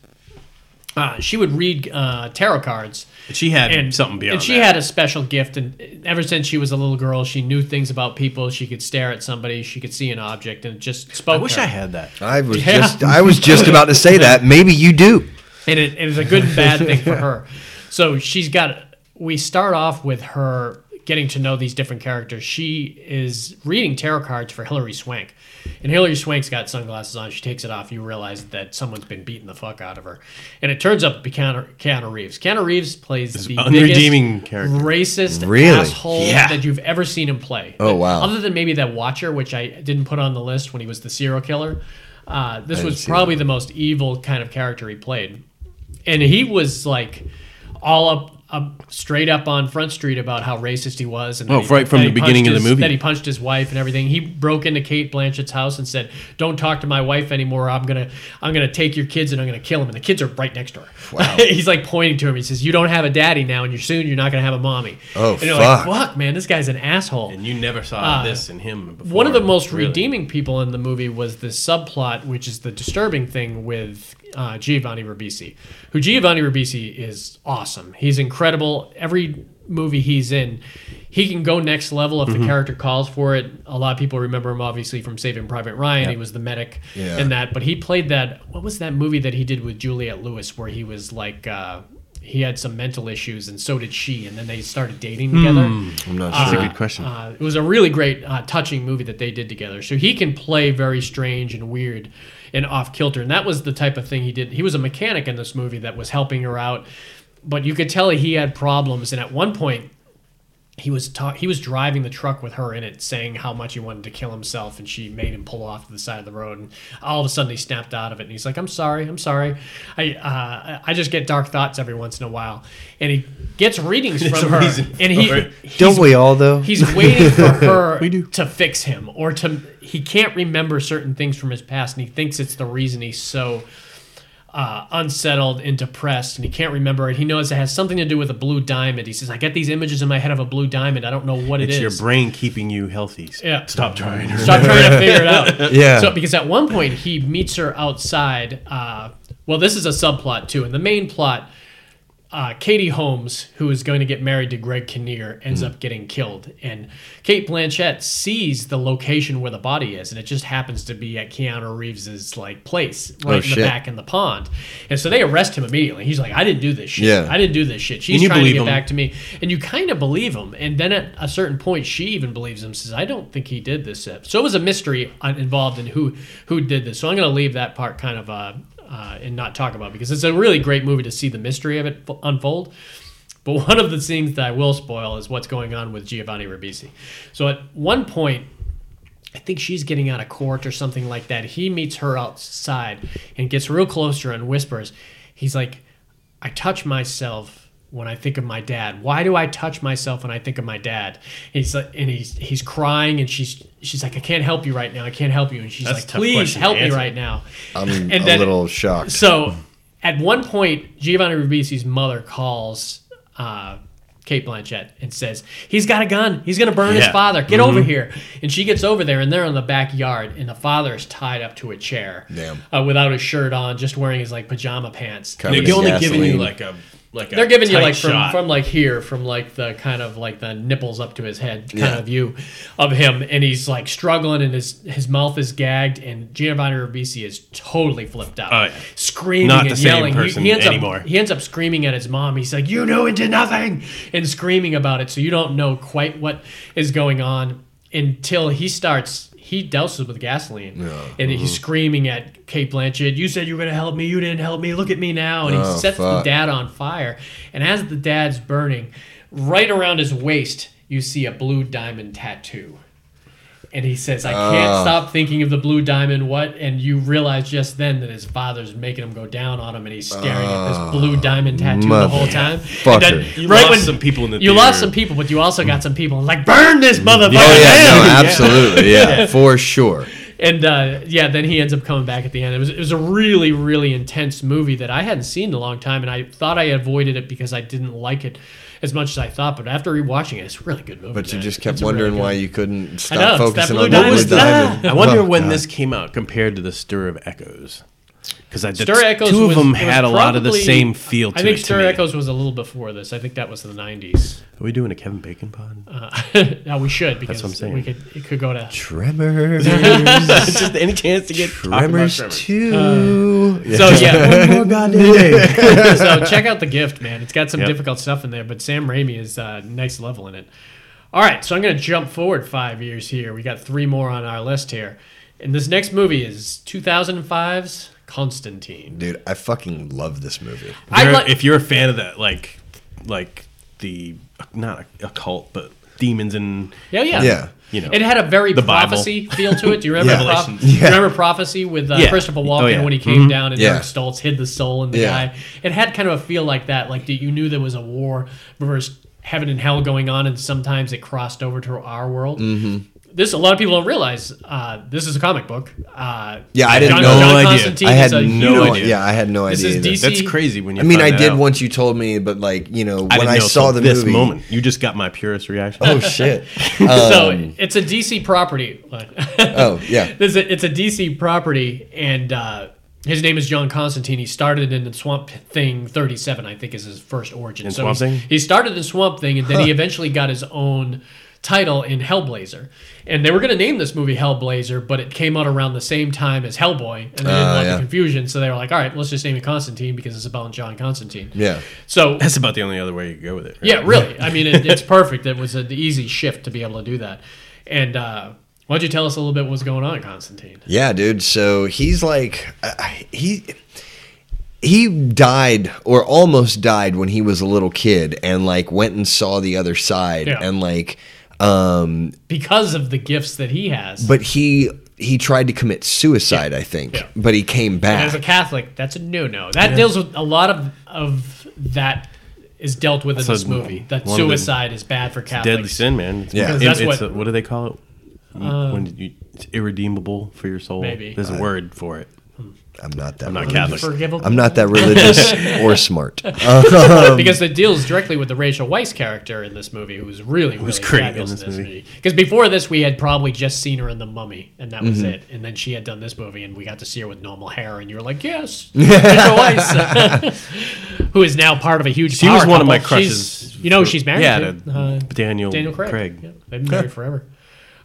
Uh, she would read uh, tarot cards
But she had something beyond.
and she
that.
had a special gift and ever since she was a little girl she knew things about people she could stare at somebody she could see an object and it just spoke
I wish
to
I
her.
had that.
I was
Yeah.
just, I was just about to say that. Maybe you do.
and it, it was a good and bad thing for her. So she's got. We start off with her getting to know these different characters. She is reading tarot cards for Hillary Swank, and Hillary Swank's got sunglasses on. She takes it off. You realize that someone's been beating the fuck out of her, and it turns up to be Keanu, Keanu Reeves. Keanu Reeves plays the
unredeeming
biggest
character.
racist
Really?
asshole
Yeah.
that you've ever seen him play.
Oh, wow.
Other than maybe that Watcher, which I didn't put on the list when he was the serial killer. Uh, this was
see that
probably the most evil kind of character he played and he was like all up, up straight up on front street about how racist he was and that
Oh,
he-
right from
that
the
he
beginning
punched
of the
his-
movie.
that he punched his wife and everything he broke into kate blanchett's house and said don't talk to my wife anymore i'm gonna i'm gonna take your kids and i'm gonna kill them and the kids are right next to her he's like pointing to him he says you don't have a daddy now and you're soon you're not gonna have a mommy
Oh,
and you're
fuck.
like fuck man this guy's an asshole
And you never saw this in him before.
Ah. one of the most
really.
redeeming people in the movie was the subplot, which is the disturbing thing with uh, Giovanni Ribisi, who Giovanni Ribisi is awesome. He's incredible. Every movie he's in, he can go next level if the
Mm-hmm.
character calls for it. A lot of people remember him obviously from Saving Private Ryan. He was the medic
Yeah.
in that, but he played that. What was that movie that he did with Juliette Lewis where he was like? Uh, he had some mental issues, and so did she. And then they started dating together.
Hmm.
I'm not
That's
sure.
a good question.
Uh, it was a really great, uh, touching movie that they did together. So he can play very strange and weird and off kilter. And that was the type of thing he did. He was a mechanic in this movie that was helping her out, but you could tell he had problems. And at one point, he was ta- he was driving the truck with her in it, saying how much he wanted to kill himself, and she made him pull off to the side of the road. And all of a sudden, he snapped out of it, and he's like, "I'm sorry, I'm sorry, I uh, I just get dark thoughts every once in a while." And he gets readings from her, and he he's-
Don't we all though?
He's waiting for her to fix him, or to he can't remember certain things from his past, and he thinks it's the reason he's so uh, unsettled and depressed, and he can't remember it. He knows it has something to do with a blue diamond. He says, "I get these images in my head of a blue diamond. I don't know what it
It's
is."
your brain keeping you healthy.
Yeah.
Stop trying.
Stop trying to figure it out.
Yeah.
So because at one point he meets her outside. Uh, well, this is a subplot too. In the main plot, uh, Katie Holmes, who is going to get married to Greg Kinnear, ends up getting killed, and Kate Blanchett sees the location where the body is, and it just happens to be at Keanu Reeves's like place right
Oh,
in the
shit.
back in the pond, and so they arrest him immediately. He's like, "I didn't do this shit.
Yeah.
I didn't do this shit." She's
And you
trying to
believe
get
him.
back to me, and you kind of believe him. And then at a certain point, she even believes him. Says, "I don't think he did this." So it was a mystery uh, involved in who who did this. So I'm going to leave that part kind of uh, uh, and not talk about because it's a really great movie to see the mystery of it f- unfold. But one of the scenes that I will spoil is what's going on with Giovanni Ribisi. So at one point, I think she's getting out of court or something like that. He meets her outside and gets real close to her and whispers, He's like, I touch myself when I think of my dad. Why do I touch myself when I think of my dad? He's like, and he's he's crying, and she's she's like, I can't help you right now. I can't help you. And she's
That's a
like,
tough
Please
question to
help me
answer.
right now.
I'm
And
a
then-
little shocked.
so at one point, Giovanni Ribisi's mother calls uh, Kate Blanchett and says, He's got a gun. He's going to burn his
Yeah.
father. Get over here. And she gets over there, and they're in the backyard, and the father is tied up to a chair
Damn.
Uh, without his shirt on, just wearing his like pajama pants.
Covered in
They're only giving you
gasoline.
like a like a
They're giving you
tight
like from,
shot.
from like here, from like the kind of like the nipples up to his head kind
Yeah.
of view of him, and he's like struggling, and his his mouth is gagged, and Giovanni Ribisi is totally flipped out,
Oh, yeah.
screaming
Not
and
the same
yelling. He-
person
he ends
anymore.
Up, he ends up screaming at his mom. He's like, "You knew it did nothing," and screaming about it. So you don't know quite what is going on until he starts. He douses with gasoline, and
uh-huh.
he's screaming at Kate Blanchett. You said you were gonna help me. You didn't help me. Look at me now. And he
Oh,
sets the
fuck.
dad on fire. And as the dad's burning, right around his waist, you see a blue diamond tattoo. And he says, I can't
Oh.
stop thinking of the blue diamond. What? And you realize just then that his father's making him go down on him and he's staring at this blue
Oh,
diamond tattoo the whole time. And then-
motherfucker.
You lost some people in the
You lost
theater.
some people, but you also got some people like, burn this motherfucker
Hmm. Oh yeah,
down!"
no, absolutely, yeah, for sure.
and uh, yeah, then he ends up coming back at the end. It was it was a really really intense movie that I hadn't seen in a long time, and I thought I avoided it because I didn't like it as much as I thought. But after rewatching it, it's a really good movie.
But you
man.
just kept
It's a really
wondering
good-
why you couldn't stop
know, it's that
focusing
blue
on the
What was
blue diamond.
that? I wonder
Oh,
when
God.
this came out compared to the Stir of Echoes. Because I
Stir Echoes.
two of
was-
them
was
had a lot of the
probably-
same feel to
I think
it. to
Stir
me.
Echoes was a little before this. I think that was in the '90s.
Are we doing a Kevin Bacon pod?
now we should because
what I'm saying.
we could it could go to.
Tremors,
Just any chance to get
Tremors two. yeah.
So yeah,
More goddamn day.
so check out the gift, man. It's got some
Yep.
difficult stuff in there, but Sam Raimi is uh, next level in it. All right, so I'm going to jump forward five years here. We got three more on our list here, and this next movie is 2005's Constantine.
Dude, I fucking love this movie.
I like
if you're a fan of that, like, like the not occult, but demons and
yeah, yeah,
Yeah.
you know,
It had a very
The Bible.
prophecy feel to it. Do you remember?
Yeah. Mm-hmm.
Prof-
Revelations.
do you remember prophecy with uh,
Yeah.
Christopher Walken
Oh, yeah.
when he came down and
Yeah.
Eric Stoltz hid the soul in the
Yeah.
guy? It had kind of a feel like that, like that you knew there was a war versus heaven and hell going on, and sometimes it crossed over to our world.
Mm-hmm.
This a lot of people don't realize. Uh, this is a comic book. Uh,
Yeah, I didn't
John,
know.
John
No idea.
Constantine
I had
is a
no
huge-
idea. Yeah, I had no
This
idea.
is
either.
DC.
that's crazy. When you
I mean, I
find that
did
out.
once you told me, but like you know,
I
when
didn't
I
know
saw the
till this
movie,
moment, you just got my purest reaction.
oh shit,
so it's a DC property.
Um, oh yeah,
There's a, it's a DC property, and uh, his name is John Constantine. He started in the Swamp Thing 37, I think, is his first origin.
In
he's-
Swamp Thing?
He started in Swamp Thing, and then he eventually got his own title in Hellblazer. And they were going to name this movie Hellblazer, but it came out around the same time as Hellboy, and they didn't
Ah,
want
yeah.
the confusion, so they were like, all right, let's just name it Constantine because it's about John Constantine.
yeah.
So
That's about the only other way you could go with it.
yeah, really. I mean, it, it's perfect. It was an easy shift to be able to do that. And uh, why don't you tell us a little bit what's going on, Constantine?
Yeah, dude. So he's like uh, he he died or almost died when he was a little kid and like went and saw the other side
Yeah.
and like um
Because of the gifts that he has.
but he he tried to commit suicide, I think.
Yeah.
But he came
And as
back.
a Catholic, that's a no no. That deals with a lot of of that is dealt with in
That's
this
a-
movie. That
one of the-
suicide is bad for Catholics.
Deadly sin, man. It's,
Yeah.
it's,
That's what- uh,
it's a- what do they call it? when you, it's irredeemable for your soul.
Maybe.
There's a word for it.
I'm not that.
I'm not
religious.
Catholic.
Unforgivable.
I'm not that religious or smart.
Um,
because it deals directly with the Rachel Weisz character in this movie, who's really, really
Who's great in
fabulous
this movie.
Because before this, we had probably just seen her in The Mummy, and that
Mm-hmm.
was it. And then she had done this movie, and we got to see her with normal hair, and you were like, yes, Rachel Weisz, who is now part of a huge.
She
power
was one of my
couple. She's-
crushes
you know,
for-
she's married
yeah,
to,
to
uh,
Daniel
Daniel Craig.
Craig.
Yeah, they've been married forever.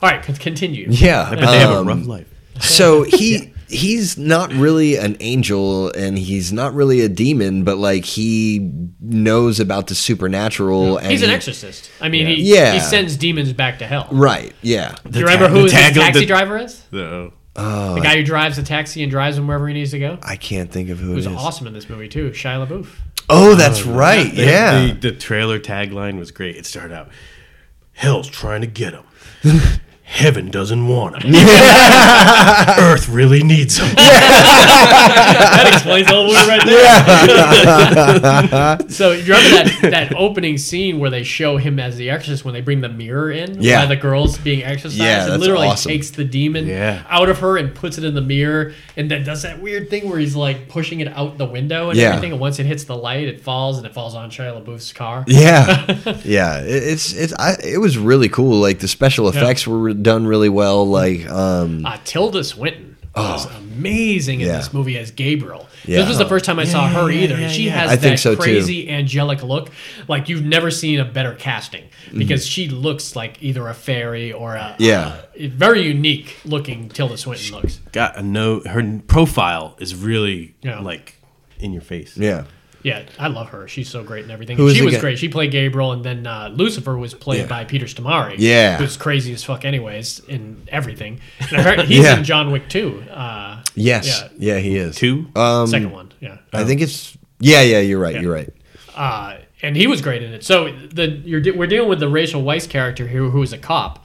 All right, con- continue.
Yeah,
I bet they have a
um,
rough life.
So he he's not really an angel and he's not really a demon, but like he knows about the supernatural. And
He's an
he-
exorcist. I mean, He,
Yeah.
he sends demons back to hell.
Right? Yeah.
Do you remember
ta-
who
the
his
tag-
taxi
the- Oh,
driver is?
No.
the guy who drives the taxi and drives him wherever he needs to go?
I can't think of who it
Who's
is.
awesome in this movie too, Shia LaBeouf.
Oh, that's right.
The-
Yeah.
The, the trailer tagline was great. It started out, "Hell's trying to get him. Heaven doesn't want him. Earth really needs him."
That explains the whole movie right there. so you remember that, that opening scene where they show him as the exorcist when they bring the mirror in
Yeah.
by the girls being exorcised?
Yeah,
it
that's
literally
awesome.
takes the demon
Yeah.
out of her and puts it in the mirror and then does that weird thing where he's like pushing it out the window and
Yeah.
everything. And once it hits the light, it falls and it falls on Shia LaBeouf's car.
yeah, yeah. It, it's it's I, it was really cool. Like the special effects were done really well. Like um,
Uh, Tilda Swinton was amazing in
Oh. Yeah.
this movie as Gabriel.
Yeah.
This was the first time I saw her either. and she has
I
that
think so, too.
crazy angelic look. Like you've never seen a better casting because she looks like either a fairy or a
Mm-hmm. Yeah.
a very unique looking Tilda Swinton looks.
Got a no. Her profile is really
Yeah.
like in your face.
yeah,
Yeah, I love her. She's so great and everything.
Who is
she
the
was
guy-
great. She played Gabriel, and then uh, Lucifer was played
Yeah.
by Peter Stamari.
Yeah.
who's crazy as fuck, anyways, in everything. And I heard he's
Yeah.
in John Wick too. Uh,
yes, yeah. He is.
Two.
Mm.
second one. Yeah,
I think it's yeah, yeah. You're right. You're right.
uh, and he was great in it. So the you're de- we're dealing with the Rachel Weisz character here, who is a cop,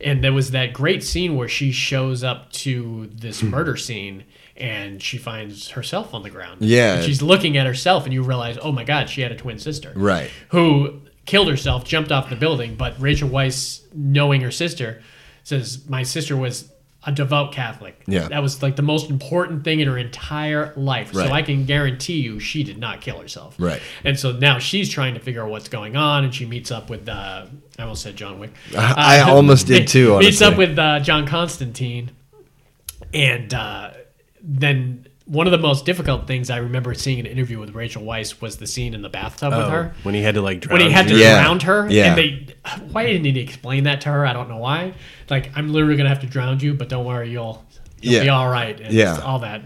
and there was that great scene where she shows up to
Hmm.
this murder scene and she finds herself on the ground.
Yeah.
And she's looking at herself, and you realize, oh my god, she had a twin sister,
Right.
Who killed herself, jumped off the building, but Rachel Weisz, knowing her sister, says my sister was. A devout Catholic.
Yeah.
that was like the most important thing in her entire life.
Right.
So I can guarantee you, she did not kill herself.
Right.
And so now she's trying to figure out what's going on, and she meets up with uh, I almost said John Wick.
I- I almost did too,
Uh, Meets up
honestly.
with uh, John Constantine, and uh, then one of the most difficult things I remember seeing in an interview with Rachel Weisz was the scene in the bathtub
Oh.
with her
When he had to like drown.
when he had to
you.
Yeah.
drown her.
Yeah.
And they, why didn't he explain that to her? I don't know why. Like I'm literally gonna have to drown you, but don't worry, you'll. You'll
Yeah.
be all right. And
Yeah.
all that.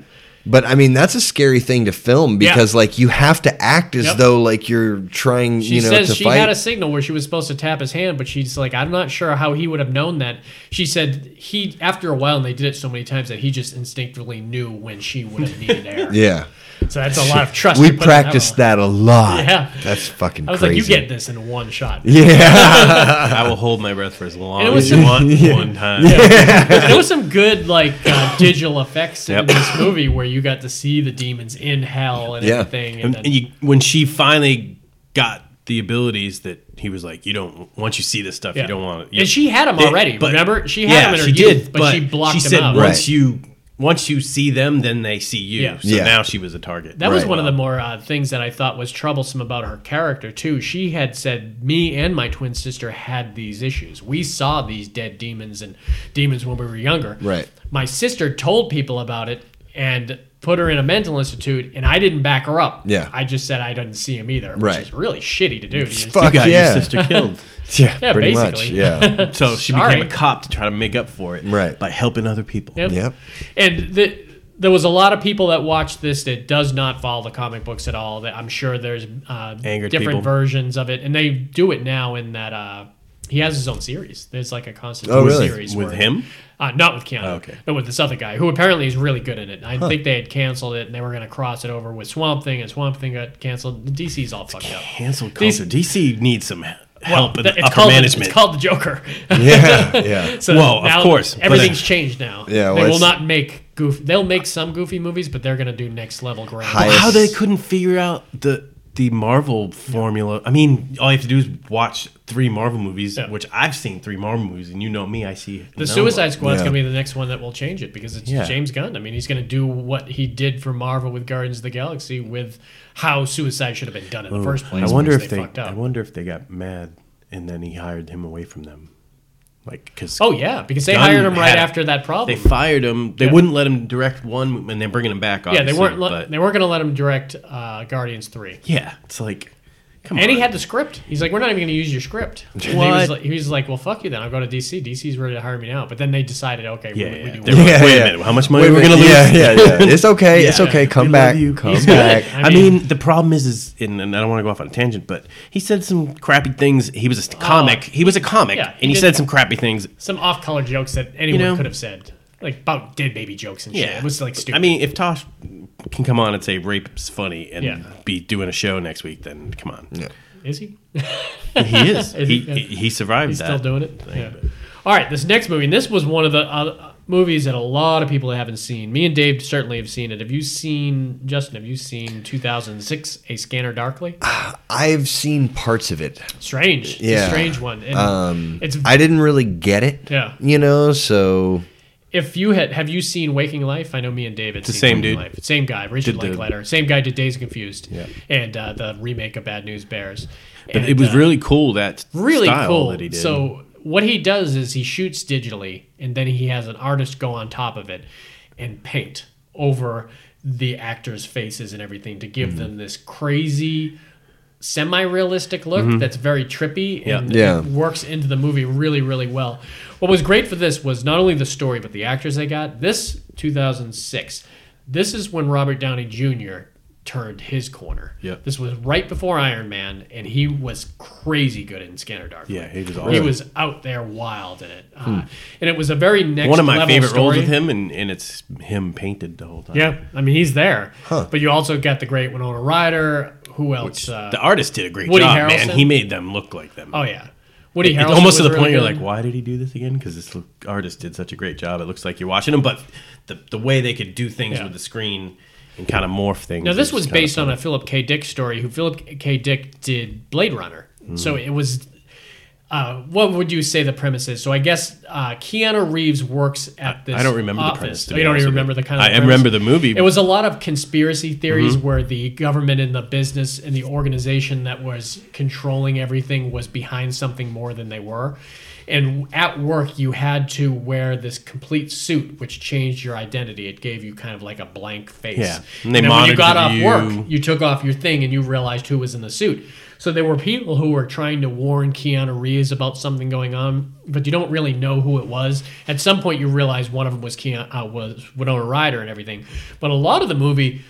But I mean, that's a scary thing to film
Yeah.
because like you have to act as
Yep.
though like you're trying,
She
you know,
says
to
she
fight.
had a signal where she was supposed to tap his hand, but she's like, I'm not sure how he would have known that. She said he, after a while, and they did it so many times that he just instinctively knew when she would have needed air.
yeah.
So that's a lot of trust.
We
you put in that
practiced
role.
that a lot.
Yeah.
That's fucking
I was
crazy.
like, you get this in one shot.
Yeah.
I will hold my breath for as long
And it was
as you
some-
want. One time.
there was some good like uh, digital effects in
Yep.
this movie where you got to see the demons in hell and
Yeah.
everything. And,
And,
then,
and you, when she finally got the abilities that he was like, you don't once you see this stuff,
Yeah.
you don't want to.
And she had 'em already, remember? She had 'em in her youth, but she blocked
She
'em
said
out.
once
Right.
you once you see them, then they see you.
Yeah.
So
Yeah.
now she was a target.
That was
Right.
one of the more uh, things that I thought was troublesome about her character too. She had said, "Me and my twin sister had these issues. We saw these dead demons and demons when we were younger.
Right.
My sister told people about it and put her in a mental institute, and I didn't back her up.
Yeah.
I just said I didn't see him either, which
Right.
is really shitty to do. to just-
you
Fuck
got
yeah.
your sister killed.
yeah.
Yeah,
Pretty much.
basically.
Yeah.
So she
Sorry.
became a cop to try to make up for it,
Right.
By helping other people.
Yep.
Yep.
And the, there was a lot of people that watched this that does not follow the comic books at all. That I'm sure there's uh,
Angered
different
people.
versions of it, and they do it now in that uh, he has his own series. There's like a constant
Oh, really?
series
With
where-
him, Oh,
Uh, not with Keanu,
okay.
but with this other guy who apparently is really good in it. I think they had canceled it and they were going to cross it over with Swamp Thing, and Swamp Thing got canceled. DC's all fucked up.
canceled
These-
culture. DC needs some help
Well,
in the
it's
upper
called
management.
it's called the Joker.
Yeah. Yeah.
So
Well, of
now
course, but, uh,
everything's changed now.
Yeah, well,
they will
it's-
not make goofy. They'll make some goofy movies, but they're gonna do next level ground.
High-
how they couldn't figure out the the Marvel formula. I mean, all you have to do is watch three Marvel movies,
Yeah.
which I've seen three Marvel movies, and you know me, I see
The Suicide Squad's
Yeah.
gonna be the next one that will change it because it's
Yeah.
James Gunn. I mean, he's gonna do what he did for Marvel with Guardians of the Galaxy with how Suicide should have been done in the first place.
I wonder
which
if they.
fucked up.
I wonder if they got mad, and then he hired him away from them, like because
oh yeah, because they
Gunn
hired him right
had-
after that problem.
they fired him. They
Yeah.
wouldn't let him direct one, and they're bringing him back.
yeah,
Obviously,
they weren't le-
but-
they weren't gonna let him direct uh, Guardians three.
yeah, it's like, come
And
on.
he had the script. He's like, we're not even going to use your script. And he, was
What?
like, he was like, well, fuck you then. I'll go to DC. DC's ready to hire me now. But then they decided, okay,
yeah,
we,
yeah.
we
They
do.
were
work.
like,
Yeah, yeah.
wait a minute, how much money
Wait,
are we
wait,
gonna lose?
Yeah, yeah, yeah. It's okay. It's
Yeah.
okay. Come
We love
back.
you.
Come
He's good.
back.
I,
I
mean,
mean-
the problem is, is and, and I don't want to go off on a tangent, but he said some crappy things. He was a comic. he was a comic,
Yeah, Oh, he
and he
did-
said some crappy things.
Some off-color jokes that anyone
know?
could have said, like about dead baby jokes and shit. It was like stupid.
I mean, if Tosh can come on and say rape's funny and
Yeah.
be doing a show next week, then come on.
is he?
He is. he,
Is he?
he, he survived
He's
that.
still doing it. Yeah. All right, this next movie, and this was one of the uh, movies that a lot of people haven't seen. Me and Dave certainly have seen it. Have you seen Justin? Have you seen 2006: A Scanner Darkly?
Ah.
I've seen parts of it.
Strange. It's a
Yeah.
strange one. And
Um,
it's
I didn't really get it.
Yeah.
You know, so
if you had have you seen Waking Life? I know me and David.
the same dude.
Life. Same guy, Richard
Did the-
Linklater. Same guy did Days Confused. Yeah. And uh, the remake of Bad News Bears.
But
And,
it was
uh,
really cool that
really
style
cool.
that he did.
So what he does is he shoots digitally, and then he has an artist go on top of it and paint over the actors' faces and everything to
Mm-hmm.
give them this crazy. Semi-realistic look
Mm-hmm.
that's very trippy and
Yeah.
it works into the movie really, really well. What was great for this was not only the story but the actors they got. This 2006, this is when Robert Downey Jr. turned his corner.
Yeah.
this was right before Iron Man, and he was crazy good in Scanner Darkly.
Yeah, he was
He
awesome.
was out there wild in it, uh, and it was a very next
one of my
level
favorite
story.
roles with him, and, and it's him painted the whole time.
Yeah, I mean he's there, but you also got the great Winona Ryder. Who else? uh,
The artist did a great
Woody
job,
Harrelson?
man. He made them look like them.
oh yeah, Woody
It's
Harrelson.
almost to the
was
point
really
you're
good.
like, why did he do this again? Because this look- artist did such a great job. It looks like you're watching him, but the the way they could do things
Yeah.
with the screen and kind of morph things.
Now this
is
was
kinda
based
fun.
on a Philip K. Dick story. Who Philip K. Dick did Blade Runner,
Mm.
so it was. Uh, what would you say the premise is? So I guess uh, Keanu Reeves works at this.
I don't remember the
office.
premise,
Oh,
to be
you don't
honest
even
with you.
remember the kind of.
I remember the Mm-hmm. movie.
It was a lot of conspiracy theories where the government and the business and the organization that was controlling everything was behind something more than they were. And at work, you had to wear this complete suit, which changed your identity. It gave you kind of like a blank face.
Yeah.
And
And
then
they
when you got off
monitored you.
work, you took off your thing and you realized who was in the suit. So there were people who were trying to warn Keanu Reeves about something going on, but you don't really know who it was. At some point, you realize one of them was Keanu, uh, was Winona Ryder and everything. But a lot of the movie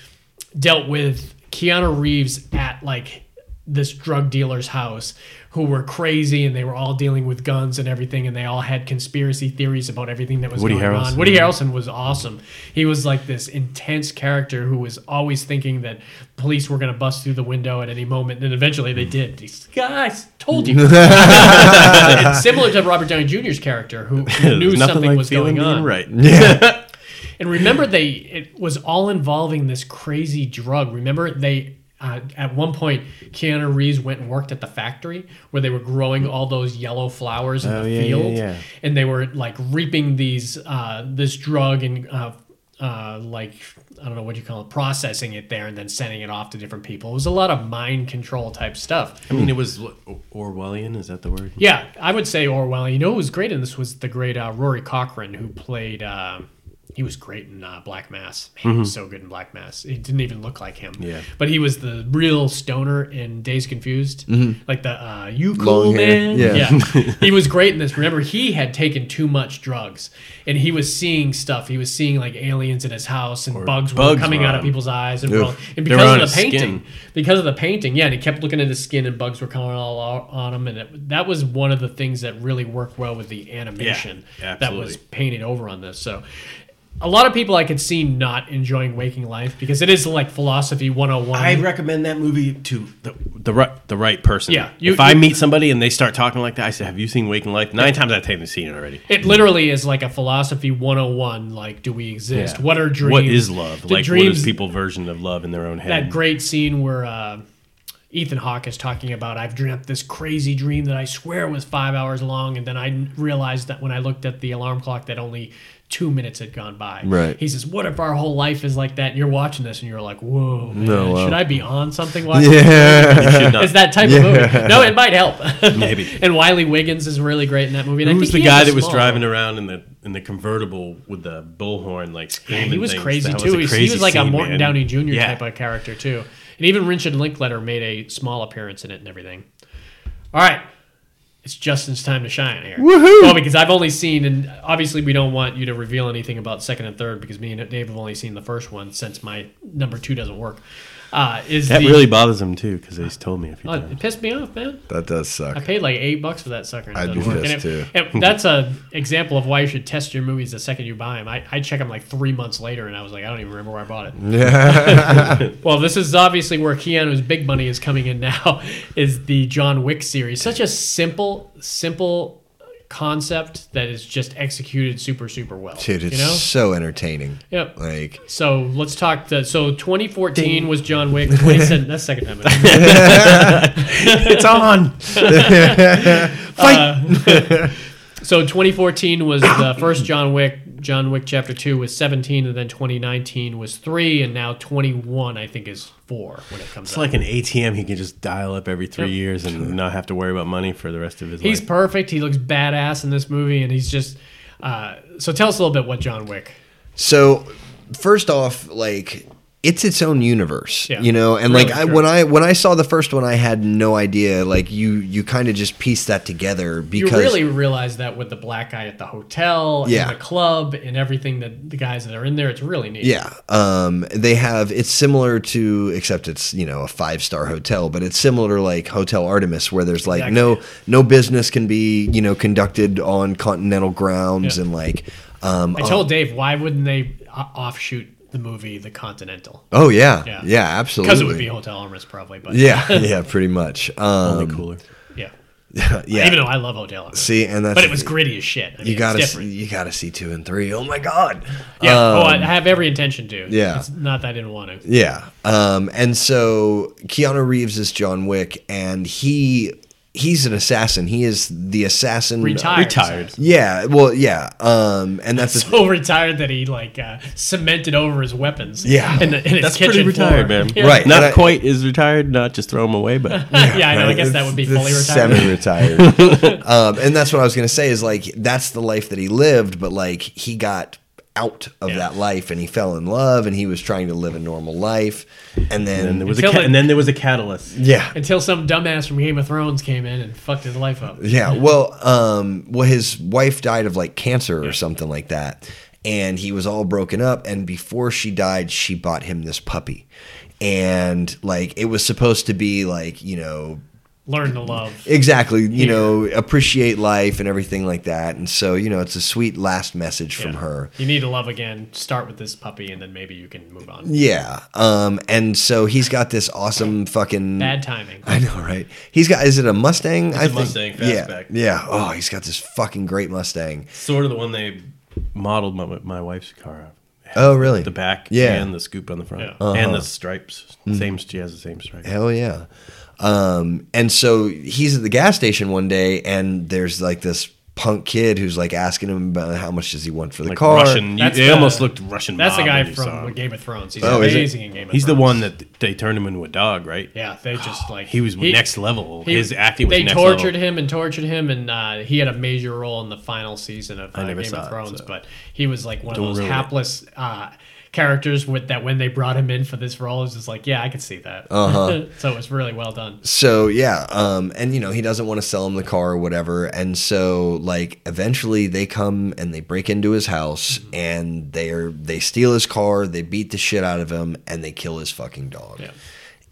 dealt with Keanu Reeves at like this drug dealer's house who were crazy and they were all dealing with guns and everything and they all had conspiracy theories about everything that was
Woody
going on.
Harrelson.
Woody Harrelson was awesome. He was like this intense character who was always thinking that police were going to bust through the window at any moment and eventually they did. These guys told you. It's similar to Robert Downey Jr.'s character who, who knew
There's nothing
something
like
was
feeling
going on.
being right.
And remember, they it was all involving this crazy drug. Remember, they uh, at one point Keanu Reeves went and worked at the factory where they were growing all those yellow flowers in the
Mm-hmm. Oh, yeah, yeah,
field,
yeah.
and they were like reaping these uh, this drug and uh, uh, like I don't know what you call it, processing it there and then sending it off to different people. It was a lot of mind control type stuff.
I mean, it was what, Or- Orwellian. Is that the word?
Yeah, I would say Orwell. You know who was great in this was the great uh, Rory Cochrane, who played. Uh, he was great in uh, Black Mass. Man, He was so good in Black Mass. It didn't even look like him.
Mm-hmm. Yeah.
But he was the real stoner in Days Confused,
Mm-hmm.
like the uh, you cool
Long hair.
man.
Yeah.
he was great in this. Remember, he had taken too much drugs, and he was seeing stuff. He was seeing like aliens in his house, and bugs, were
bugs
coming
were
out of
on him.
people's eyes, and,
Oof.
well, and
They were
because
on
of the
his
painting
skin.
because of the painting yeah and he kept looking at his skin and bugs were coming all o- on him and it, that was one of the things that really worked well with the animation
Yeah,
that was
absolutely.
painted over on this so a lot of people i could see not enjoying waking life because it is like philosophy 101
I recommend that movie to the, the right the right person.
Yeah, you-
if I
you-
meet somebody and they start talking like that, I say, "Have you seen Waking Life?" Nine times out of ten, they've seen it already.
it literally is like a philosophy 101 like do we exist
Yeah.
what are dreams
What is love?
The
like, what
dreams-
is people's version of love in their own head?
that great scene where uh, Ethan Hawke is talking about I've dreamt this crazy dream that I swear was five hours long, and then I realized that when I looked at the alarm clock that only two minutes had gone by.
Right.
He says, "What if our whole life is like that?" And you're watching this, and you're like, "Whoa, man,
No, wow.
should I be on something watching?" this?"
Yeah.
Should not.
It's that type
Yeah.
of movie. No, it might help.
Maybe.
and Wiley Wiggins is really great in that movie. And I
Who
think
was the
he has
guy
a
that was
small
driving
role.
around in the in the convertible with the bullhorn like
Yeah,
screaming?
he was
things?
crazy
That
too.
a
He- he
crazy
was like a
scene,
Morton
man.
Downey Jr.
Yeah.
type of character too. And even Richard Linkletter made a small appearance in it and everything. All right. It's Justin's time to shine here. Woohoo! Well, because I've only seen, and obviously we don't want you to reveal anything about second and third because me and Dave have only seen the first one since my number two doesn't work. Uh, is
That
the-
really bothers him too because he's told me a few
Oh,
times.
it pissed me off, man.
that does
I
suck.
paid like eight bucks for that sucker. and it
I'd be
doesn't work.
pissed,
And it-
too.
it- that's a example of why you should test your movies the second you buy them. I, I check them like three months later, and I was like, I don't even remember where I bought it. well, this is obviously where Keanu's big money is coming in now. Is the John Wick series such a simple, simple concept that is just executed super, super well?
Dude, it's
you know,
so entertaining.
yep.
Like
So let's talk. The, so 2014 was John Wick. 27, that's the second time. I've-
It's on.
So 2014 was the first John Wick. John Wick Chapter Two was 17, and then 2019 was three, and now 21 I think is four when it comes.
It's
out.
like an ATM he can just dial up every three years and not have to worry about money for the rest of his
he's
life.
perfect. He looks badass in this movie, and he's just. Uh, so tell us a little bit what John Wick.
So, first off, like it's its own universe,
Yeah.
you know. And like
Really,
I,
sure.
when I when I saw the first one, I had no idea. Like you, you kind of just pieced that together
You
because
really realize that with the black guy at the hotel, and
Yeah.
the club, and everything that the guys that are in there. It's really neat.
yeah, um, they have it's similar to except it's you know a five star hotel, but it's similar to like Hotel Artemis where there's like no no business can be you know conducted on continental grounds
Yeah.
and like. Um,
I told Dave why wouldn't they o- offshoot the movie The Continental
oh yeah,
Yeah.
yeah, absolutely.
because it would be Hotel Artemis probably, but
yeah, yeah, pretty much. Um,
Only cooler.
yeah.
yeah.
Even though I love Hotel Artemis.
See, and that's
but it was gritty as shit. I mean,
you
it's
gotta
different.
you gotta see two and three. Oh my god.
Yeah. oh, I
Um,
have every intention to.
yeah.
It's not that I didn't want to.
yeah. Um, and so Keanu Reeves is John Wick, and he he's an assassin. He is the assassin.
Retired.
Retired.
Yeah. Well, yeah. Um, and that's the
So retired that he like uh, cemented over his weapons.
Yeah.
In, the, in his
That's
kitchen
pretty retired,
floor.
man.
Yeah.
Right.
Not
and I-
quite as retired, not just throw him away, but
yeah, I know. I guess that would be fully retired.
Semi-retired. um, and that's what I was gonna say is like that's the life that he lived, but like he got out of
Yeah.
that life and he fell in love and he was trying to live a normal life and then,
and there was a
Until
ca-
it-
and then there was a catalyst.
yeah
Until some dumbass from Game of Thrones came in and fucked his life up.
Yeah. Well, um, well, his wife died of like cancer or something like that, and he was all broken up. And before she died, she bought him this puppy, and like it was supposed to be like you know
Learn to love.
exactly you know appreciate life and everything like that. And so you know it's a sweet last message from
Yeah.
her.
You need to love again. Start with this puppy, and then maybe you can move
Mm.
on.
Yeah. Um. And so he's got this awesome fucking
Bad timing.
I know, right? He's got. Is it a Mustang? I
a
think-
Mustang
Yeah.
fastback.
Yeah. Oh, he's got this fucking great Mustang.
Sort of the one they modeled my, my wife's car on.
Oh, really?
The back
Yeah. Uh-huh. Mm.
and the scoop on the front.
Yeah.
And the stripes. Same she has the same stripes.
Hell yeah. Um, and so he's at the gas station one day, and there's like this punk kid who's like asking him about how much does he want for the
Like
car.
Russian. You,
That's
they
the-
almost looked Russian.
That's the
mob
guy
when you saw
from
him.
Game of Thrones. He's
Oh, is it?
amazing in Game of
He's the
Thrones.
one that they turned him into a dog, right?
Yeah, they just like
He was next level. His acting was
They
next
tortured
level.
him and tortured him, and uh, he had a major role in the final season of uh,
never
Game
saw
of
it,
Thrones.
so-
But he was like one of those
ruin it.
hapless uh, characters with that when they brought him in for this role, it was just like, yeah, I could see that. Uh-huh. so it was really well done.
So yeah, um, and you know he doesn't want to sell him the car or whatever, and so like eventually they come and they break into his house
Mm-hmm.
and they're they steal his car, they beat the shit out of him, and they kill his fucking dog.
Yeah.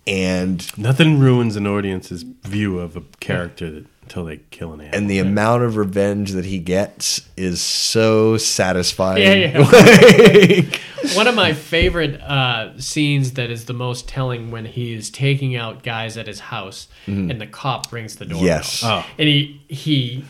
And
Nothing ruins an audience's view of a character that, until they kill an animal.
and the amount of revenge that he gets is so satisfying.
Yeah, yeah. One of my favorite uh, scenes that is the most telling when he is taking
Mm-hmm.
out guys at his house, and the cop rings the door.
Yes.
Oh.
and he he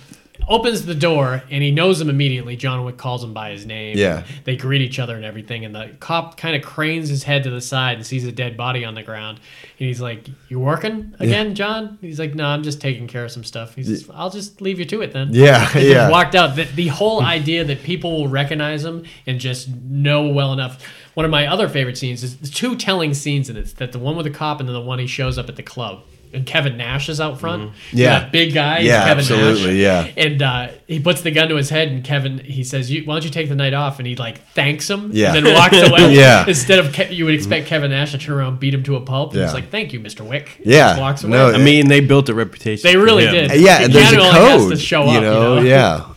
opens the door and he knows him immediately. John Wick calls him by his name.
Yeah.
They greet each other and everything. And the cop kind of cranes his head to the side and sees a dead body on the ground. And he's like, You working again, John? He's like, No, I'm just taking care of some stuff. He's just, I'll just leave you to it then.
Yeah,
He just
yeah.
walked out. The, the whole idea that people will recognize him and just know well enough. One of my other favorite scenes is the two telling scenes in it that the one with the cop and then the one he shows up at the club. And Kevin Nash is out front.
Mm-hmm. Yeah.
That big guy.
Yeah,
Kevin
absolutely,
Nash.
yeah.
And uh, he puts the gun to his head, and Kevin, he says, you, "Why don't you take the night off?" And he like thanks him,
Yeah.
and then walks away.
Yeah. Mm-hmm.
Instead of Ke- you would expect Kevin Nash to turn around, and beat him to a pulp. And
Yeah.
He's like, "Thank you, Mister Wick." and
Yeah.
just walks away.
No,
I mean, they built a reputation.
They
for
really
him.
did.
Uh, yeah, and there's a
Keanu only has to
code.
show
you,
up, you
know?
know?
yeah,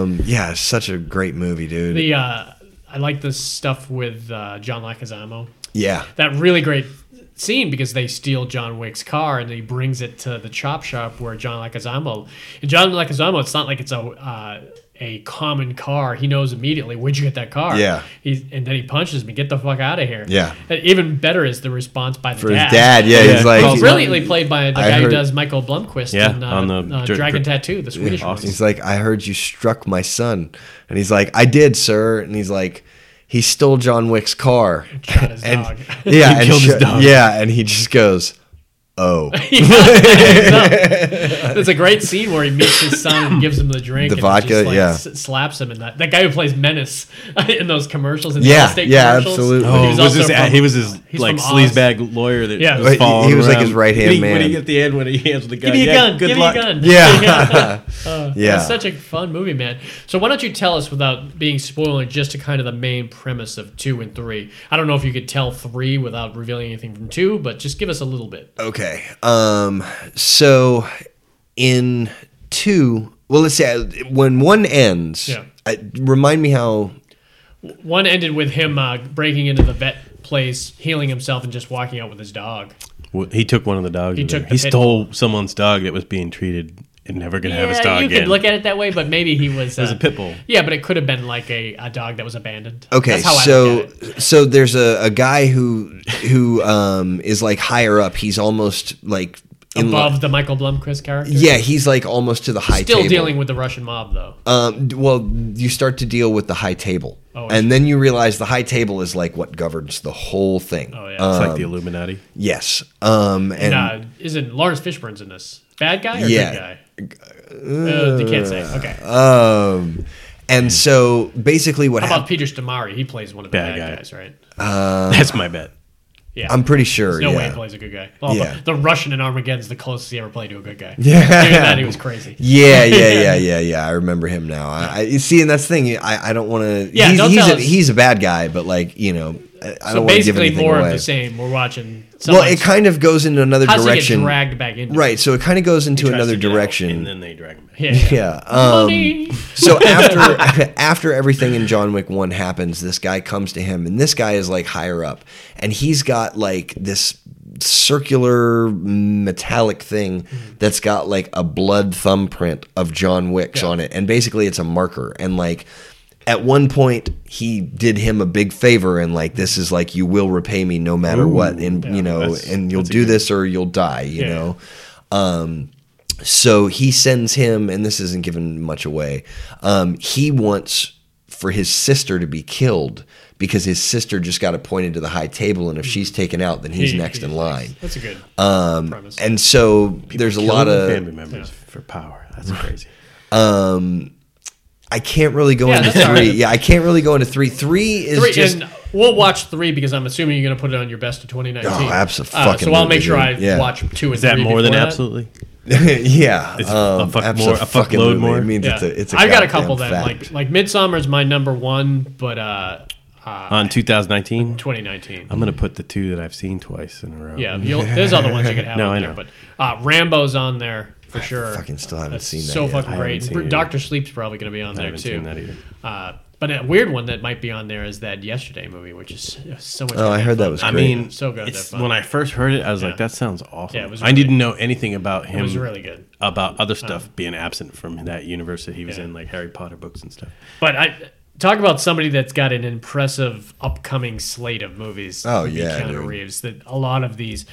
um, yeah. It's such a great movie, dude.
the uh, I like the stuff with uh, John Leguizamo.
yeah,
That really great scene because they steal John Wick's car and he brings it to the chop shop where John Leguizamo. And John Leguizamo, it's not like it's a uh, a common car. He knows immediately where'd you get that car.
Yeah.
He's, and then he punches me. Get the fuck out of here.
Yeah.
And even better is the response by the
for
dad. Oh,
his dad. Yeah,
Yeah.
he's like
Well,
Brilliantly played by the
I
guy who
heard-
does Michael Blumquist
Yeah,
in, uh,
on the
uh,
Dr-
Dragon
Dr-
Tattoo, the Swedish one.
awesome.
He's like, I heard you struck my son. And he's like, I did, sir. And he's like, he stole John Wick's car.
Shot his
and,
dog.
Yeah,
He
and
killed his
sho-
dog.
Yeah, and he just goes, oh.
There's a great scene where he meets his son and gives him the drink.
The
and
vodka,
just, like,
yeah.
s- slaps him, and that that guy who plays Menace in those commercials, in the
Yeah,
real estate
yeah,
commercials,
absolutely.
Oh,
He
he was,
also
his,
from-
he was his
he's
like
from Oz.
sleazebag lawyer that
Yeah.
was
But
he-
following
he was, like,
around.
his right-hand
When he- When
man.
he at the end when he hands the gun,
Give me a
yeah,
gun.
good
give
luck.
me a gun.
Yeah.
It's
yeah.
such a fun movie, man. So why don't you tell us without being spoiling just to kind of the main premise of two and three? I don't know if you could tell three without revealing anything from two, but just give us a little bit.
Okay. Um. So, in two, well, let's say uh, when one ends,
Yeah.
I, remind me how.
One ended with him uh, breaking into the vet place, healing himself, and just walking out with his dog.
Well, He took one of the dogs.
He
with him.
took the
he
pit
stole someone's dog that was being treated and never gonna have his dog
you
again.
could look at it that way, but maybe he was. It
was a pit bull.
Yeah, but it could have been like a, a dog that was abandoned.
Okay,
That's how I look
so
at it.
so there's a, a guy who who um is like higher up. He's almost like in li-
above the Michael Blumquist character.
Yeah, he's like almost to the high
still
table.
dealing with the Russian mob though.
Um, d- well, you start to deal with the high table,
Oh, I see.
and then you realize the high table is like what governs the whole thing. Um,
oh yeah,
it's like the Illuminati.
Yes. Um, Uh, and
and, uh, isn't Lawrence Fishburne's in this bad guy or
Yeah.
good guy? Uh, they can't say. Okay,
um, and so basically, what
how
happened?
about Peter Stamari? He plays one of the
Bad
bad,
guy.
guys, right?
That's my bet.
Yeah,
I'm pretty sure.
There's no way
yeah.
he plays a good guy. Well,
Yeah.
the Russian in Armageddon's the closest he ever played to a good guy. Yeah, that he was crazy.
yeah, yeah, yeah, yeah, yeah. I remember him now. I, I see, and that's the thing. I, I don't want to.
Yeah,
he's,
don't
he's,
tell
a,
us.
he's a bad guy, but like you know, I, I
So
don't want to give
basically,
anything
more
away.
of the same. We're watching.
well,
someone's-
it kind of goes in another
how's he
direction,
get dragged back into it?
right? So it kind of goes into
Tries
another
to get out, and
direction.
then they drag him. back.
Yeah. yeah.
yeah. Um,
Money.
So after after everything in John Wick 1 happens, this guy comes to him and this guy is like higher up and he's got like this circular metallic thing
Mm-hmm.
that's got like a blood thumbprint of John Wick's on it and basically it's a marker and like at one point he did him a big favor and like this is like you will repay me no matter what and you know
Mm-hmm. that's-
and you'll
that's a
do
good-
this or you'll die you
Yeah.
know um so he sends him, and this isn't giving much away. Um, he wants for his sister to be killed because his sister just got appointed to the high table, and if she's taken out, then he's
Hmm. He-
next
he-
in line. Um,
That's a good premise.
And so there's a lot
Killing
of
family members for power. That's crazy.
I can't really go
Yeah,
into
that's all
three.
right.
Yeah, I can't really go into three. Three is
three,
just
and we'll watch three because I'm assuming you're going to put it on your best of 2019.
Oh, abso-
Uh,
fucking
so I'll make
movie,
sure I
dude. Yeah.
watch two and
Is that
three
more than
before that.
absolutely?
yeah.
It's a fuck
abso-
more- a fuck
fucking
load
movie.
more.
It means
Yeah.
it's a. It's a
I've got a
goddamn
couple then.
fact.
Like like Midsummer is my number one, but uh,
On 2019,
2019.
I'm gonna put the two that I've seen twice in a row.
yeah, you'll, there's other ones you could have.
No,
on
I
there,
know.
but uh, Rambo's on there for sure.
fucking still haven't
That's
seen that
So
yet.
fucking
I haven't seen it
great.
either.
Doctor Sleep's probably going to be on
I
there
haven't
too.
seen that either.
Uh, but a weird one that might be on there is that Yesterday movie, which is so much.
Oh, I heard that was.
I
great.
mean,
So good,
it's-
they're fun.
when I first heard it, I was
Yeah.
like, "That sounds awesome."
Yeah, it was
I
really-
didn't know anything about him.
It was really good. Uh-huh.
about other stuff being absent from that universe that he was in, like Harry Potter books and stuff.
But I talk about somebody that's got an impressive upcoming slate of movies.
Oh,
to be
yeah,
Keanu
dude.
Reeves. That a lot of these.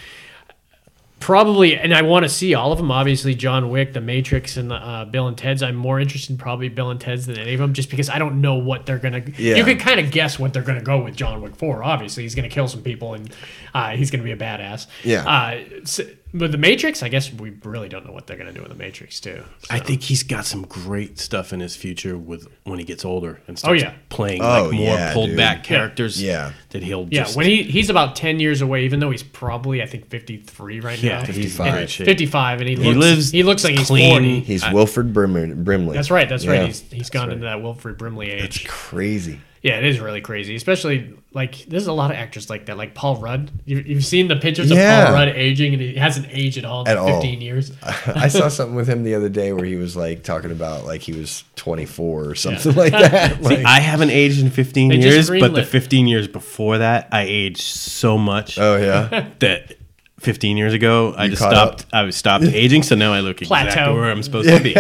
probably, and I want to see all of them. Obviously, John Wick, The Matrix, and the, uh, Bill and Ted's. I'm more interested in probably Bill and Ted's than any of them, just because I don't know what they're gonna.
Yeah.
You can kind of guess what they're gonna go with John Wick for. Obviously, he's gonna kill some people, and uh, he's gonna be a badass.
Yeah.
Uh, s- but The Matrix, I guess we really don't know what they're gonna do with The Matrix too.
I think he's got some great stuff in his future with when he gets older and
Oh,
starts
yeah.
playing
Oh,
like more
yeah,
pulled
dude.
back characters.
Yeah.
that he'll
Yeah,
just
when he he's about ten years away, even though he's probably I think fifty three right
yeah
now.
he's
55.
fine. Shit.
Fifty five, and he, looks,
lives
He looks like he's
clean.
forty.
He's Wilford Brim- Brimley.
That's right. That's
Yeah.
right. He's he's gone into that Wilfred Brimley age.
Crazy.
Yeah, it is really crazy, especially like there's a lot of actors like that, like Paul Rudd. You, you've seen the pictures of
Yeah.
Paul Rudd aging, and he hasn't aged at all in
At all.
15 years.
I saw something with him the other day where he was like talking about like he was 24 or something like that. Like,
I haven't aged in 15
They
years,
just
but the
greenlit.
15 years before that, I aged so much
oh yeah,
that 15 years ago, I
You
just
caught up.
stopped. I was stopped aging, so now I look exactly
Plateau.
where I'm supposed to be.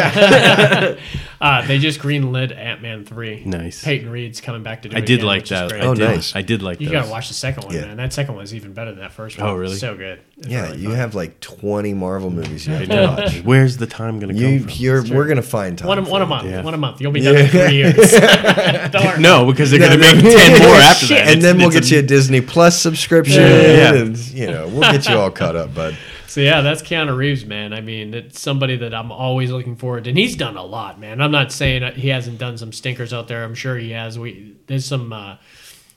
Uh, they just greenlit Ant Man three.
Nice.
Peyton Reed's coming back to do.
I
it
did
again,
like
which is
that.
great.
I
Oh,
did,
nice.
I did like.
You
those.
gotta watch the second one,
Yeah.
man. That second one's even better than that first one.
Oh, really?
So good. It's
yeah.
really
You
fun.
have like 20 Marvel movies you have to
Yeah.
watch.
Where's the time gonna
You,
come from?
you're we're gonna find time.
one a,
for
one a
it.
month.
Yeah.
One a month. You'll be done in three years. Don't worry.
No, because they're
No,
gonna
no.
make 10 more after
Shit.
that.
and then
It's-
we'll
it's
get
a-
you a Disney Plus subscription,
Yeah.
and you know we'll get you all caught up, bud.
So yeah, that's Keanu Reeves, man. I mean, it's somebody that I'm always looking forward to, and he's done a lot, man. I'm not saying that he hasn't done some stinkers out there. I'm sure he has. We there's some uh,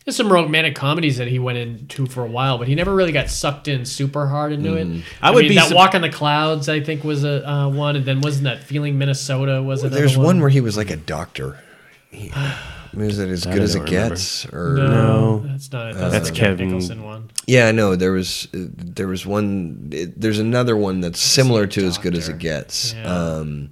there's some romantic comedies that he went into for a while, but he never really got sucked in super hard into it.
Mm-hmm. I would
mean,
be
that
sup-
Walk on the Clouds. I think was a uh, one, and then wasn't that Feeling Minnesota? Was another
There's one
one
where he was like a doctor. He, is it as good as it
don't remember.
gets? Or
No. Uh,
that's not it. That's,
That's
the Jack
Kevin-
Nicholson one.
yeah, I know there was uh, there was one. It, there's another one that's similar to as good as it
doctor.
gets.
Yeah.
Um,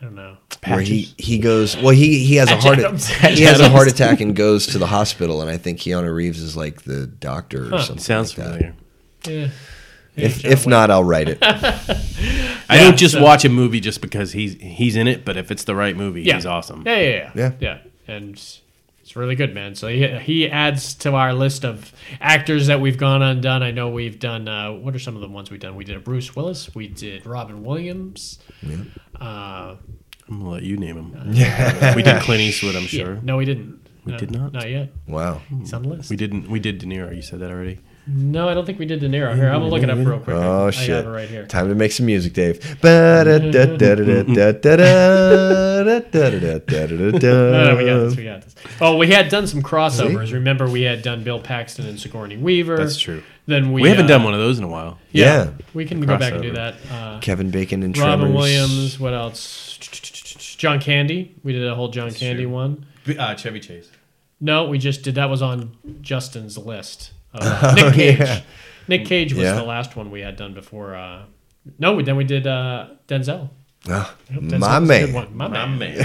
I don't know.
where he, he goes well he he has a
Patch
heart
Adams.
he has a heart attack and goes to the hospital and I think Keanu Reeves is like the doctor or something.
Sounds
like that.
familiar.
Yeah.
If if not, I'll write it.
I don't just
so-
watch a movie just because he's he's in it, but if it's the right movie,
yeah.
he's awesome.
Yeah, yeah, yeah,
Yeah.
yeah. And it's- it's really good, man. So he, he adds to our list of actors that we've gone undone. I know we've done. Uh, what are some of the ones we've done? We did a Bruce Willis. We did Robin Williams. Uh,
I'm gonna let you name him. Yeah, we did Clint Eastwood. I'm
yeah.
sure
No, we didn't. We
did not?
Not yet.
Wow.
He's on the list.
we didn't. We did De Niro. You said that already.
no, I don't think we did De Niro. Here, I'm gonna look it up real quick.
Oh
I
shit!
have it right here.
Time to make some music, Dave. Ba-da-da-da-da-da-da-da-da-da-da-da-da.
No, no, we got this. We got this. Oh, we had done some crossovers. Remember, we had done Bill Paxton and Sigourney Weaver.
That's true.
Then we
We haven't
uh,
done one of those in a while.
Yeah,
We can go back and do
crossover.
that. Uh,
Kevin Bacon and Tremors.
Robin Williams. What else? John Candy. We did a whole John Candy one.
Uh, Chevy Chase.
No, we just did that was on Justin's list. Uh, Nick Cage.
Oh, yeah.
Nick Cage was
Yeah.
the last one we had done before. Uh, no, we, then we did uh, Denzel.
Ah,
Yep, Denzel
My
was a good
man.
one. My,
My
man.
man.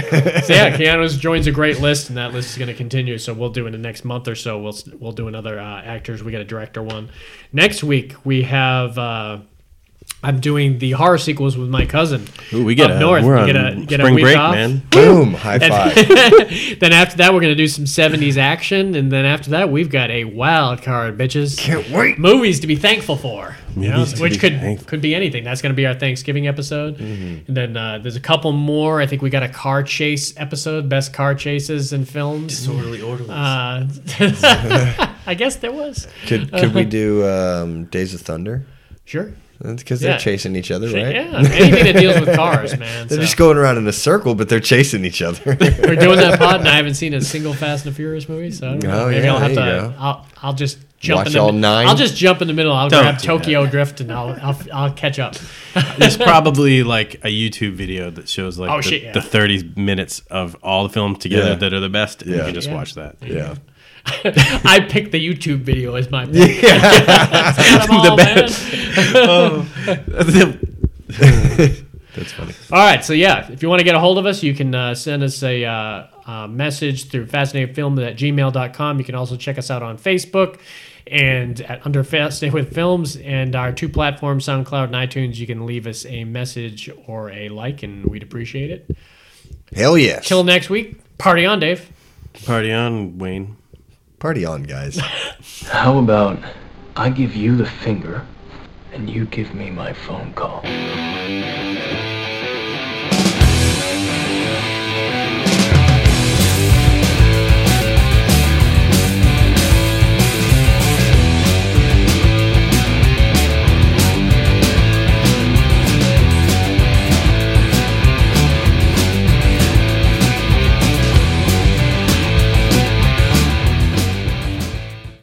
So yeah, Keanu's joins a great list, and that list is going to continue. So we'll do in the next month or so. We'll we'll do another uh, actors. We got a director one. Next week we have. Uh, I'm doing the horror sequels with my cousin.
Ooh, we get
up
a,
north.
We're
we
on
get a get
spring
a week
break,
off.
man.
Boom! High five.
Then after that, we're gonna do some '70s action, and then after that, we've got a wild card, bitches.
Can't wait.
Movies to be thankful for, you know,
Movies to
which
be
could
thankful.
could be anything. That's gonna be our Thanksgiving episode,
Mm-hmm.
and then uh, there's a couple more. I think we got a car chase episode, best car chases in films.
Disorderly orderly.
Uh, I guess there was.
Could could we do um, Days of Thunder?
Sure.
Because
Yeah.
they're chasing each other, right?
Yeah, anything that deals with cars, man.
They're
so.
just going around in a circle, but they're chasing each other.
We're doing that pod, and I haven't seen a single Fast and the Furious movie, so I don't know.
Oh,
maybe
yeah,
I'll have
there you
to.
go.
I'll, I'll just jump
Watch
in the,
all nine?
I'll just jump in the middle. I'll
Don't
grab
do
Tokyo Drift, and I'll, I'll I'll catch up.
There's probably like a YouTube video that shows like
Oh,
the,
shit, yeah.
the 30 minutes of all the films together
Yeah.
that are the best, and you
Yeah.
can just
Yeah.
watch that.
yeah.
I picked the YouTube video as my pick. Got 'em
The
all,
best.
man.
That's funny.
All right, so yeah, if you want to get a hold of us, you can uh, send us a uh, uh, message through fascinatingfilm at gmail.com. You can also check us out on Facebook and at under Fascinated with Films and our two platforms, SoundCloud and iTunes. You can leave us a message or a like, and we'd appreciate it.
Hell yes.
Till next week, party on, Dave.
Party on, Wayne.
Party on, guys.
How about I give you the finger and you give me my phone call.